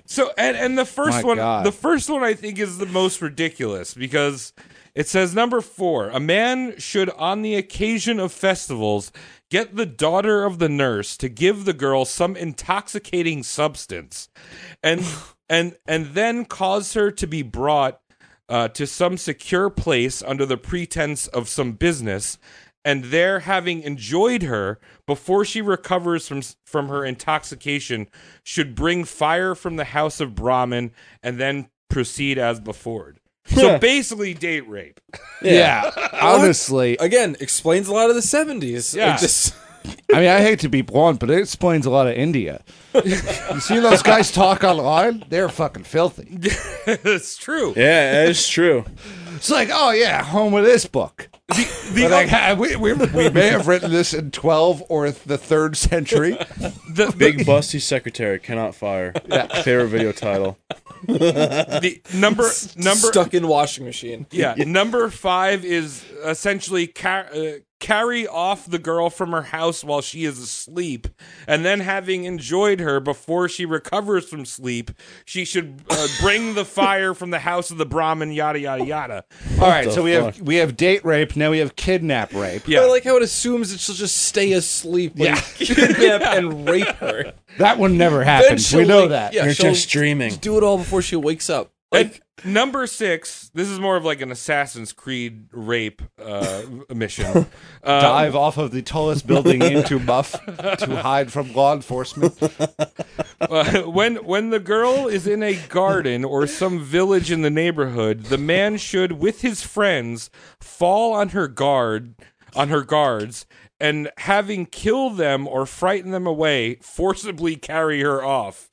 Speaker 9: So and and the first
Speaker 3: My
Speaker 9: one
Speaker 3: God.
Speaker 9: the first one I think is the most ridiculous because it says number 4 a man should on the occasion of festivals get the daughter of the nurse to give the girl some intoxicating substance and and and then cause her to be brought uh, to some secure place under the pretense of some business and there having enjoyed her before she recovers from from her intoxication should bring fire from the house of brahmin and then proceed as before so basically date rape
Speaker 3: yeah. Honestly,
Speaker 8: Again, explains a lot of the seventies.
Speaker 9: Yeah.
Speaker 8: Just,
Speaker 3: I mean, I hate to be blunt, but it explains a lot of India. you see those guys talk online? They're fucking filthy.
Speaker 9: it's true
Speaker 5: Yeah, it's true.
Speaker 3: It's like, oh yeah, home with this book. But like, ha- we, we, we may have written this in 12 or the third century.
Speaker 9: the,
Speaker 5: Big busty secretary cannot fire. Favorite video title.
Speaker 9: the number number
Speaker 8: stuck in washing machine.
Speaker 9: yeah number five is essentially car- uh, carry off the girl from her house while she is asleep and then having enjoyed her before she recovers from sleep she should uh, bring the fire from the house of the brahmin yada yada yada
Speaker 3: All right, so we
Speaker 5: fuck?
Speaker 3: have we have date rape. Now we have kidnap rape.
Speaker 9: yeah
Speaker 8: I like how it assumes that she'll just stay asleep. Like,
Speaker 3: Yeah.
Speaker 8: kidnap and rape her.
Speaker 3: That one never
Speaker 8: Then
Speaker 3: happens.
Speaker 8: she'll,
Speaker 3: We know
Speaker 8: like-
Speaker 3: that.
Speaker 8: Yeah,
Speaker 5: You're
Speaker 8: she'll
Speaker 5: just dreaming.
Speaker 8: do it all before she wakes up.
Speaker 9: Like number six, this is more of like an Assassin's Creed rape uh, mission.
Speaker 3: Um,
Speaker 9: Uh,
Speaker 7: Dive off of the tallest building into Muff to hide from law enforcement.
Speaker 9: Uh, when when the girl is in a garden or some village in the neighborhood, the man should, with his friends, fall on her guard on her guards and having killed them or frightened them away, forcibly carry her off.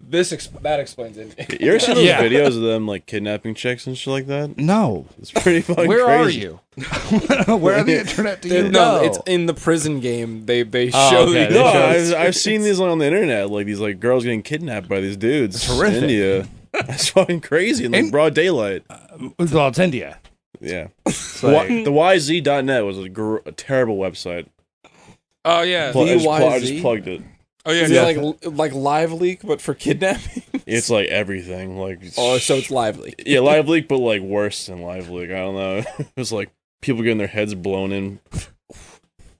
Speaker 8: This ex- that explains it.
Speaker 5: You ever seen those
Speaker 7: Yeah.
Speaker 5: videos of them like kidnapping chicks and shit like that?
Speaker 7: No.
Speaker 5: It's pretty fucking
Speaker 8: Where are
Speaker 5: crazy.
Speaker 8: you?
Speaker 7: Where on the internet do you
Speaker 8: no,
Speaker 7: go?
Speaker 8: it's in the prison game. They they
Speaker 7: Oh,
Speaker 8: show
Speaker 7: okay.
Speaker 8: the
Speaker 5: No,
Speaker 7: Yeah,
Speaker 5: I've, I've seen these on the internet, like these like girls getting kidnapped by these dudes. It's
Speaker 7: horrific.
Speaker 5: In India. That's fucking crazy in like
Speaker 7: In-
Speaker 5: broad daylight.
Speaker 7: well, it's India.
Speaker 5: Yeah.
Speaker 7: It's
Speaker 5: Wa-
Speaker 7: like-
Speaker 5: the YZ.net was a, gr- a terrible website.
Speaker 9: Oh yeah,
Speaker 5: Pl- I, just pl- I
Speaker 8: VYZ?
Speaker 5: just plugged it.
Speaker 9: oh yeah,
Speaker 8: Is
Speaker 9: yeah.
Speaker 8: it like like live leak but for kidnapping?
Speaker 5: It's like everything. Like
Speaker 8: oh, so it's live leak.
Speaker 5: yeah, live leak, but like worse than live leak. I don't know. it was like people getting their heads blown in.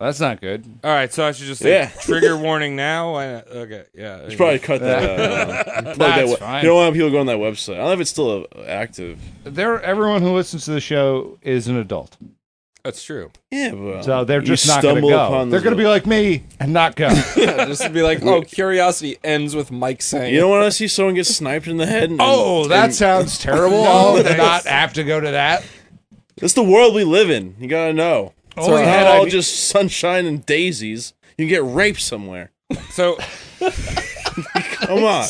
Speaker 7: That's not good.
Speaker 9: All right, so I should just say
Speaker 5: Yeah.
Speaker 9: trigger warning now. Why not? Okay, yeah.
Speaker 5: You should probably cut that. out. Plug that
Speaker 7: That's
Speaker 5: we-
Speaker 7: fine.
Speaker 5: You don't want people going on that website. I don't know if it's still uh, active.
Speaker 7: There, everyone who listens to the show is an adult,
Speaker 9: that's true.
Speaker 5: Yeah, but
Speaker 7: so they're
Speaker 5: you
Speaker 7: just not going to
Speaker 5: stumble
Speaker 7: go.
Speaker 5: upon
Speaker 7: They're
Speaker 5: this
Speaker 7: going to be like me and not go.
Speaker 8: Just to be like, oh, curiosity ends with Mike saying,
Speaker 5: You don't want to see someone get sniped in the head. And,
Speaker 7: oh, that
Speaker 5: and-
Speaker 7: sounds terrible. oh, they're not apt to go to that.
Speaker 5: That's the world we live in. You gotta know. It's
Speaker 7: Only
Speaker 5: not
Speaker 7: Oh, had
Speaker 5: all
Speaker 7: I-
Speaker 5: just sunshine and daisies. You can get raped somewhere.
Speaker 9: So
Speaker 5: Come on.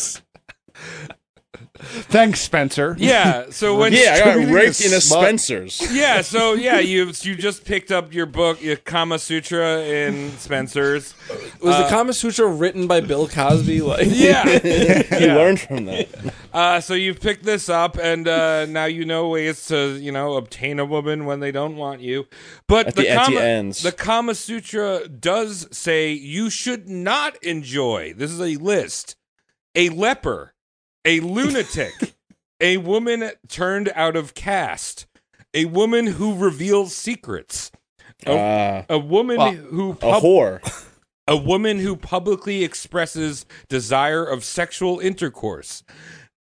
Speaker 7: Thanks, Spencer.
Speaker 9: yeah, so when
Speaker 5: Yeah, I got
Speaker 7: Distributing
Speaker 5: raped
Speaker 7: the
Speaker 5: in a
Speaker 7: smut.
Speaker 5: Spencer's.
Speaker 9: yeah, so yeah, you you just picked up your book, your Kama Sutra in Spencer's. Uh,
Speaker 8: was the Kama Sutra written by Bill Cosby? Like,
Speaker 9: Yeah.
Speaker 5: You learned from that.
Speaker 9: Uh, so you've picked this up, and uh, now you know ways to you know obtain a woman when they don't want you. But
Speaker 5: At
Speaker 9: the
Speaker 5: the- at the
Speaker 9: Kama,
Speaker 5: ends.
Speaker 9: the Kama Sutra does say you should not enjoy. This is a list: a leper, a lunatic, a woman turned out of caste, a woman who reveals secrets, Oh.
Speaker 5: Ah,
Speaker 9: a woman
Speaker 7: Well,
Speaker 9: who
Speaker 5: a
Speaker 9: pub-
Speaker 5: whore.
Speaker 9: a woman who publicly expresses desire of sexual intercourse,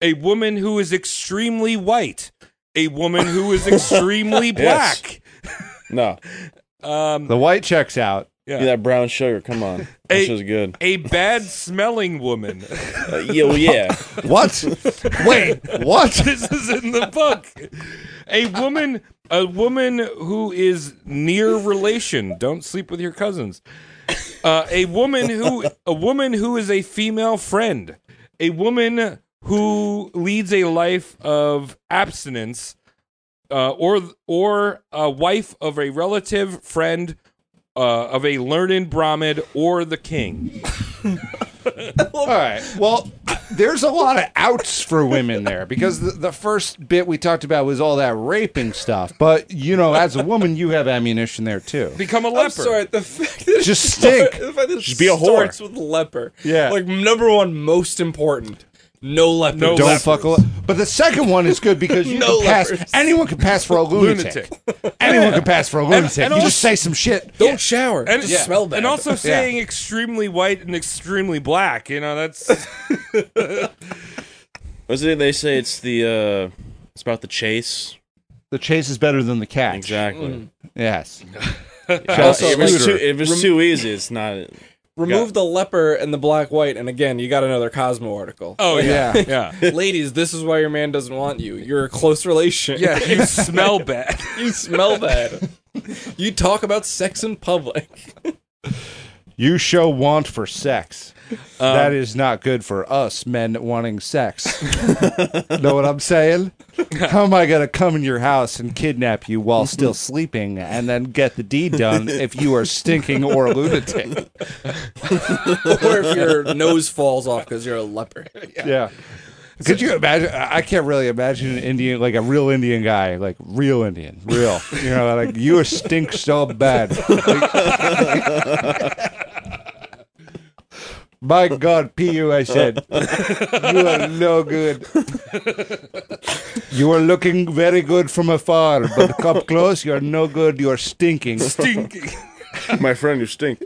Speaker 9: a woman who is extremely white, a woman who is extremely
Speaker 5: Yes.
Speaker 9: black,
Speaker 5: No,
Speaker 9: um,
Speaker 7: The white checks out.
Speaker 5: yeah, that brown sugar. Come on,
Speaker 9: Hey.
Speaker 5: that was good.
Speaker 9: a bad smelling woman.
Speaker 5: Uh, yeah, well, yeah.
Speaker 7: What? Wait, what?
Speaker 9: this is in the book. A woman, a woman who is near relation. Don't sleep with your cousins. Uh, a woman who, a woman who is a female friend. A woman who leads a life of abstinence, uh, or or a wife of a relative friend. Uh, of a learned Brahmin or the king.
Speaker 7: All right. Well, there's a lot of outs for women there because the, the first bit we talked about was all that raping stuff. But, you know, as a woman, you have ammunition there too.
Speaker 9: Become a
Speaker 8: I'm
Speaker 9: leper.
Speaker 8: sorry. The fact that
Speaker 7: Just
Speaker 8: it
Speaker 7: stink.
Speaker 8: start- the fact that it
Speaker 5: be a whore.
Speaker 8: starts with leper.
Speaker 7: Yeah.
Speaker 8: like number one, most important. No leper.
Speaker 9: No
Speaker 7: Don't
Speaker 9: leper.
Speaker 7: fuck a le- But the second one is good because you
Speaker 8: No
Speaker 7: can pass.
Speaker 8: leopards.
Speaker 7: Anyone can pass for a lunatic. Anyone can pass for a lunatic.
Speaker 9: and
Speaker 7: you
Speaker 9: also-
Speaker 7: just say some shit.
Speaker 8: Don't shower.
Speaker 9: and
Speaker 8: just smell bad.
Speaker 9: And also saying extremely white and extremely black. You know, that's
Speaker 5: What's it? They say it's the. uh It's about the chase.
Speaker 7: The chase is better than the catch.
Speaker 5: Exactly.
Speaker 7: Mm. Yes.
Speaker 8: Also,
Speaker 5: if, it's
Speaker 8: like-
Speaker 5: too, if it's too easy, it's not.
Speaker 8: remove
Speaker 5: got-
Speaker 8: the leper and the black white, and again, you got another Cosmo article.
Speaker 9: oh yeah, yeah, yeah.
Speaker 8: Ladies, this is why your man doesn't want you. You're a close relation.
Speaker 9: you smell bad.
Speaker 8: you smell bad. You talk about sex in public.
Speaker 7: You show want for sex.
Speaker 9: Um,
Speaker 7: that is not good for us men wanting sex. know what I'm saying? How am I going to come in your house and kidnap you while still sleeping and then get the deed done if you are stinking or a lunatic?
Speaker 8: or if your nose falls off because you're a leper.
Speaker 7: Yeah. Could you imagine? I I can't really imagine an Indian, like a real Indian guy, like real Indian, real. You know, like you stink so bad. My God, P.U., I said, you are no good. You are looking very good from afar, but come close, you are no good. You are stinking.
Speaker 9: Stinky.
Speaker 5: My friend, you stink.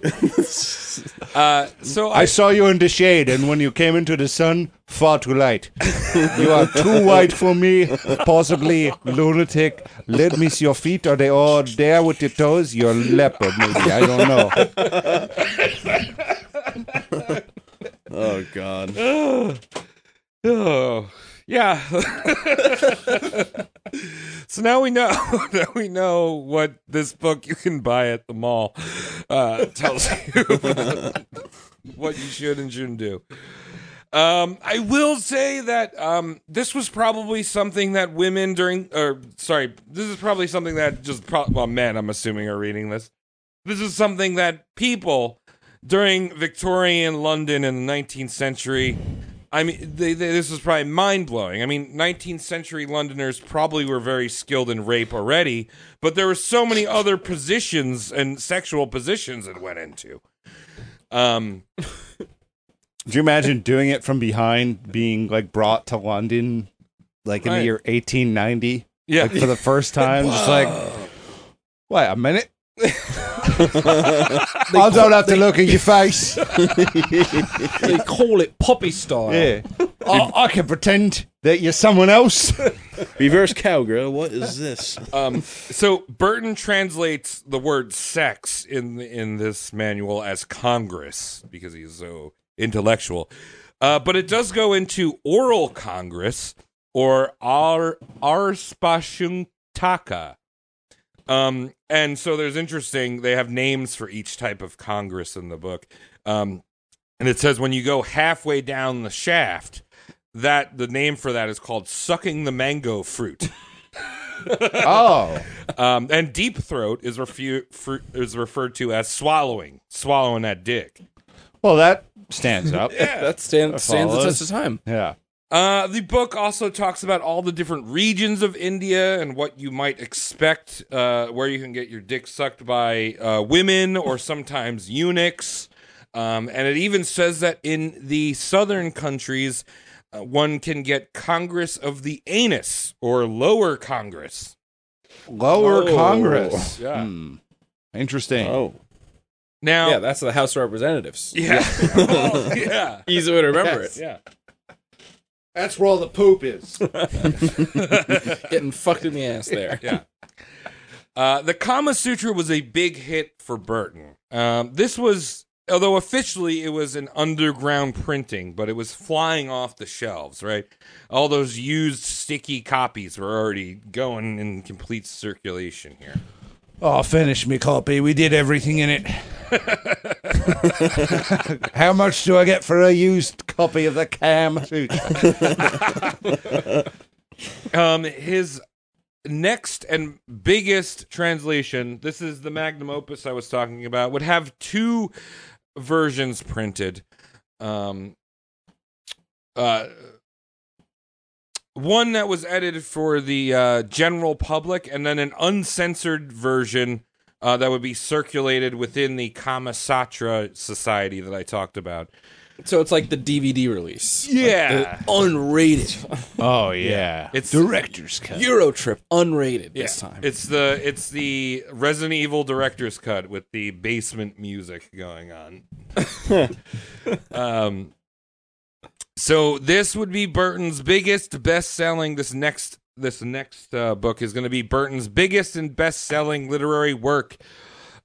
Speaker 9: Uh, so I,
Speaker 7: I saw you in the shade, and when you came into the sun, far too light. You are too white for me, possibly lunatic. Let me see your feet. Are they all there with your toes? You're a leopard, maybe. I don't know.
Speaker 5: oh God.
Speaker 9: oh, yeah. so now we know. Now we know what this book you can buy at the mall uh, tells you what you should and shouldn't do. Um, I will say that um, this was probably something that women during, or sorry, this is probably something that just pro- well, men, I'm assuming, are reading this. This is something that people during Victorian London in the 19th century. I mean, they, they, this was probably mind blowing. I mean, 19th century Londoners probably were very skilled in rape already, but there were so many other positions and sexual positions it went into. Um,
Speaker 7: Do you imagine doing it from behind, being like brought to London, like in
Speaker 9: Right.
Speaker 7: the year 1890,
Speaker 9: yeah,
Speaker 7: like for the first time? Just like, wait a minute. I don't have to look at your face.
Speaker 8: They call it poppy style.
Speaker 7: Yeah. I, I can pretend that you're someone else.
Speaker 5: Reverse cowgirl. What is this?
Speaker 9: Um, so Burton translates the word sex in in this manual as Congress because he's so intellectual, uh, but it does go into oral Congress or ar arspashuntaka. Um, and so there's interesting. They have names for each type of Congress in the book, um, and it says when you go halfway down the shaft, that the name for that is called sucking the mango fruit.
Speaker 7: Oh.
Speaker 9: Um, and deep throat is refu- fru- is referred to as swallowing, swallowing that dick.
Speaker 7: Well, that stands up.
Speaker 8: That stand, stands the
Speaker 7: follows.
Speaker 8: test of time.
Speaker 7: Yeah.
Speaker 9: Uh, the book also talks about all the different regions of India and what you might expect, uh, where you can get your dick sucked by uh, women or sometimes eunuchs. Um, and it even says that in the southern countries, uh, one can get Congress of the anus or lower Congress.
Speaker 7: Lower
Speaker 5: Oh.
Speaker 7: Congress.
Speaker 9: Yeah.
Speaker 7: Hmm. Interesting.
Speaker 5: Oh,
Speaker 9: Now,
Speaker 8: Yeah, that's the House of Representatives.
Speaker 9: yeah, yeah.
Speaker 8: Easy way to remember
Speaker 7: Yes.
Speaker 8: it. Yeah.
Speaker 7: That's where all the poop is.
Speaker 8: Getting fucked in the ass there.
Speaker 9: yeah. Uh, the Kama Sutra was a big hit for Burton. Um, this was, although officially it was an underground printing, but it was flying off the shelves, right? All those used sticky copies were already going in complete circulation here.
Speaker 7: oh, finish me copy. We did everything in it. How much do I get for a used copy of the Cam Sutra?
Speaker 9: Um, his next and biggest translation, this is the magnum opus I was talking about, would have two versions printed. Um, uh, one that was edited for the uh, general public, and then an uncensored version uh, that would be circulated within the Kamasatra Society that I talked about.
Speaker 8: So it's like the DVD release.
Speaker 9: Yeah.
Speaker 8: Like the unrated.
Speaker 7: Oh, yeah.
Speaker 9: It's-
Speaker 7: Director's Cut.
Speaker 8: Eurotrip unrated
Speaker 9: Yeah.
Speaker 8: this time.
Speaker 9: It's the it's the Resident Evil director's cut with the basement music going on. um so this would be Burton's biggest best-selling this next this next uh, book is going to be Burton's biggest and best-selling literary work.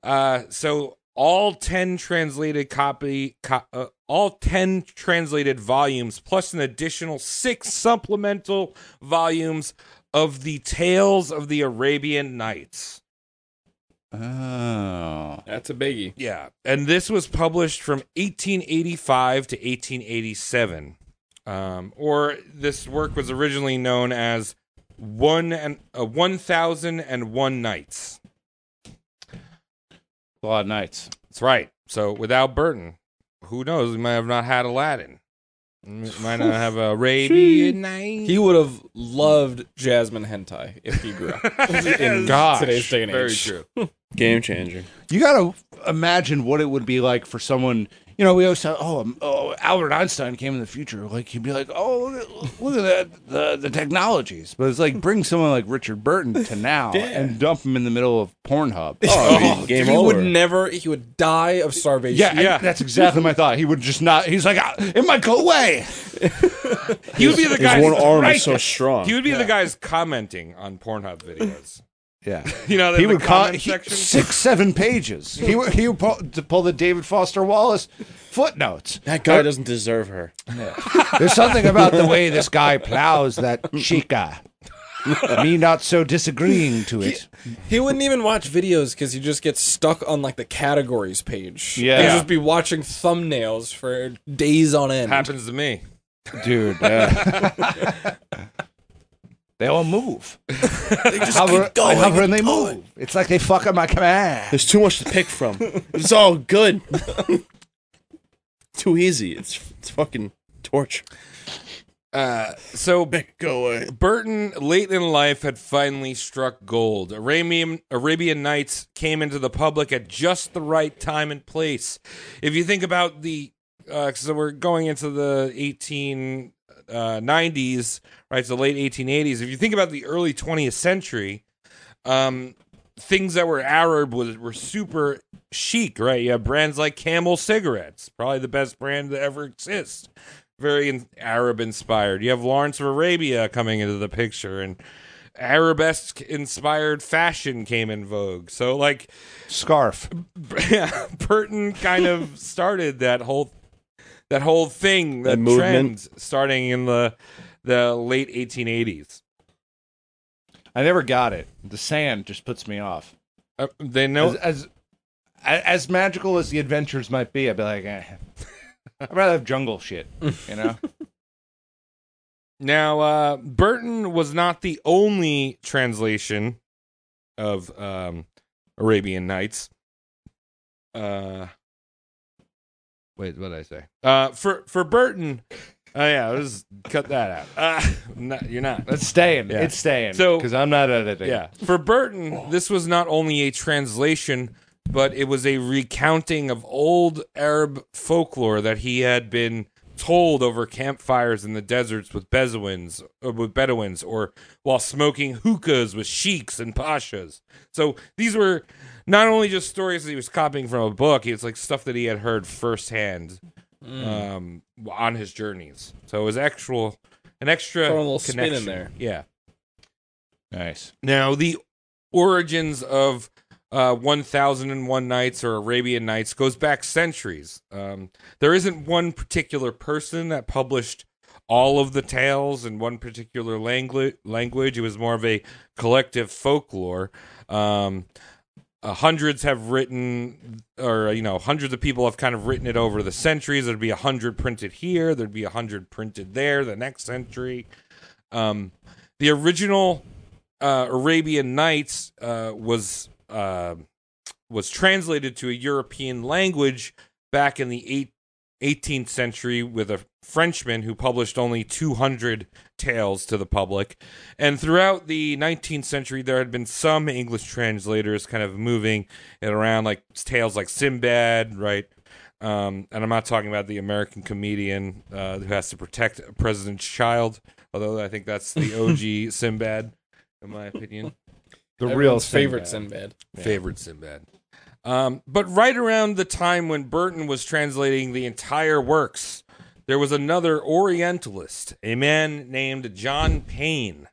Speaker 9: Uh so all 10 translated copy co- uh, all 10 translated volumes plus an additional 6 supplemental volumes of the Tales of the Arabian Nights.
Speaker 7: Oh.
Speaker 8: That's a biggie.
Speaker 9: Yeah. And this was published from 1885 to 1887. Um, or this work was originally known as one and uh, 1001 nights.
Speaker 7: A lot of nights.
Speaker 9: That's right. So without Burton, who knows, we might have not had Aladdin. M- Might not have Arabian Nights.
Speaker 8: He would have loved Jasmine Hentai if he grew up in
Speaker 7: Gosh,
Speaker 8: today's day and age.
Speaker 9: Very true.
Speaker 5: game changer.
Speaker 7: You got to imagine what it would be like for someone. You
Speaker 3: you know, we always thought, oh, um, oh, Albert Einstein came in the future. Like he'd be like, oh, look at, look at that, the the technologies. But it's like bring someone like Richard Burton to now and dump him in the middle of Pornhub.
Speaker 5: Oh, I mean, game
Speaker 8: he
Speaker 5: over.
Speaker 8: would never. He would die of starvation.
Speaker 3: Yeah, yeah, that's exactly my thought. He would just not. He's like, "Ah, it might go away.
Speaker 9: He would be the
Speaker 5: His
Speaker 9: guy.
Speaker 5: one arm
Speaker 9: right.
Speaker 5: is so strong.
Speaker 9: He would be the guys commenting on Pornhub videos.
Speaker 3: Yeah,
Speaker 9: You know,
Speaker 3: he
Speaker 9: in the
Speaker 3: would con-
Speaker 9: comment
Speaker 3: he-
Speaker 9: section.
Speaker 3: six, seven pages. He would he would pull, to pull the David Foster Wallace footnotes.
Speaker 5: that guy doesn't deserve her.
Speaker 3: There's something about the way this guy plows that chica. Me not so disagreeing to it.
Speaker 8: He wouldn't even watch videos because he just gets stuck on like the categories page.
Speaker 3: Yeah.
Speaker 8: he'd just be watching thumbnails for days on end.
Speaker 9: Happens to me.
Speaker 3: dude. they all move.
Speaker 8: They just
Speaker 3: Hover,
Speaker 8: keep going.
Speaker 3: they hover and they move. It's like they fuck up my command.
Speaker 5: There's too much to pick from. It's all good. too easy. It's it's fucking torture.
Speaker 9: So
Speaker 5: Go away.
Speaker 9: Burton, late in life, had finally struck gold. Arabian, Arabian Nights came into the public at just the right time and place. If you think about the, uh, so we're going into the 1890s, uh, 90s, right? So late 1880s. If you think about the early 20th century, um, things that were Arab was, were super chic, right? You have brands like Camel cigarettes, probably the best brand that ever exists very in- Arab inspired. You have Lawrence of Arabia coming into the picture, and Arabesque inspired fashion came in vogue. So, like,
Speaker 3: Scarf.
Speaker 9: Burton kind of started that whole that whole thing, that
Speaker 5: That movement.
Speaker 9: trend, starting in the the late 1880s.
Speaker 3: I never got it. The sand just puts me off.
Speaker 9: Uh, they
Speaker 3: As,
Speaker 9: know
Speaker 3: as a- as magical as the adventures might be, I'd be like, eh. I'd rather have jungle shit, you know.
Speaker 9: now. Uh, Burton was not the only translation of um, Arabian Nights. Uh, wait, what did I say? Uh, for for Burton, oh yeah, I'll just cut that out. Uh, no, you're not.
Speaker 3: It's staying.
Speaker 9: Yeah.
Speaker 3: It's staying.
Speaker 9: So-
Speaker 3: because I'm not editing.
Speaker 9: Yeah, for Burton, this was not only a translation, but it was a recounting of old Arab folklore that he had been told over campfires in the deserts with Bedouins, or with Bedouins, or while smoking hookahs with sheiks and pashas. So these were not only just stories that he was copying from a book; it's like stuff that he had heard firsthand
Speaker 8: Mm.
Speaker 9: um, on his journeys. So it was actual, an extra
Speaker 8: Throw a little spin in
Speaker 9: connection.
Speaker 8: there.
Speaker 9: Yeah.
Speaker 3: Nice.
Speaker 9: Now, the origins of uh, 1001 Nights or Arabian Nights goes back centuries. Um, there isn't one particular person that published all of the tales in one particular language. Language. It was more of a collective folklore. Um, uh, hundreds have written, or you know, hundreds of people have kind of written it over the centuries. There'd be a hundred printed here. There'd be a hundred printed there. The next century. Um, the original uh, Arabian Nights uh, was uh, was translated to a European language back in the eight, 18th century with a Frenchman who published only 200 tales to the public. And throughout the 19th century, there had been some English translators kind of moving it around, like tales like Sinbad, right? Um, and I'm not talking about the American comedian uh, who has to protect a president's child, although I think that's the OG Sinbad, in my opinion
Speaker 3: The real
Speaker 8: Everyone's favorite
Speaker 3: Sinbad.
Speaker 8: Sinbad.
Speaker 9: favorite Sinbad. Um, but right around the time when Burton was translating the entire works, there was another Orientalist, a man named John Payne,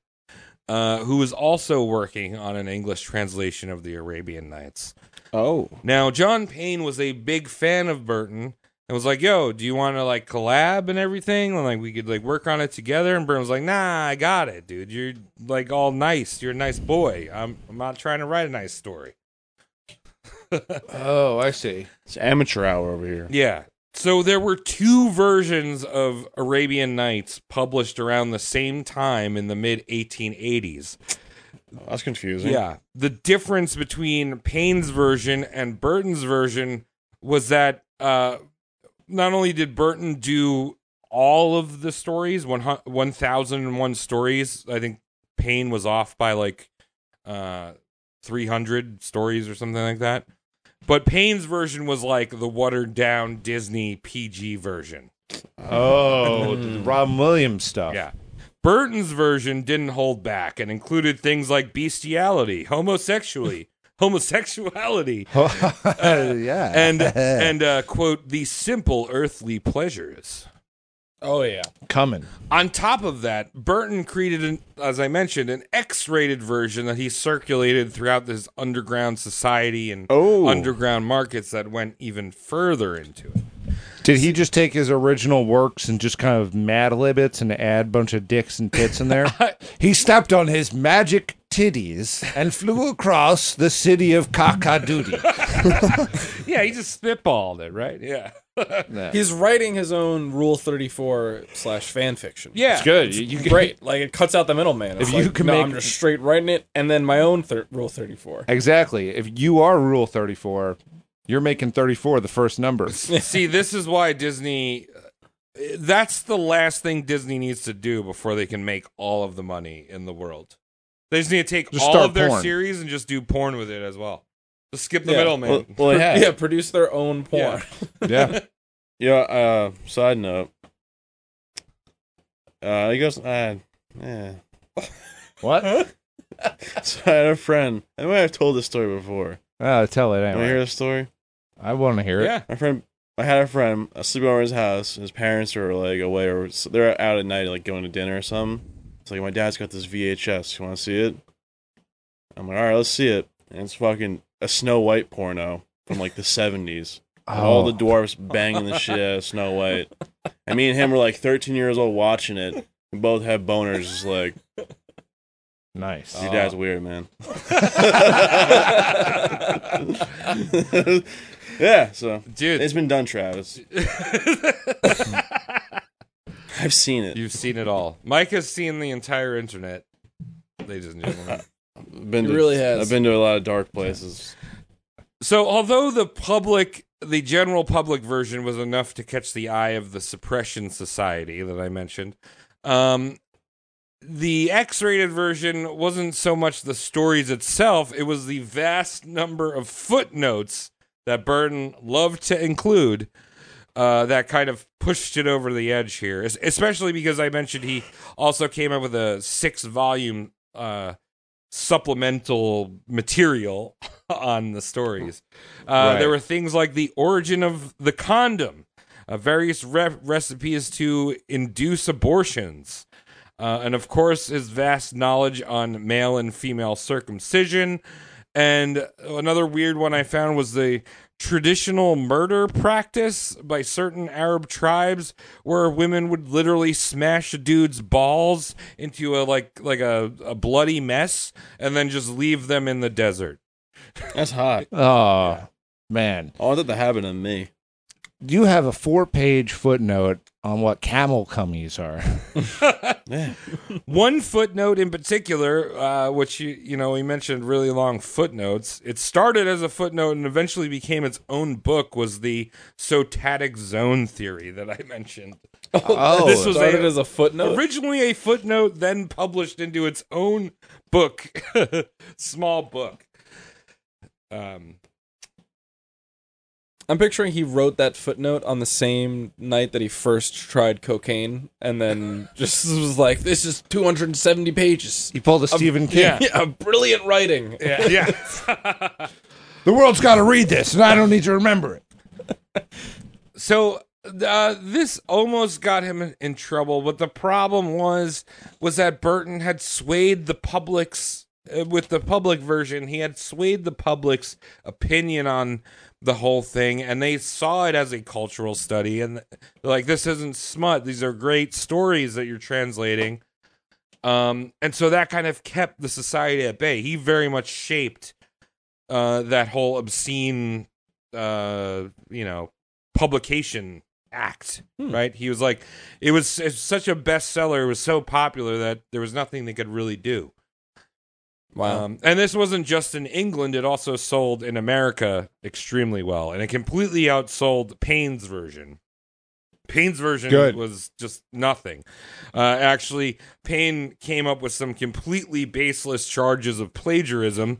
Speaker 9: uh, who was also working on an English translation of the Arabian Nights.
Speaker 5: Oh,
Speaker 9: Now, John Payne was a big fan of Burton and was like, "Yo, do you want to like collab and everything? And, like we could like work on it together." And Burton was like, "Nah, I got it, dude. You're like all nice. You're a nice boy. I'm I'm not trying to write a nice story."
Speaker 3: Oh, I see.
Speaker 5: it's amateur hour over here.
Speaker 9: Yeah. So there were two versions of Arabian Nights published around the same time in the mid 1880s.
Speaker 5: That's confusing.
Speaker 9: Yeah. The difference between Payne's version and Burton's version was that uh, not only did Burton do all of the stories, one hun- 1001 stories, I think Payne was off by like uh, 300 stories or something like that. But Payne's version was like the watered down Disney PG version.
Speaker 3: Oh, the Robin Williams stuff.
Speaker 9: Yeah. Burton's version didn't hold back and included things like bestiality, homosexuality, homosexuality,
Speaker 3: yeah.
Speaker 9: and and uh, quote the simple earthly pleasures.
Speaker 8: Oh yeah.
Speaker 3: coming.
Speaker 9: On top of that, Burton created, an, as I mentioned, an X-rated version that he circulated throughout this underground society and
Speaker 3: Oh.
Speaker 9: underground markets that went even further into it.
Speaker 3: Did he just take his original works and just kind of mad lib it and add a bunch of dicks and tits in there? he stepped on his magic titties and flew across the city of Kakadoodie.
Speaker 9: Yeah, he just spitballed it, right? Yeah,
Speaker 8: He's writing his own Rule Thirty Four slash fan fiction.
Speaker 9: yeah.
Speaker 5: It's good. You, you
Speaker 8: It's Great, like it cuts out the middleman. If
Speaker 3: you
Speaker 8: you
Speaker 3: can
Speaker 8: can, no,
Speaker 3: make-
Speaker 8: I'm just straight writing it, and then my own thir- rule thirty four.
Speaker 3: exactly. If you are Rule 34, you're making 34 the first number.
Speaker 9: See, this is why Disney. uh, That's the last thing Disney needs to do before they can make all of the money in the world. They just need to take
Speaker 3: Just
Speaker 9: all
Speaker 3: start
Speaker 9: of their
Speaker 3: porn.
Speaker 9: series and just do porn with it as well. Just skip the
Speaker 8: Yeah.
Speaker 9: middleman.
Speaker 5: Well, well, it has.
Speaker 8: Yeah, produce their own porn.
Speaker 9: Yeah.
Speaker 3: Yeah.
Speaker 5: Yeah. Uh, side note. Uh, he goes. Uh, yeah.
Speaker 3: What?
Speaker 5: So I had a friend. I might have told this story before.
Speaker 3: Uh, tell it
Speaker 5: You Want to
Speaker 3: anyway.
Speaker 5: hear this story?
Speaker 3: I want to hear it.
Speaker 9: Yeah.
Speaker 5: My friend, I had a friend. I was sleeping over at his house. His parents were like away, or s- they're out at night, like going to dinner or something. It's like my dad's got this VHS. You want to see it? I'm like, all right, let's see it. And it's fucking a Snow White porno from like the '70s.
Speaker 7: Oh.
Speaker 5: All
Speaker 3: Oh,
Speaker 5: the dwarfs banging the shit out of Snow White. And me and him were like 13 years old watching it. We both had boners. Just like
Speaker 3: Nice.
Speaker 5: your dad's weird, man. yeah. So
Speaker 9: Dude,
Speaker 5: it's been done, Travis. I've seen it.
Speaker 9: You've seen it all. Mike has seen the entire internet, ladies and gentlemen.
Speaker 5: been
Speaker 8: He
Speaker 5: to,
Speaker 8: really has.
Speaker 5: I've been to a lot of dark places.
Speaker 9: so, although the public, the general public version was enough to catch the eye of the suppression society that I mentioned, um, the X rated version wasn't so much the stories itself, it was the vast number of footnotes that Burton loved to include uh, that kind of pushed it over the edge here, es- especially because I mentioned he also came up with a six volume uh, supplemental material on the stories. Uh, There were things like the origin of the condom, uh, various re- recipes to induce abortions. Uh, and of course, his vast knowledge on male and female circumcision. And another weird one I found was the traditional murder practice by certain Arab tribes where women would literally smash a dude's balls into a like like a, a bloody mess and then just leave them in the desert.
Speaker 5: That's hot.
Speaker 3: Oh, man.
Speaker 5: Oh, I thought that happened to me.
Speaker 3: You have a four page footnote on what camel cummies are.
Speaker 5: Yeah.
Speaker 9: One footnote in particular, uh, which you you know we mentioned really long footnotes. It started as a footnote and eventually became its own book. Was the sotatic zone theory that I mentioned?
Speaker 3: Oh,
Speaker 9: This was
Speaker 8: Started
Speaker 9: a-
Speaker 8: as a footnote.
Speaker 9: originally a footnote, then published into its own book, small book. Um,
Speaker 8: I'm picturing he wrote that footnote on the same night that he first tried cocaine, and then just was like, "This is 270 pages.
Speaker 3: He pulled a Stephen King.
Speaker 9: yeah.
Speaker 8: Yeah, brilliant writing."
Speaker 9: yeah, yeah.
Speaker 3: The world's got to read this, and I don't need to remember it.
Speaker 9: So uh, this almost got him in, in trouble, but the problem was was that Burton had swayed the public's uh, with the public version. He had swayed the public's opinion on the whole thing, and they saw it as a cultural study, and they're like this isn't smut. These are great stories that you're translating. Um, and so that kind of kept the society at bay. He very much shaped uh, that whole obscene, uh, you know, publication act, right? He was like, it was s- such a bestseller, it was so popular that there was nothing they could really do.
Speaker 8: Wow.
Speaker 9: Um, and this wasn't just in England; it also sold in America extremely well, and it completely outsold Payne's version. Payne's version
Speaker 3: Good.
Speaker 9: was just nothing. Uh, actually, Payne came up with some completely baseless charges of plagiarism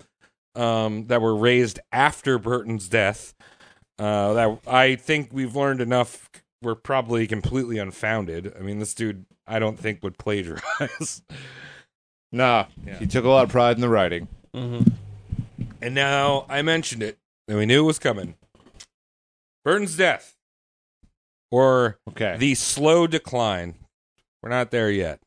Speaker 9: um, that were raised after Burton's death. Uh, that I think we've learned enough were probably completely unfounded. I mean, this dude, I don't think would plagiarize.
Speaker 3: Nah, he took a lot of pride in the writing.
Speaker 9: and now I mentioned it, and we knew it was coming. Burton's death, or
Speaker 3: Okay.
Speaker 9: the slow decline. We're not there yet.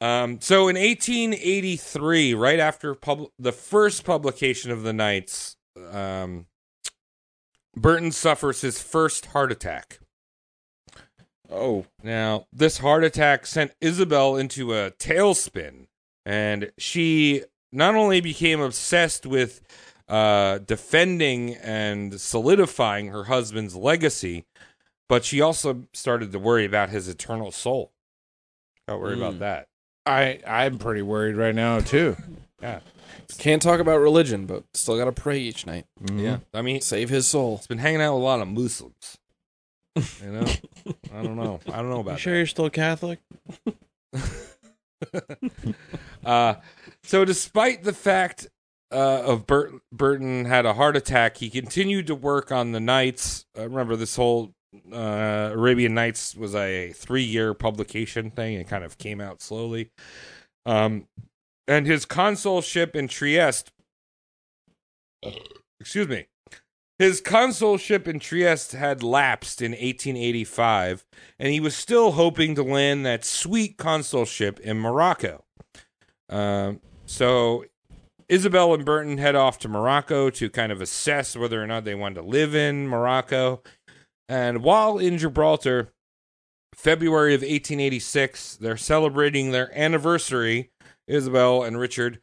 Speaker 9: Um, so in 1883, right after pub- the first publication of the Knights, um, Burton suffers his first heart attack. Oh. Now, this heart attack sent Isabel into a tailspin, and she not only became obsessed with uh, defending and solidifying her husband's legacy, but she also started to worry about his eternal soul. Don't worry about that.
Speaker 3: I I'm pretty worried right now too.
Speaker 8: Can't talk about religion, but still gotta pray each night.
Speaker 9: Yeah, I mean, it's
Speaker 8: Save his soul.
Speaker 9: been hanging out with a lot of Muslims. You know, I don't know. I don't know about that.
Speaker 10: you're still Catholic?
Speaker 9: Uh, so, despite the fact uh, of Bert- Burton had a heart attack, he continued to work on the Knights. Uh, remember, this whole uh, Arabian Nights was a three-year publication thing, and kind of came out slowly. Um, and his consulship in Trieste, excuse me, his consulship in Trieste had lapsed in 1885, and he was still hoping to land that sweet consulship in Morocco. Um, so Isabel and Burton head off to Morocco to kind of assess whether or not they wanted to live in Morocco. And while in Gibraltar, February of 1886, they're celebrating their anniversary, Isabel and Richard.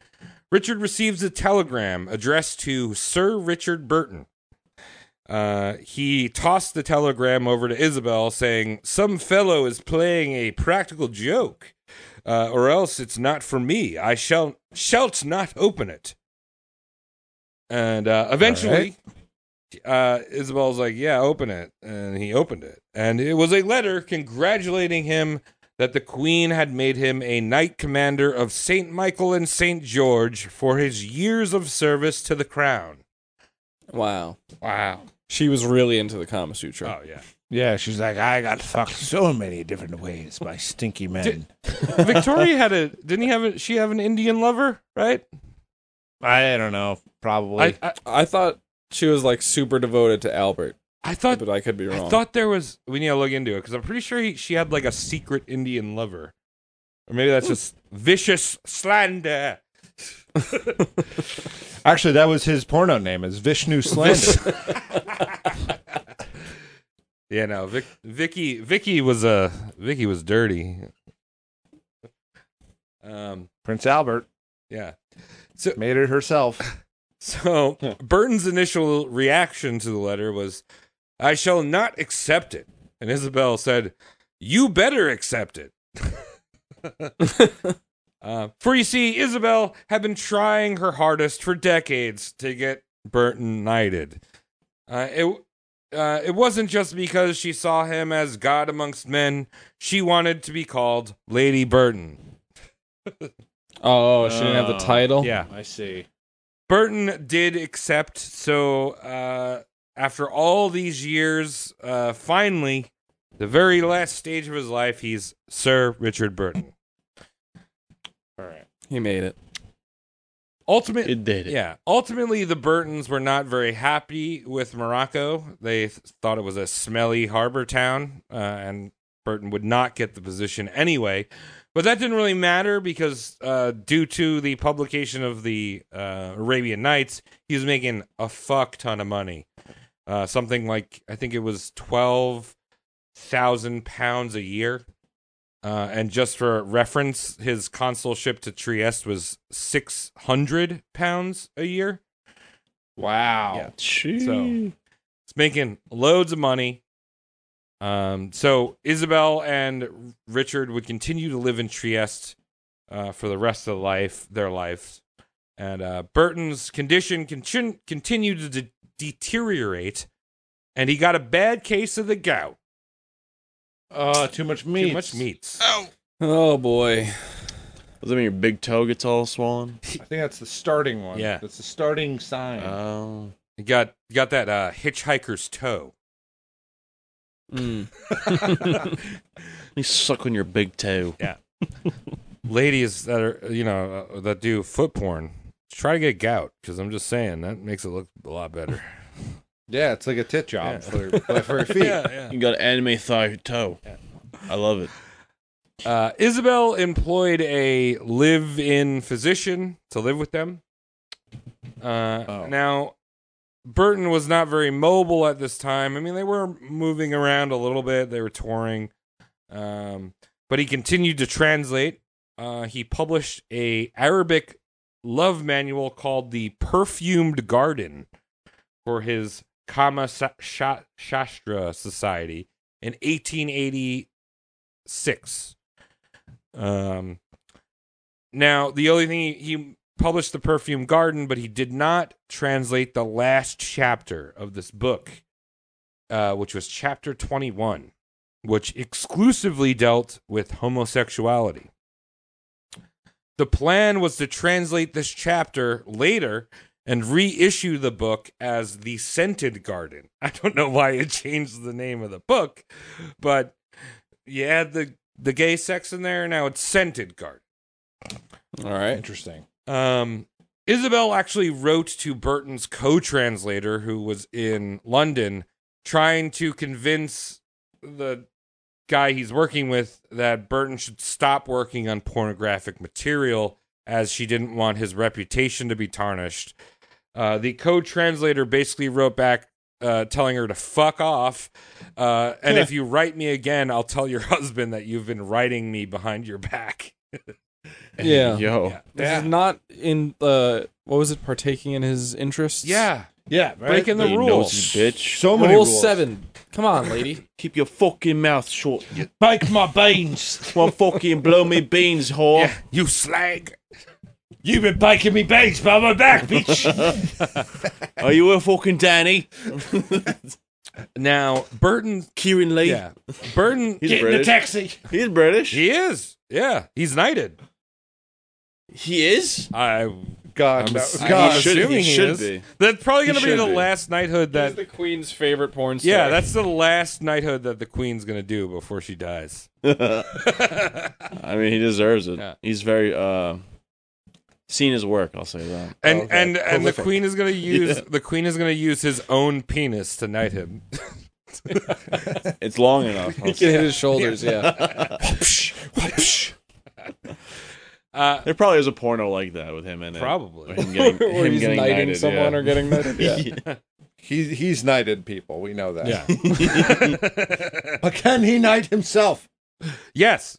Speaker 9: Richard receives a telegram addressed to Sir Richard Burton. Uh, he tossed the telegram over to Isabel, saying, Some fellow is playing a practical joke uh, or else it's not for me. I shall shalt not open it. And uh, eventually, uh, Isabel's like, "Yeah, open it," and he opened it, and it was a letter congratulating him that the Queen had made him a Knight Commander of Saint Michael and Saint George for his years of service to the Crown.
Speaker 8: Wow.
Speaker 9: Wow!
Speaker 8: She was really into the Kama Sutra.
Speaker 9: Oh yeah.
Speaker 3: Yeah, she's like, I got fucked so many different ways by stinky men.
Speaker 9: Victoria had a didn't he have a, she have an Indian lover right?
Speaker 3: I don't know, probably.
Speaker 9: I, I
Speaker 8: I thought she was like super devoted to Albert,
Speaker 9: I thought
Speaker 8: but I could be wrong.
Speaker 9: I thought there was. We need to look into it because I'm pretty sure he, she had like a secret Indian lover, or maybe that's just vicious slander.
Speaker 3: Actually, that was his porno name is Vishnu Slander.
Speaker 9: Yeah, no, Vic, Vicky, Vicky was uh, Vicky was dirty. Um,
Speaker 3: Prince Albert
Speaker 9: yeah.
Speaker 3: made it herself.
Speaker 9: So Burton's initial reaction to the letter was, "I shall not accept it," and Isabel said, "You better accept it." Uh, for you see, Isabel had been trying her hardest for decades to get Burton knighted. Uh, it uh, it wasn't just because she saw him as God amongst men; she wanted to be called Lady Burton.
Speaker 8: oh, she didn't have the title.
Speaker 9: Yeah,
Speaker 3: I see.
Speaker 9: Burton did accept. So uh, after all these years, uh, finally, the very last stage of his life, he's Sir Richard Burton.
Speaker 8: he made it.
Speaker 9: Ultimately,
Speaker 10: It did it.
Speaker 9: Yeah. Ultimately, the Burtons were not very happy with Morocco. They th- thought it was a smelly harbor town, uh, and Burton would not get the position anyway. But that didn't really matter because, uh, due to the publication of the uh, Arabian Nights, he was making a fuck ton of money. Uh, something like, I think it was 12,000 pounds a year. Uh, and just for reference, his consulship to Trieste was six hundred pounds a year.
Speaker 5: Oh,
Speaker 3: Wow.
Speaker 9: Yeah.
Speaker 10: Jeez.
Speaker 9: So- It's making loads of money. Um, so Isabel and Richard would continue to live in Trieste uh, for the rest of life, their lives, and uh, Burton's condition con- continued to de- deteriorate, and he got a bad case of the gout.
Speaker 3: Uh, too much meat.
Speaker 9: Too much meats.
Speaker 8: Oh boy.
Speaker 5: Does that mean your big toe gets all swollen?
Speaker 7: I think that's the starting one.
Speaker 9: Yeah.
Speaker 7: That's the starting sign.
Speaker 5: Oh.
Speaker 9: You got you got that uh, hitchhiker's toe.
Speaker 5: Mm. You suck on your big toe.
Speaker 9: Ladies that are you know uh, that do foot porn, try to get gout because I'm just saying that makes it look a lot better.
Speaker 7: yeah, it's like a tit job for, but for your feet.
Speaker 5: You got anime thigh toe. I love it.
Speaker 9: Uh, Isabel employed a live-in physician to live with them. Uh,
Speaker 7: Oh.
Speaker 9: Now, Burton was not very mobile at this time. I mean, they were moving around a little bit. They were touring, um, but he continued to translate. Uh, he published a Arabic love manual called the Perfumed Garden for his Kama Sa- Sha- Shastra Society in 1880 six. Um, now the only thing he, he published the Perfume Garden, but he did not translate the last chapter of this book, uh, which was chapter twenty one, which exclusively dealt with homosexuality. The plan was to translate this chapter later and reissue the book as The Scented Garden. I don't know why it changed the name of the book, but you add the the gay sex in there now it's scented garden
Speaker 8: All right.
Speaker 7: Interesting.
Speaker 9: um isabel actually wrote to burton's co-translator who was in london trying to convince the guy he's working with that burton should stop working on pornographic material as she didn't want his reputation to be tarnished uh, the co-translator basically wrote back uh, telling her to fuck off. Uh, and if you write me again, I'll tell your husband that you've been writing me behind your back.
Speaker 8: Yeah.
Speaker 5: Yo.
Speaker 8: This is not in uh, what was it? Partaking in his interests.
Speaker 7: Yeah, right?
Speaker 9: breaking the
Speaker 5: You
Speaker 9: rules.
Speaker 5: nosy bitch.
Speaker 7: so many
Speaker 8: Rule
Speaker 7: rules.
Speaker 8: seven. Come on, lady.
Speaker 5: Keep your fucking mouth shut. You
Speaker 7: Bake my beans.
Speaker 5: want fucking blow me beans, whore.
Speaker 9: Yeah, you slag.
Speaker 7: You've been baking me beans by my back, bitch.
Speaker 5: Are you a fucking Danny?
Speaker 9: Now Burton,
Speaker 5: Kieran Lee?
Speaker 9: yeah, Burton,
Speaker 5: He's British.
Speaker 7: taxi.
Speaker 5: He's British.
Speaker 9: he is, yeah, he's knighted.
Speaker 5: He is?
Speaker 9: I,
Speaker 7: God,
Speaker 9: I'm
Speaker 7: no.
Speaker 9: s-
Speaker 7: God.
Speaker 5: he should,
Speaker 9: assuming
Speaker 5: he
Speaker 9: he
Speaker 5: should
Speaker 9: is.
Speaker 5: be.
Speaker 9: that's probably gonna
Speaker 5: He
Speaker 9: be
Speaker 5: should
Speaker 9: the
Speaker 5: be.
Speaker 9: last knighthood
Speaker 8: That's
Speaker 9: that.
Speaker 8: the queen's favorite porn star.
Speaker 9: Yeah, that's the last knighthood that the queen's gonna do before she dies.
Speaker 5: I mean, he deserves it.
Speaker 9: Yeah.
Speaker 5: He's very uh, seen his work. I'll say that.
Speaker 9: And
Speaker 7: Okay,
Speaker 9: and and the
Speaker 7: prolific.
Speaker 9: queen is gonna use the queen is gonna use his own penis to knight him.
Speaker 5: It's long enough. I'll
Speaker 8: He can
Speaker 5: say.
Speaker 8: hit his shoulders. Yeah.
Speaker 9: Uh,
Speaker 5: There probably is a porno like that with him in it.
Speaker 9: Probably.
Speaker 5: Or Him getting,
Speaker 8: Where
Speaker 5: him
Speaker 8: he's
Speaker 5: getting
Speaker 8: knighting
Speaker 5: knighted,
Speaker 8: someone
Speaker 5: yeah.
Speaker 8: or getting knighted. Yeah.
Speaker 7: He, he's knighted people. We know that.
Speaker 9: Yeah.
Speaker 7: But can he knight himself?
Speaker 9: yes.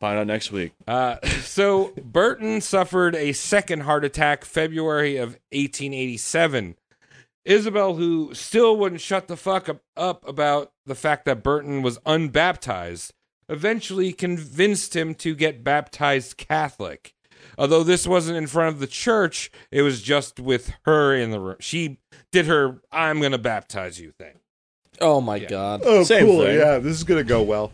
Speaker 5: Find out next week.
Speaker 9: Uh, so Burton suffered a second heart attack February of 1887. Isabel, who still wouldn't shut the fuck up, up about the fact that Burton was unbaptized, eventually convinced him to get baptized Catholic. Although this wasn't in front of the church, it was just with her in the room. She did her "I'm gonna baptize you" thing.
Speaker 8: Oh my god.
Speaker 7: Oh,
Speaker 5: Same
Speaker 7: cool.
Speaker 5: thing.
Speaker 7: Yeah, this is going to go well.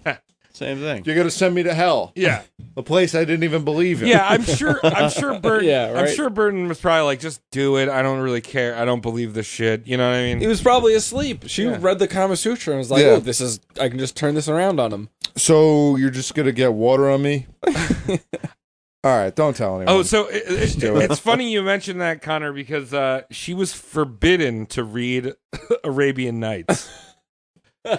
Speaker 5: Same thing.
Speaker 7: You're going to send me to hell,
Speaker 9: Yeah,
Speaker 7: a place I didn't even believe in.
Speaker 9: Yeah, I'm sure. I'm sure Burton.
Speaker 8: Yeah,
Speaker 9: I'm
Speaker 8: right.
Speaker 9: sure Burton was probably like, just do it. I don't really care. I don't believe this shit. You know what I
Speaker 8: He
Speaker 9: mean?
Speaker 8: was probably asleep. She
Speaker 9: Yeah.
Speaker 8: read the Kama Sutra and was like,
Speaker 7: Yeah.
Speaker 8: "Oh, this is. I can just turn this around on him."
Speaker 7: So you're just going to get water on me? All right, don't tell anyone.
Speaker 9: Oh, so it, it,
Speaker 7: do it.
Speaker 9: it's funny you mentioned that, Connor, because uh, she was forbidden to read Arabian Nights.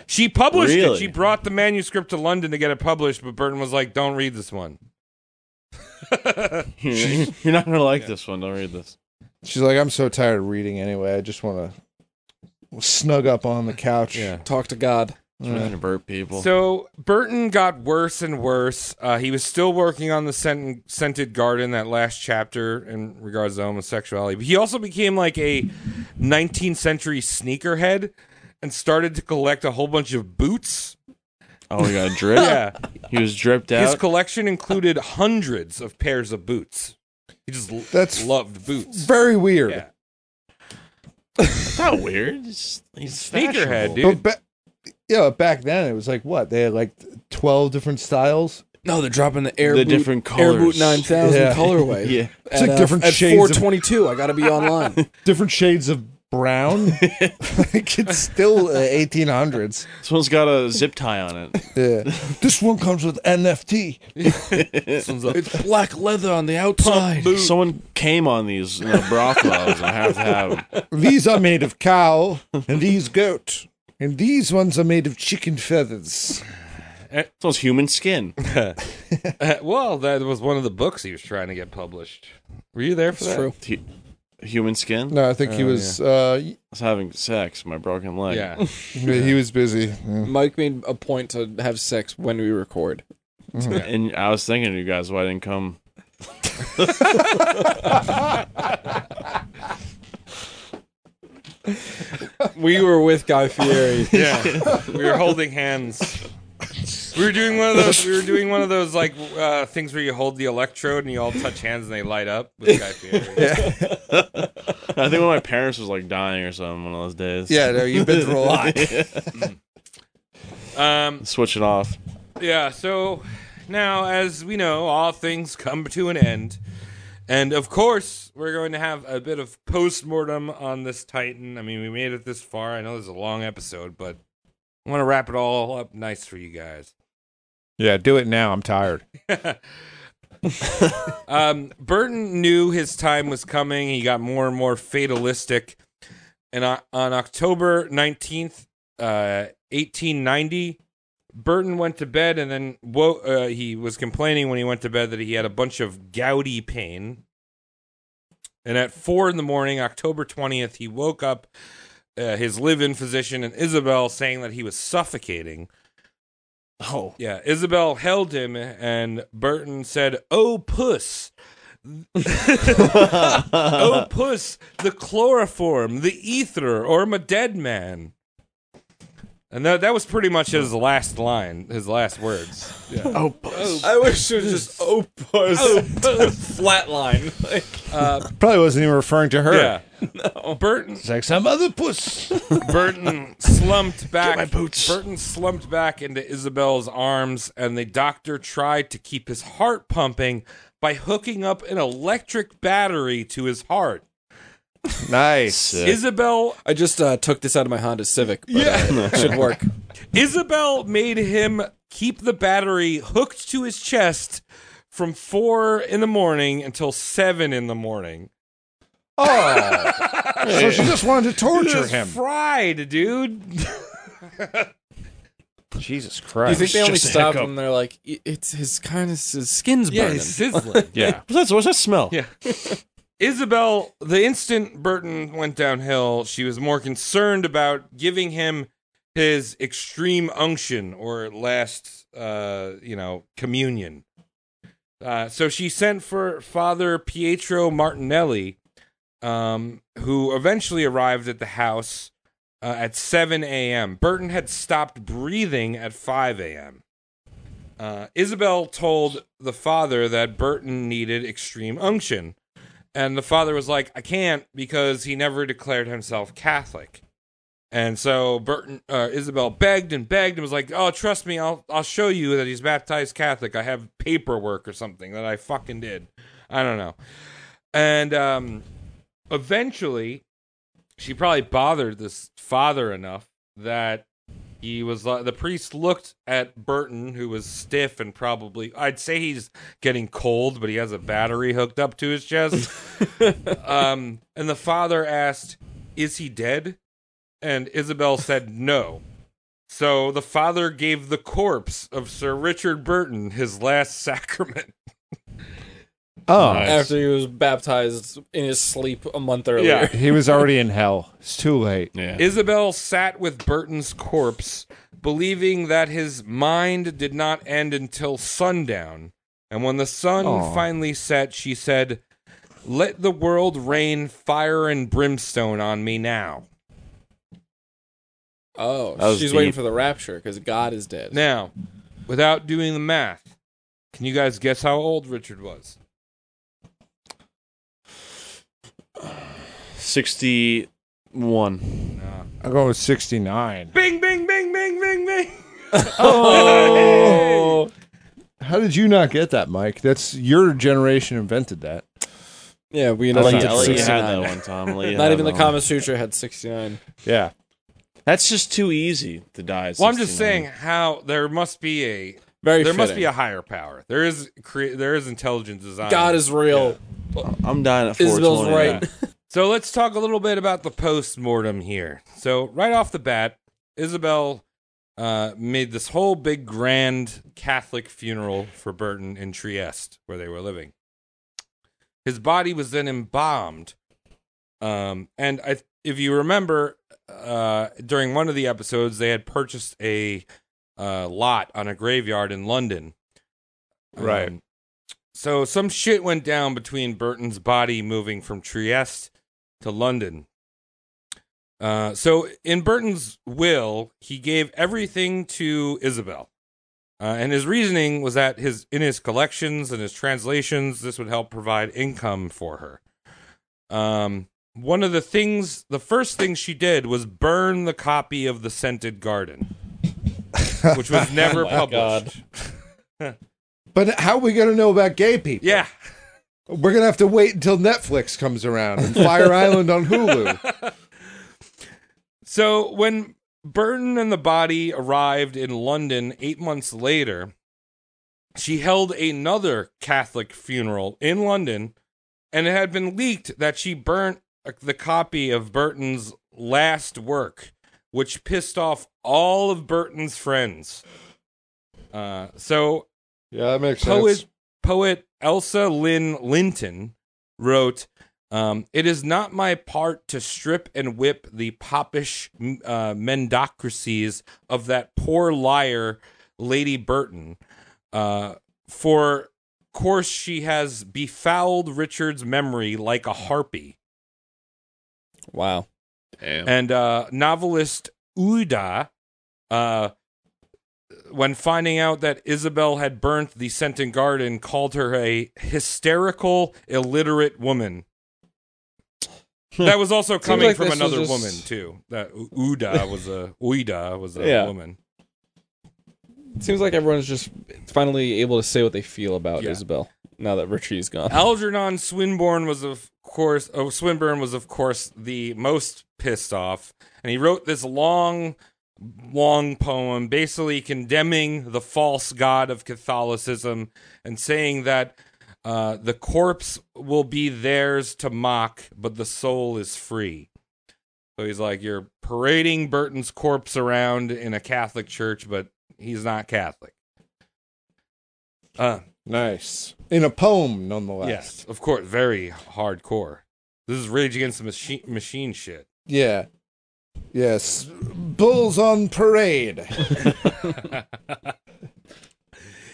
Speaker 9: She published
Speaker 5: Really?
Speaker 9: it. She brought the manuscript to London to get it published, but Burton was like, "Don't read this one."
Speaker 5: You're not gonna like this one. Don't read this.
Speaker 7: She's like, I'm so tired of reading anyway. I just want to snug up on the couch.
Speaker 9: Yeah.
Speaker 8: Talk to God.
Speaker 5: It's gonna convert people.
Speaker 9: So Burton got worse and worse. Uh, he was still working on the scent- scented garden, that last chapter in regards to homosexuality. But he also became like a 19th century sneakerhead and started to collect a whole bunch of boots.
Speaker 5: oh, he got dripped.
Speaker 9: Yeah,
Speaker 5: He was dripped
Speaker 9: his
Speaker 5: out.
Speaker 9: collection included hundreds of pairs of boots. He just l-
Speaker 7: That's
Speaker 9: loved boots.
Speaker 7: Very weird.
Speaker 9: Yeah.
Speaker 5: It's not weird. He's, he's
Speaker 9: Sneakerhead,
Speaker 5: fashionable.
Speaker 9: dude.
Speaker 7: But ba- yeah, back then it was like what? They had like 12 different styles.
Speaker 8: No, they're dropping the air
Speaker 5: The
Speaker 8: boot,
Speaker 5: different
Speaker 8: air boot
Speaker 5: colors.
Speaker 8: nine thousand
Speaker 3: Yeah.
Speaker 8: colorway.
Speaker 5: Yeah.
Speaker 3: It's like different
Speaker 8: at
Speaker 3: shades of-
Speaker 8: four twenty two. I got to be online.
Speaker 3: Different shades of brown. like it's still uh, 1800s.
Speaker 5: This one's got a zip tie on it.
Speaker 3: Yeah. This one comes with NFT.
Speaker 8: it's black leather on the outside.
Speaker 5: Someone came on these in a broth gloves. I have to have 'em.
Speaker 3: These are made of cow, and these goat, and these ones are made of chicken feathers.
Speaker 5: This one's human skin.
Speaker 9: Uh, well, that was one of the books he was trying to get published. Were you there for that?
Speaker 8: True.
Speaker 5: Hu- human skin? I
Speaker 3: No, I think
Speaker 7: Oh,
Speaker 3: he was uh,
Speaker 5: was having sex, my broken leg.
Speaker 9: Yeah.
Speaker 3: he was busy.
Speaker 8: Mike made a point to have sex when we record.
Speaker 5: And I was thinking of you guys why I didn't come.
Speaker 8: We were with Guy Fieri.
Speaker 9: yeah. We were holding hands. We were doing one of those. We were doing one of those like uh, things where you hold the electrode and you all touch hands and they light up. With Guy Fieri.
Speaker 5: I think one of my parents was like dying or something one of those days.
Speaker 3: Yeah, no, you've been through a lot.
Speaker 9: Um.
Speaker 5: Switch it off.
Speaker 9: Yeah. So now, as we know, all things come to an end, and of course, we're going to have a bit of postmortem on this Titan. I mean, we made it this far. I know this is a long episode, but I want to wrap it all up nice for you guys.
Speaker 3: Yeah, do it now. I'm tired.
Speaker 9: Um, Burton knew his time was coming. He got more and more fatalistic. And on, on October 19th, uh, 1890, Burton went to bed and then wo- uh, he was complaining when he went to bed that he had a bunch of gouty pain. And at four in the morning, October 20th, he woke up uh, his live in physician and Isabel saying that he was suffocating.
Speaker 5: Oh.
Speaker 9: Yeah, Isabel held him, and Burton said, "Oh, puss." oh, puss! The chloroform, the ether, or I'm a dead man. And that, that was pretty much his last line, his last words. Yeah.
Speaker 8: I wish it was just opus. Oh, Flatline.
Speaker 3: Probably wasn't even referring to her.
Speaker 9: yeah. Burton
Speaker 3: It's like some other puss.
Speaker 9: Burton slumped back.
Speaker 5: my boots.
Speaker 9: Burton slumped back into Isabel's arms, and the doctor tried to keep his heart pumping by hooking up an electric battery to his heart.
Speaker 3: nice.
Speaker 5: Sick.
Speaker 9: Isabel
Speaker 8: I just uh, took this out of my Honda Civic. But, yeah, should work.
Speaker 9: Isabel made him keep the battery hooked to his chest from four in the morning until seven in the morning.
Speaker 3: Oh. so she just wanted to torture
Speaker 9: Just
Speaker 3: him.
Speaker 9: fried, dude.
Speaker 3: Jesus
Speaker 8: You
Speaker 3: Christ.
Speaker 8: think they only
Speaker 5: Just a
Speaker 8: stop
Speaker 5: hiccup.
Speaker 8: him? They're like, "I- it's his kind of his skin's
Speaker 9: Yeah,
Speaker 8: burning.
Speaker 9: he's sizzling.
Speaker 3: yeah.
Speaker 5: What's that, what's that smell?
Speaker 9: Yeah. Isabel, the instant Burton went downhill, she was more concerned about giving him his extreme unction or last, uh, you know, communion. Uh, so she sent for Father Pietro Martinelli, um, who eventually arrived at the house uh, at 7 a.m. Burton had stopped breathing at 5 a.m. Uh, Isabel told the father that Burton needed extreme unction. And the father was like, I can't because he never declared himself Catholic. And so Burton, uh, Isabel begged and begged and was like, "Oh, trust me, I'll I'll show you that he's baptized Catholic. I have paperwork or something that I fucking did. I don't know." And um, eventually, she probably bothered this father enough that he was like the priest looked at Burton, who was stiff and probably I'd say he's getting cold, but he has a battery hooked up to his chest. um, and the father asked, "Is he dead?" And Isabel said, "No." So the father gave the corpse of Sir Richard Burton his last sacrament.
Speaker 3: Oh.
Speaker 8: After he was baptized in his sleep a month earlier.
Speaker 9: Yeah.
Speaker 3: He was already in hell. It's too late.
Speaker 5: Yeah.
Speaker 9: Isabel sat with Burton's corpse, believing that his mind did not end until sundown. And when the sun
Speaker 3: Aw.
Speaker 9: finally set, she said, Let the world rain fire and brimstone on me now.
Speaker 5: That
Speaker 8: Oh,
Speaker 5: was
Speaker 8: she's waiting
Speaker 5: deep.
Speaker 8: for the rapture because God is dead.
Speaker 9: Now, without doing the math, can you guys guess how old Richard was?
Speaker 5: 61.
Speaker 3: I'm going with 69.
Speaker 9: Bing, bing, bing, bing, bing, bing.
Speaker 8: Oh,
Speaker 7: How did you not get that, Mike? That's your generation invented that.
Speaker 8: Yeah, we
Speaker 5: I'll
Speaker 8: know.
Speaker 5: let you,
Speaker 8: that.
Speaker 5: I'll let you have
Speaker 8: 69.
Speaker 5: that one, Tom. I'll let you
Speaker 8: Not
Speaker 5: have
Speaker 8: even the
Speaker 5: that one.
Speaker 8: Kama Sutra had 69.
Speaker 7: Yeah.
Speaker 5: That's just too easy to die. at
Speaker 9: Well, I'm
Speaker 5: 69.
Speaker 9: just saying how there must be a
Speaker 8: Very
Speaker 9: there must
Speaker 8: fitting.
Speaker 9: be a higher power. There is cre- there is intelligent design.
Speaker 8: God is real.
Speaker 5: I'm dying at
Speaker 8: Isabel's
Speaker 5: 420.
Speaker 8: right.
Speaker 9: So let's talk a little bit about the post-mortem here. So right off the bat, Isabel uh, made this whole big grand Catholic funeral for Burton in Trieste, where they were living. His body was then embalmed, um, and I, if you remember, uh, during one of the episodes, they had purchased a uh, lot on a graveyard in London.
Speaker 7: Right.
Speaker 9: Um, so some shit went down between Burton's body moving from Trieste to London. Uh, so in Burton's will, he gave everything to Isabel. Uh, and his reasoning was that his in his collections and his translations, this would help provide income for her. Um, one of the things, the first thing she did was burn the copy of The Scented Garden, which was never published.
Speaker 7: But how are we going to know about gay people?
Speaker 9: Yeah.
Speaker 7: We're going to have to wait until Netflix comes around and Fire Island on Hulu.
Speaker 9: So when Burton and the body arrived in London eight months later, she held another Catholic funeral in London, and it had been leaked that she burnt uh, the copy of Burton's last work, which pissed off all of Burton's friends. Uh, so
Speaker 7: Yeah, that makes
Speaker 9: poet
Speaker 7: sense.
Speaker 9: poet Elsa Lynn Linton wrote, um, "It is not my part to strip and whip the popish m- uh, mendocracies of that poor liar, Lady Burton, uh, for course she has befouled Richard's memory like a harpy."
Speaker 8: Wow.
Speaker 9: And uh, novelist Uda, uh, when finding out that Isabel had burnt the Scented Garden, called her a hysterical, illiterate woman. That was also
Speaker 8: Hmm.
Speaker 9: coming
Speaker 8: like
Speaker 9: from
Speaker 8: this was
Speaker 9: another
Speaker 8: just-
Speaker 9: woman too. That U- Uda was a Uida was a
Speaker 8: Yeah.
Speaker 9: woman.
Speaker 8: It seems like everyone's just finally able to say what they feel about
Speaker 9: Yeah.
Speaker 8: Isabel now that Richie's gone.
Speaker 9: Algernon Swinburne was of course oh, Swinburne was of course the most pissed off and he wrote this long long poem basically condemning the false god of Catholicism and saying that uh, the corpse will be theirs to mock but the soul is free. So he's like you're parading Burton's corpse around in a Catholic church but he's not Catholic. Uh
Speaker 7: nice. In a poem, nonetheless.
Speaker 9: Yes, of course, very hardcore. This is Rage Against the Machine machine shit.
Speaker 7: Yeah. Yes. Bulls on parade.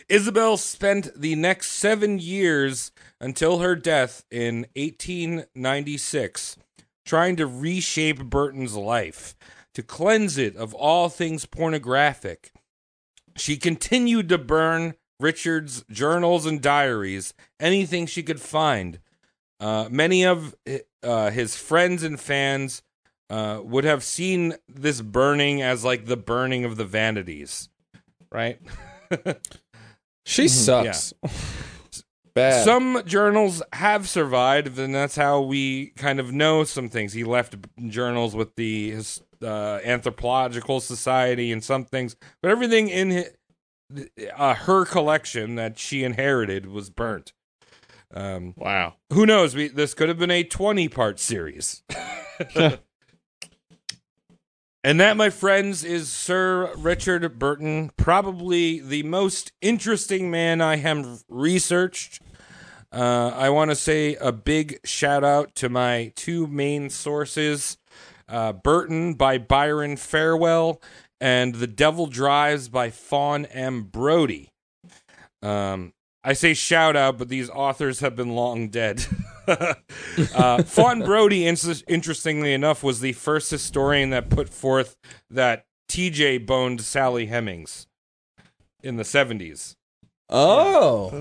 Speaker 9: Isabel spent the next seven years until her death in 1896 trying to reshape Burton's life, to cleanse it of all things pornographic. She continued to burn Richard's journals and diaries, anything she could find. Uh, many of uh, his friends and fans uh, would have seen this burning as like the burning of the vanities, right?
Speaker 8: She sucks.
Speaker 7: Bad.
Speaker 9: Some journals have survived, and that's how we kind of know some things. He left journals with the his, uh, anthropological society and some things, but everything in hi uh, her collection that she inherited was burnt. Um,
Speaker 5: Wow.
Speaker 9: who knows? We, this could have been a 20 part series. and that, my friends, is Sir Richard Burton, probably the most interesting man I have researched. Uh, I want to say a big shout out to my two main sources uh, Burton by Byron Farewell and The Devil Drives by Fawn M. Brody. Um, I say shout out, but these authors have been long dead. uh, Fawn Brody, ins- interestingly enough, was the first historian that put forth that TJ boned Sally Hemings in the 70s.
Speaker 8: Oh.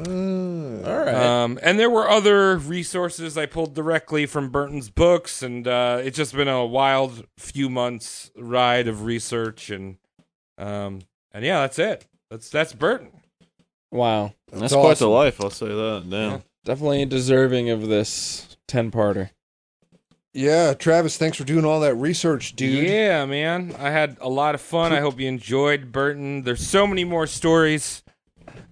Speaker 8: All right.
Speaker 5: Uh,
Speaker 9: Um, and there were other resources I pulled directly from Burton's books, and uh, it's just been a wild few months ride of research, and um, and yeah, that's it. That's that's Burton.
Speaker 8: Wow.
Speaker 5: That's, quite the life, I'll say that.
Speaker 9: Yeah.
Speaker 5: Damn.
Speaker 8: Definitely deserving of this 10 parter.
Speaker 7: Yeah, Travis, thanks for doing all that research, dude.
Speaker 9: Yeah, man. I had a lot of fun. I hope you enjoyed Burton. There's so many more stories.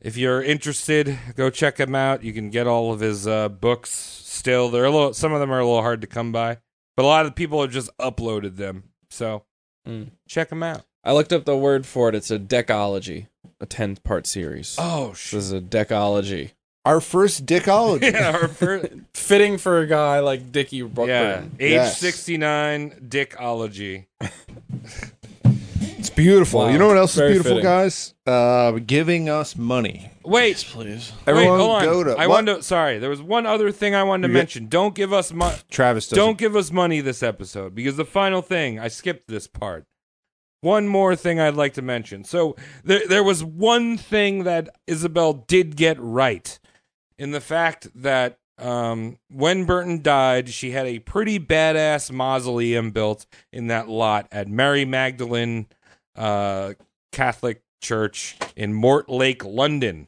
Speaker 9: If you're interested, go check him out. You can get all of his uh, books still. They're a little some of them are a little hard to come by, but a lot of the people have just uploaded them. So
Speaker 8: Mm.
Speaker 9: check them out.
Speaker 8: I looked up the word for it. It's a decology, a 10 part series.
Speaker 9: Oh
Speaker 8: This is a decology.
Speaker 7: Our first dickology.
Speaker 9: yeah, our first,
Speaker 8: Fitting for a guy like Dickie Buckburn.
Speaker 9: yeah. Age
Speaker 7: Yes.
Speaker 9: 69 Dickology.
Speaker 7: It's beautiful.
Speaker 8: Wow.
Speaker 7: You know what else
Speaker 8: Very
Speaker 7: is beautiful,
Speaker 8: fitting.
Speaker 7: guys? Uh, giving us money.
Speaker 9: Wait,
Speaker 5: Please.
Speaker 9: wait,
Speaker 7: Everyone
Speaker 9: hold on.
Speaker 7: go to-
Speaker 9: I
Speaker 7: what?
Speaker 9: wanted to, sorry, there was one other thing I wanted to
Speaker 7: You get-
Speaker 9: mention. Don't give us money.
Speaker 7: Travis doesn't.
Speaker 9: Don't give us money this episode because the final thing, I skipped this part. One more thing I'd like to mention. So there there was one thing that Isabel did get right in the fact that um, when Burton died, she had a pretty badass mausoleum built in that lot at Mary Magdalene uh, Catholic Church in Mortlake, London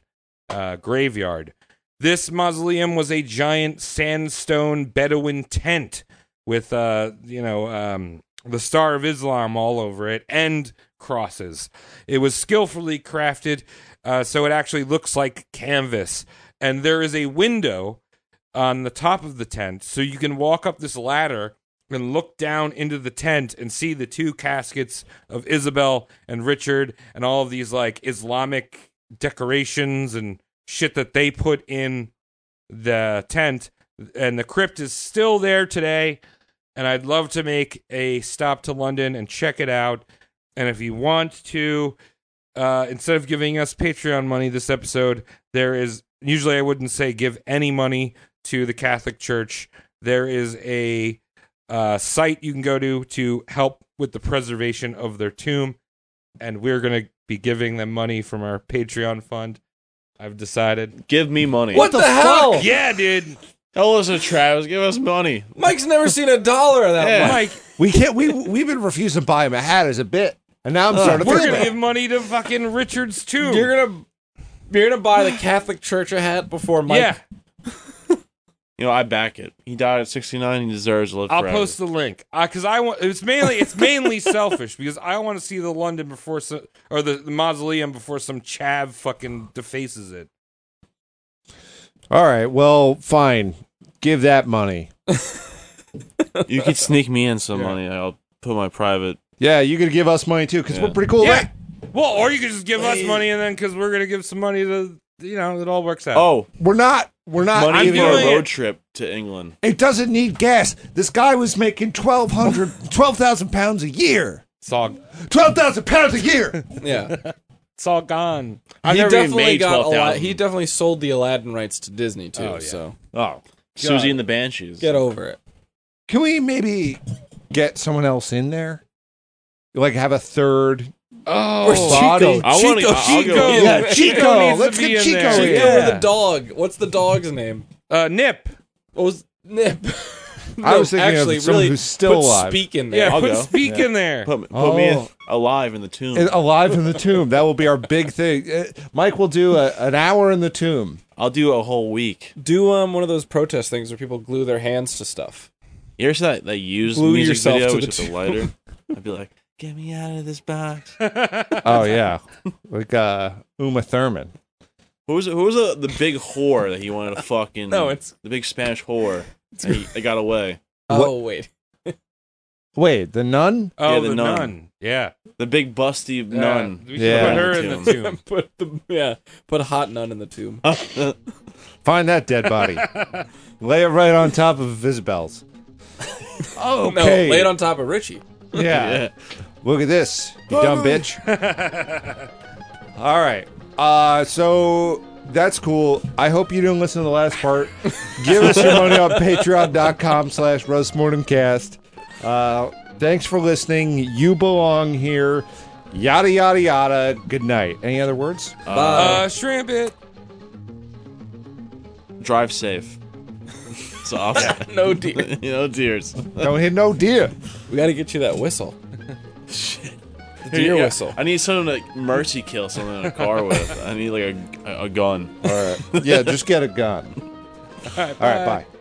Speaker 9: uh, graveyard. This mausoleum was a giant sandstone Bedouin tent with, uh, you know, um, the Star of Islam all over it and crosses. It was skillfully crafted, uh, so it actually looks like canvas. And there is a window on the top of the tent, so you can walk up this ladder and look down into the tent and see the two caskets of Isabel and Richard and all of these like Islamic decorations and shit that they put in the tent and the crypt is still there today and I'd love to make a stop to London and check it out and if you want to uh instead of giving us Patreon money this episode there is usually I wouldn't say give any money to the Catholic Church there is a uh site you can go to to help with the preservation of their tomb and we're going to be giving them money from our Patreon fund I've decided.
Speaker 5: Give me money.
Speaker 8: What, the, hell?
Speaker 9: Yeah, dude.
Speaker 5: Hell listen, Travis, give us money.
Speaker 8: Mike's never seen a dollar of that
Speaker 5: Yeah.
Speaker 8: much.
Speaker 9: Mike,
Speaker 7: We can't. We we've been refusing to buy him a hat as a bit, and now I'm starting to
Speaker 9: we're
Speaker 7: feel
Speaker 9: gonna
Speaker 7: bad.
Speaker 9: give money to fucking Richards too.
Speaker 8: You're gonna you're gonna buy the Catholic Church a hat before Mike.
Speaker 9: yeah,
Speaker 5: You know, I back it. He died at 69. He deserves to live
Speaker 9: I'll
Speaker 5: forever.
Speaker 9: post the link because I want. It's mainly it's mainly selfish because I want to see the London before some, or the, the mausoleum before some chav fucking defaces it.
Speaker 7: All right. Well, fine. Give that money.
Speaker 5: you could sneak me in some money. I'll put my private.
Speaker 7: Yeah, you could give us money too, because
Speaker 5: Yeah.
Speaker 7: we're pretty cool.
Speaker 9: Yeah. Well, or you could just give us money and then because we're gonna give some money to you know it all works out.
Speaker 5: Oh,
Speaker 7: We're not. We're not.
Speaker 5: money for
Speaker 7: giving-
Speaker 5: a
Speaker 9: doing
Speaker 5: road
Speaker 9: it.
Speaker 5: trip to England.
Speaker 7: It doesn't need gas. This guy was making 1,200 12,000 pounds a year.
Speaker 9: it's all
Speaker 7: Twelve thousand pounds a year.
Speaker 8: yeah.
Speaker 9: it's all gone.
Speaker 5: I've
Speaker 8: he
Speaker 5: never even
Speaker 8: definitely
Speaker 5: made
Speaker 8: got a lot.
Speaker 5: 12,000.
Speaker 8: He definitely sold the Aladdin rights to Disney too. So
Speaker 7: oh.
Speaker 5: Susie and the Banshees.
Speaker 8: get over it.
Speaker 7: Can we maybe get someone else in there? Like have a third.
Speaker 9: Oh,
Speaker 8: Where's
Speaker 7: body.
Speaker 8: Chico?
Speaker 5: I want to.
Speaker 8: Chico,
Speaker 5: I'll
Speaker 9: Chico.
Speaker 5: go.
Speaker 8: Yeah.
Speaker 9: Chico needs to
Speaker 7: Let's
Speaker 9: be
Speaker 7: get
Speaker 9: in
Speaker 7: Chico
Speaker 9: there.
Speaker 7: in.
Speaker 8: Chico
Speaker 7: Yeah.
Speaker 8: the dog. What's the dog's name?
Speaker 9: uh, Nip.
Speaker 8: What was Nip?
Speaker 7: I was thinking of someone who's still
Speaker 8: put
Speaker 7: alive.
Speaker 8: Speak in there.
Speaker 9: Yeah,
Speaker 5: I'll
Speaker 9: put
Speaker 5: go.
Speaker 9: speak
Speaker 5: Yeah.
Speaker 9: in there.
Speaker 5: Put, me- put me in
Speaker 7: Oh.
Speaker 5: alive in the tomb.
Speaker 8: oh.
Speaker 7: And alive in the tomb. That will be our big thing. Uh, Mike will do a, an hour in the tomb.
Speaker 5: I'll do a whole week.
Speaker 8: Do um one of those protest things where people glue their hands to stuff.
Speaker 5: You ever see that that used
Speaker 8: Glue
Speaker 5: music
Speaker 8: yourself
Speaker 5: video
Speaker 8: to
Speaker 5: with
Speaker 8: the
Speaker 5: the lighter? I'd be like, "Get me out of this box."
Speaker 7: Oh yeah, like uh, Uma Thurman.
Speaker 5: Who was who was the, the big whore that he wanted to fucking?
Speaker 8: No, it's-
Speaker 5: the big Spanish whore. And he, they got away.
Speaker 8: Oh wait,
Speaker 7: Wait, the nun?
Speaker 9: Oh,
Speaker 5: Yeah,
Speaker 9: the,
Speaker 5: the nun.
Speaker 9: nun. Yeah.
Speaker 5: The big busty
Speaker 9: Yeah,
Speaker 5: nun.
Speaker 9: We should
Speaker 7: Yeah.
Speaker 9: put her in the
Speaker 5: Tomb.
Speaker 9: tomb.
Speaker 8: put the yeah put hot nun in the tomb.
Speaker 7: Find that dead body. Lay it right on top of Isabel's. Okay.
Speaker 8: No, lay it on top of Richie.
Speaker 7: Yeah. Look at this, you dumb bitch. All right. Uh, so that's cool. I hope you didn't listen to the last part. Give us your money on patreon.com slash roastmortemcast. Uh, thanks for listening. You belong here. Yada, yada, yada. Good night. Any other words?
Speaker 9: Uh, shrimp it.
Speaker 5: Drive safe. It's off.
Speaker 8: No dear,
Speaker 5: you know, deers.
Speaker 7: Don't hit no deer.
Speaker 8: we got to get you that whistle. The deer
Speaker 5: Yeah,
Speaker 8: whistle.
Speaker 5: I need something to mercy kill someone in a car with. I need like a, a gun.
Speaker 7: All right. Yeah, just get a gun. All right, bye.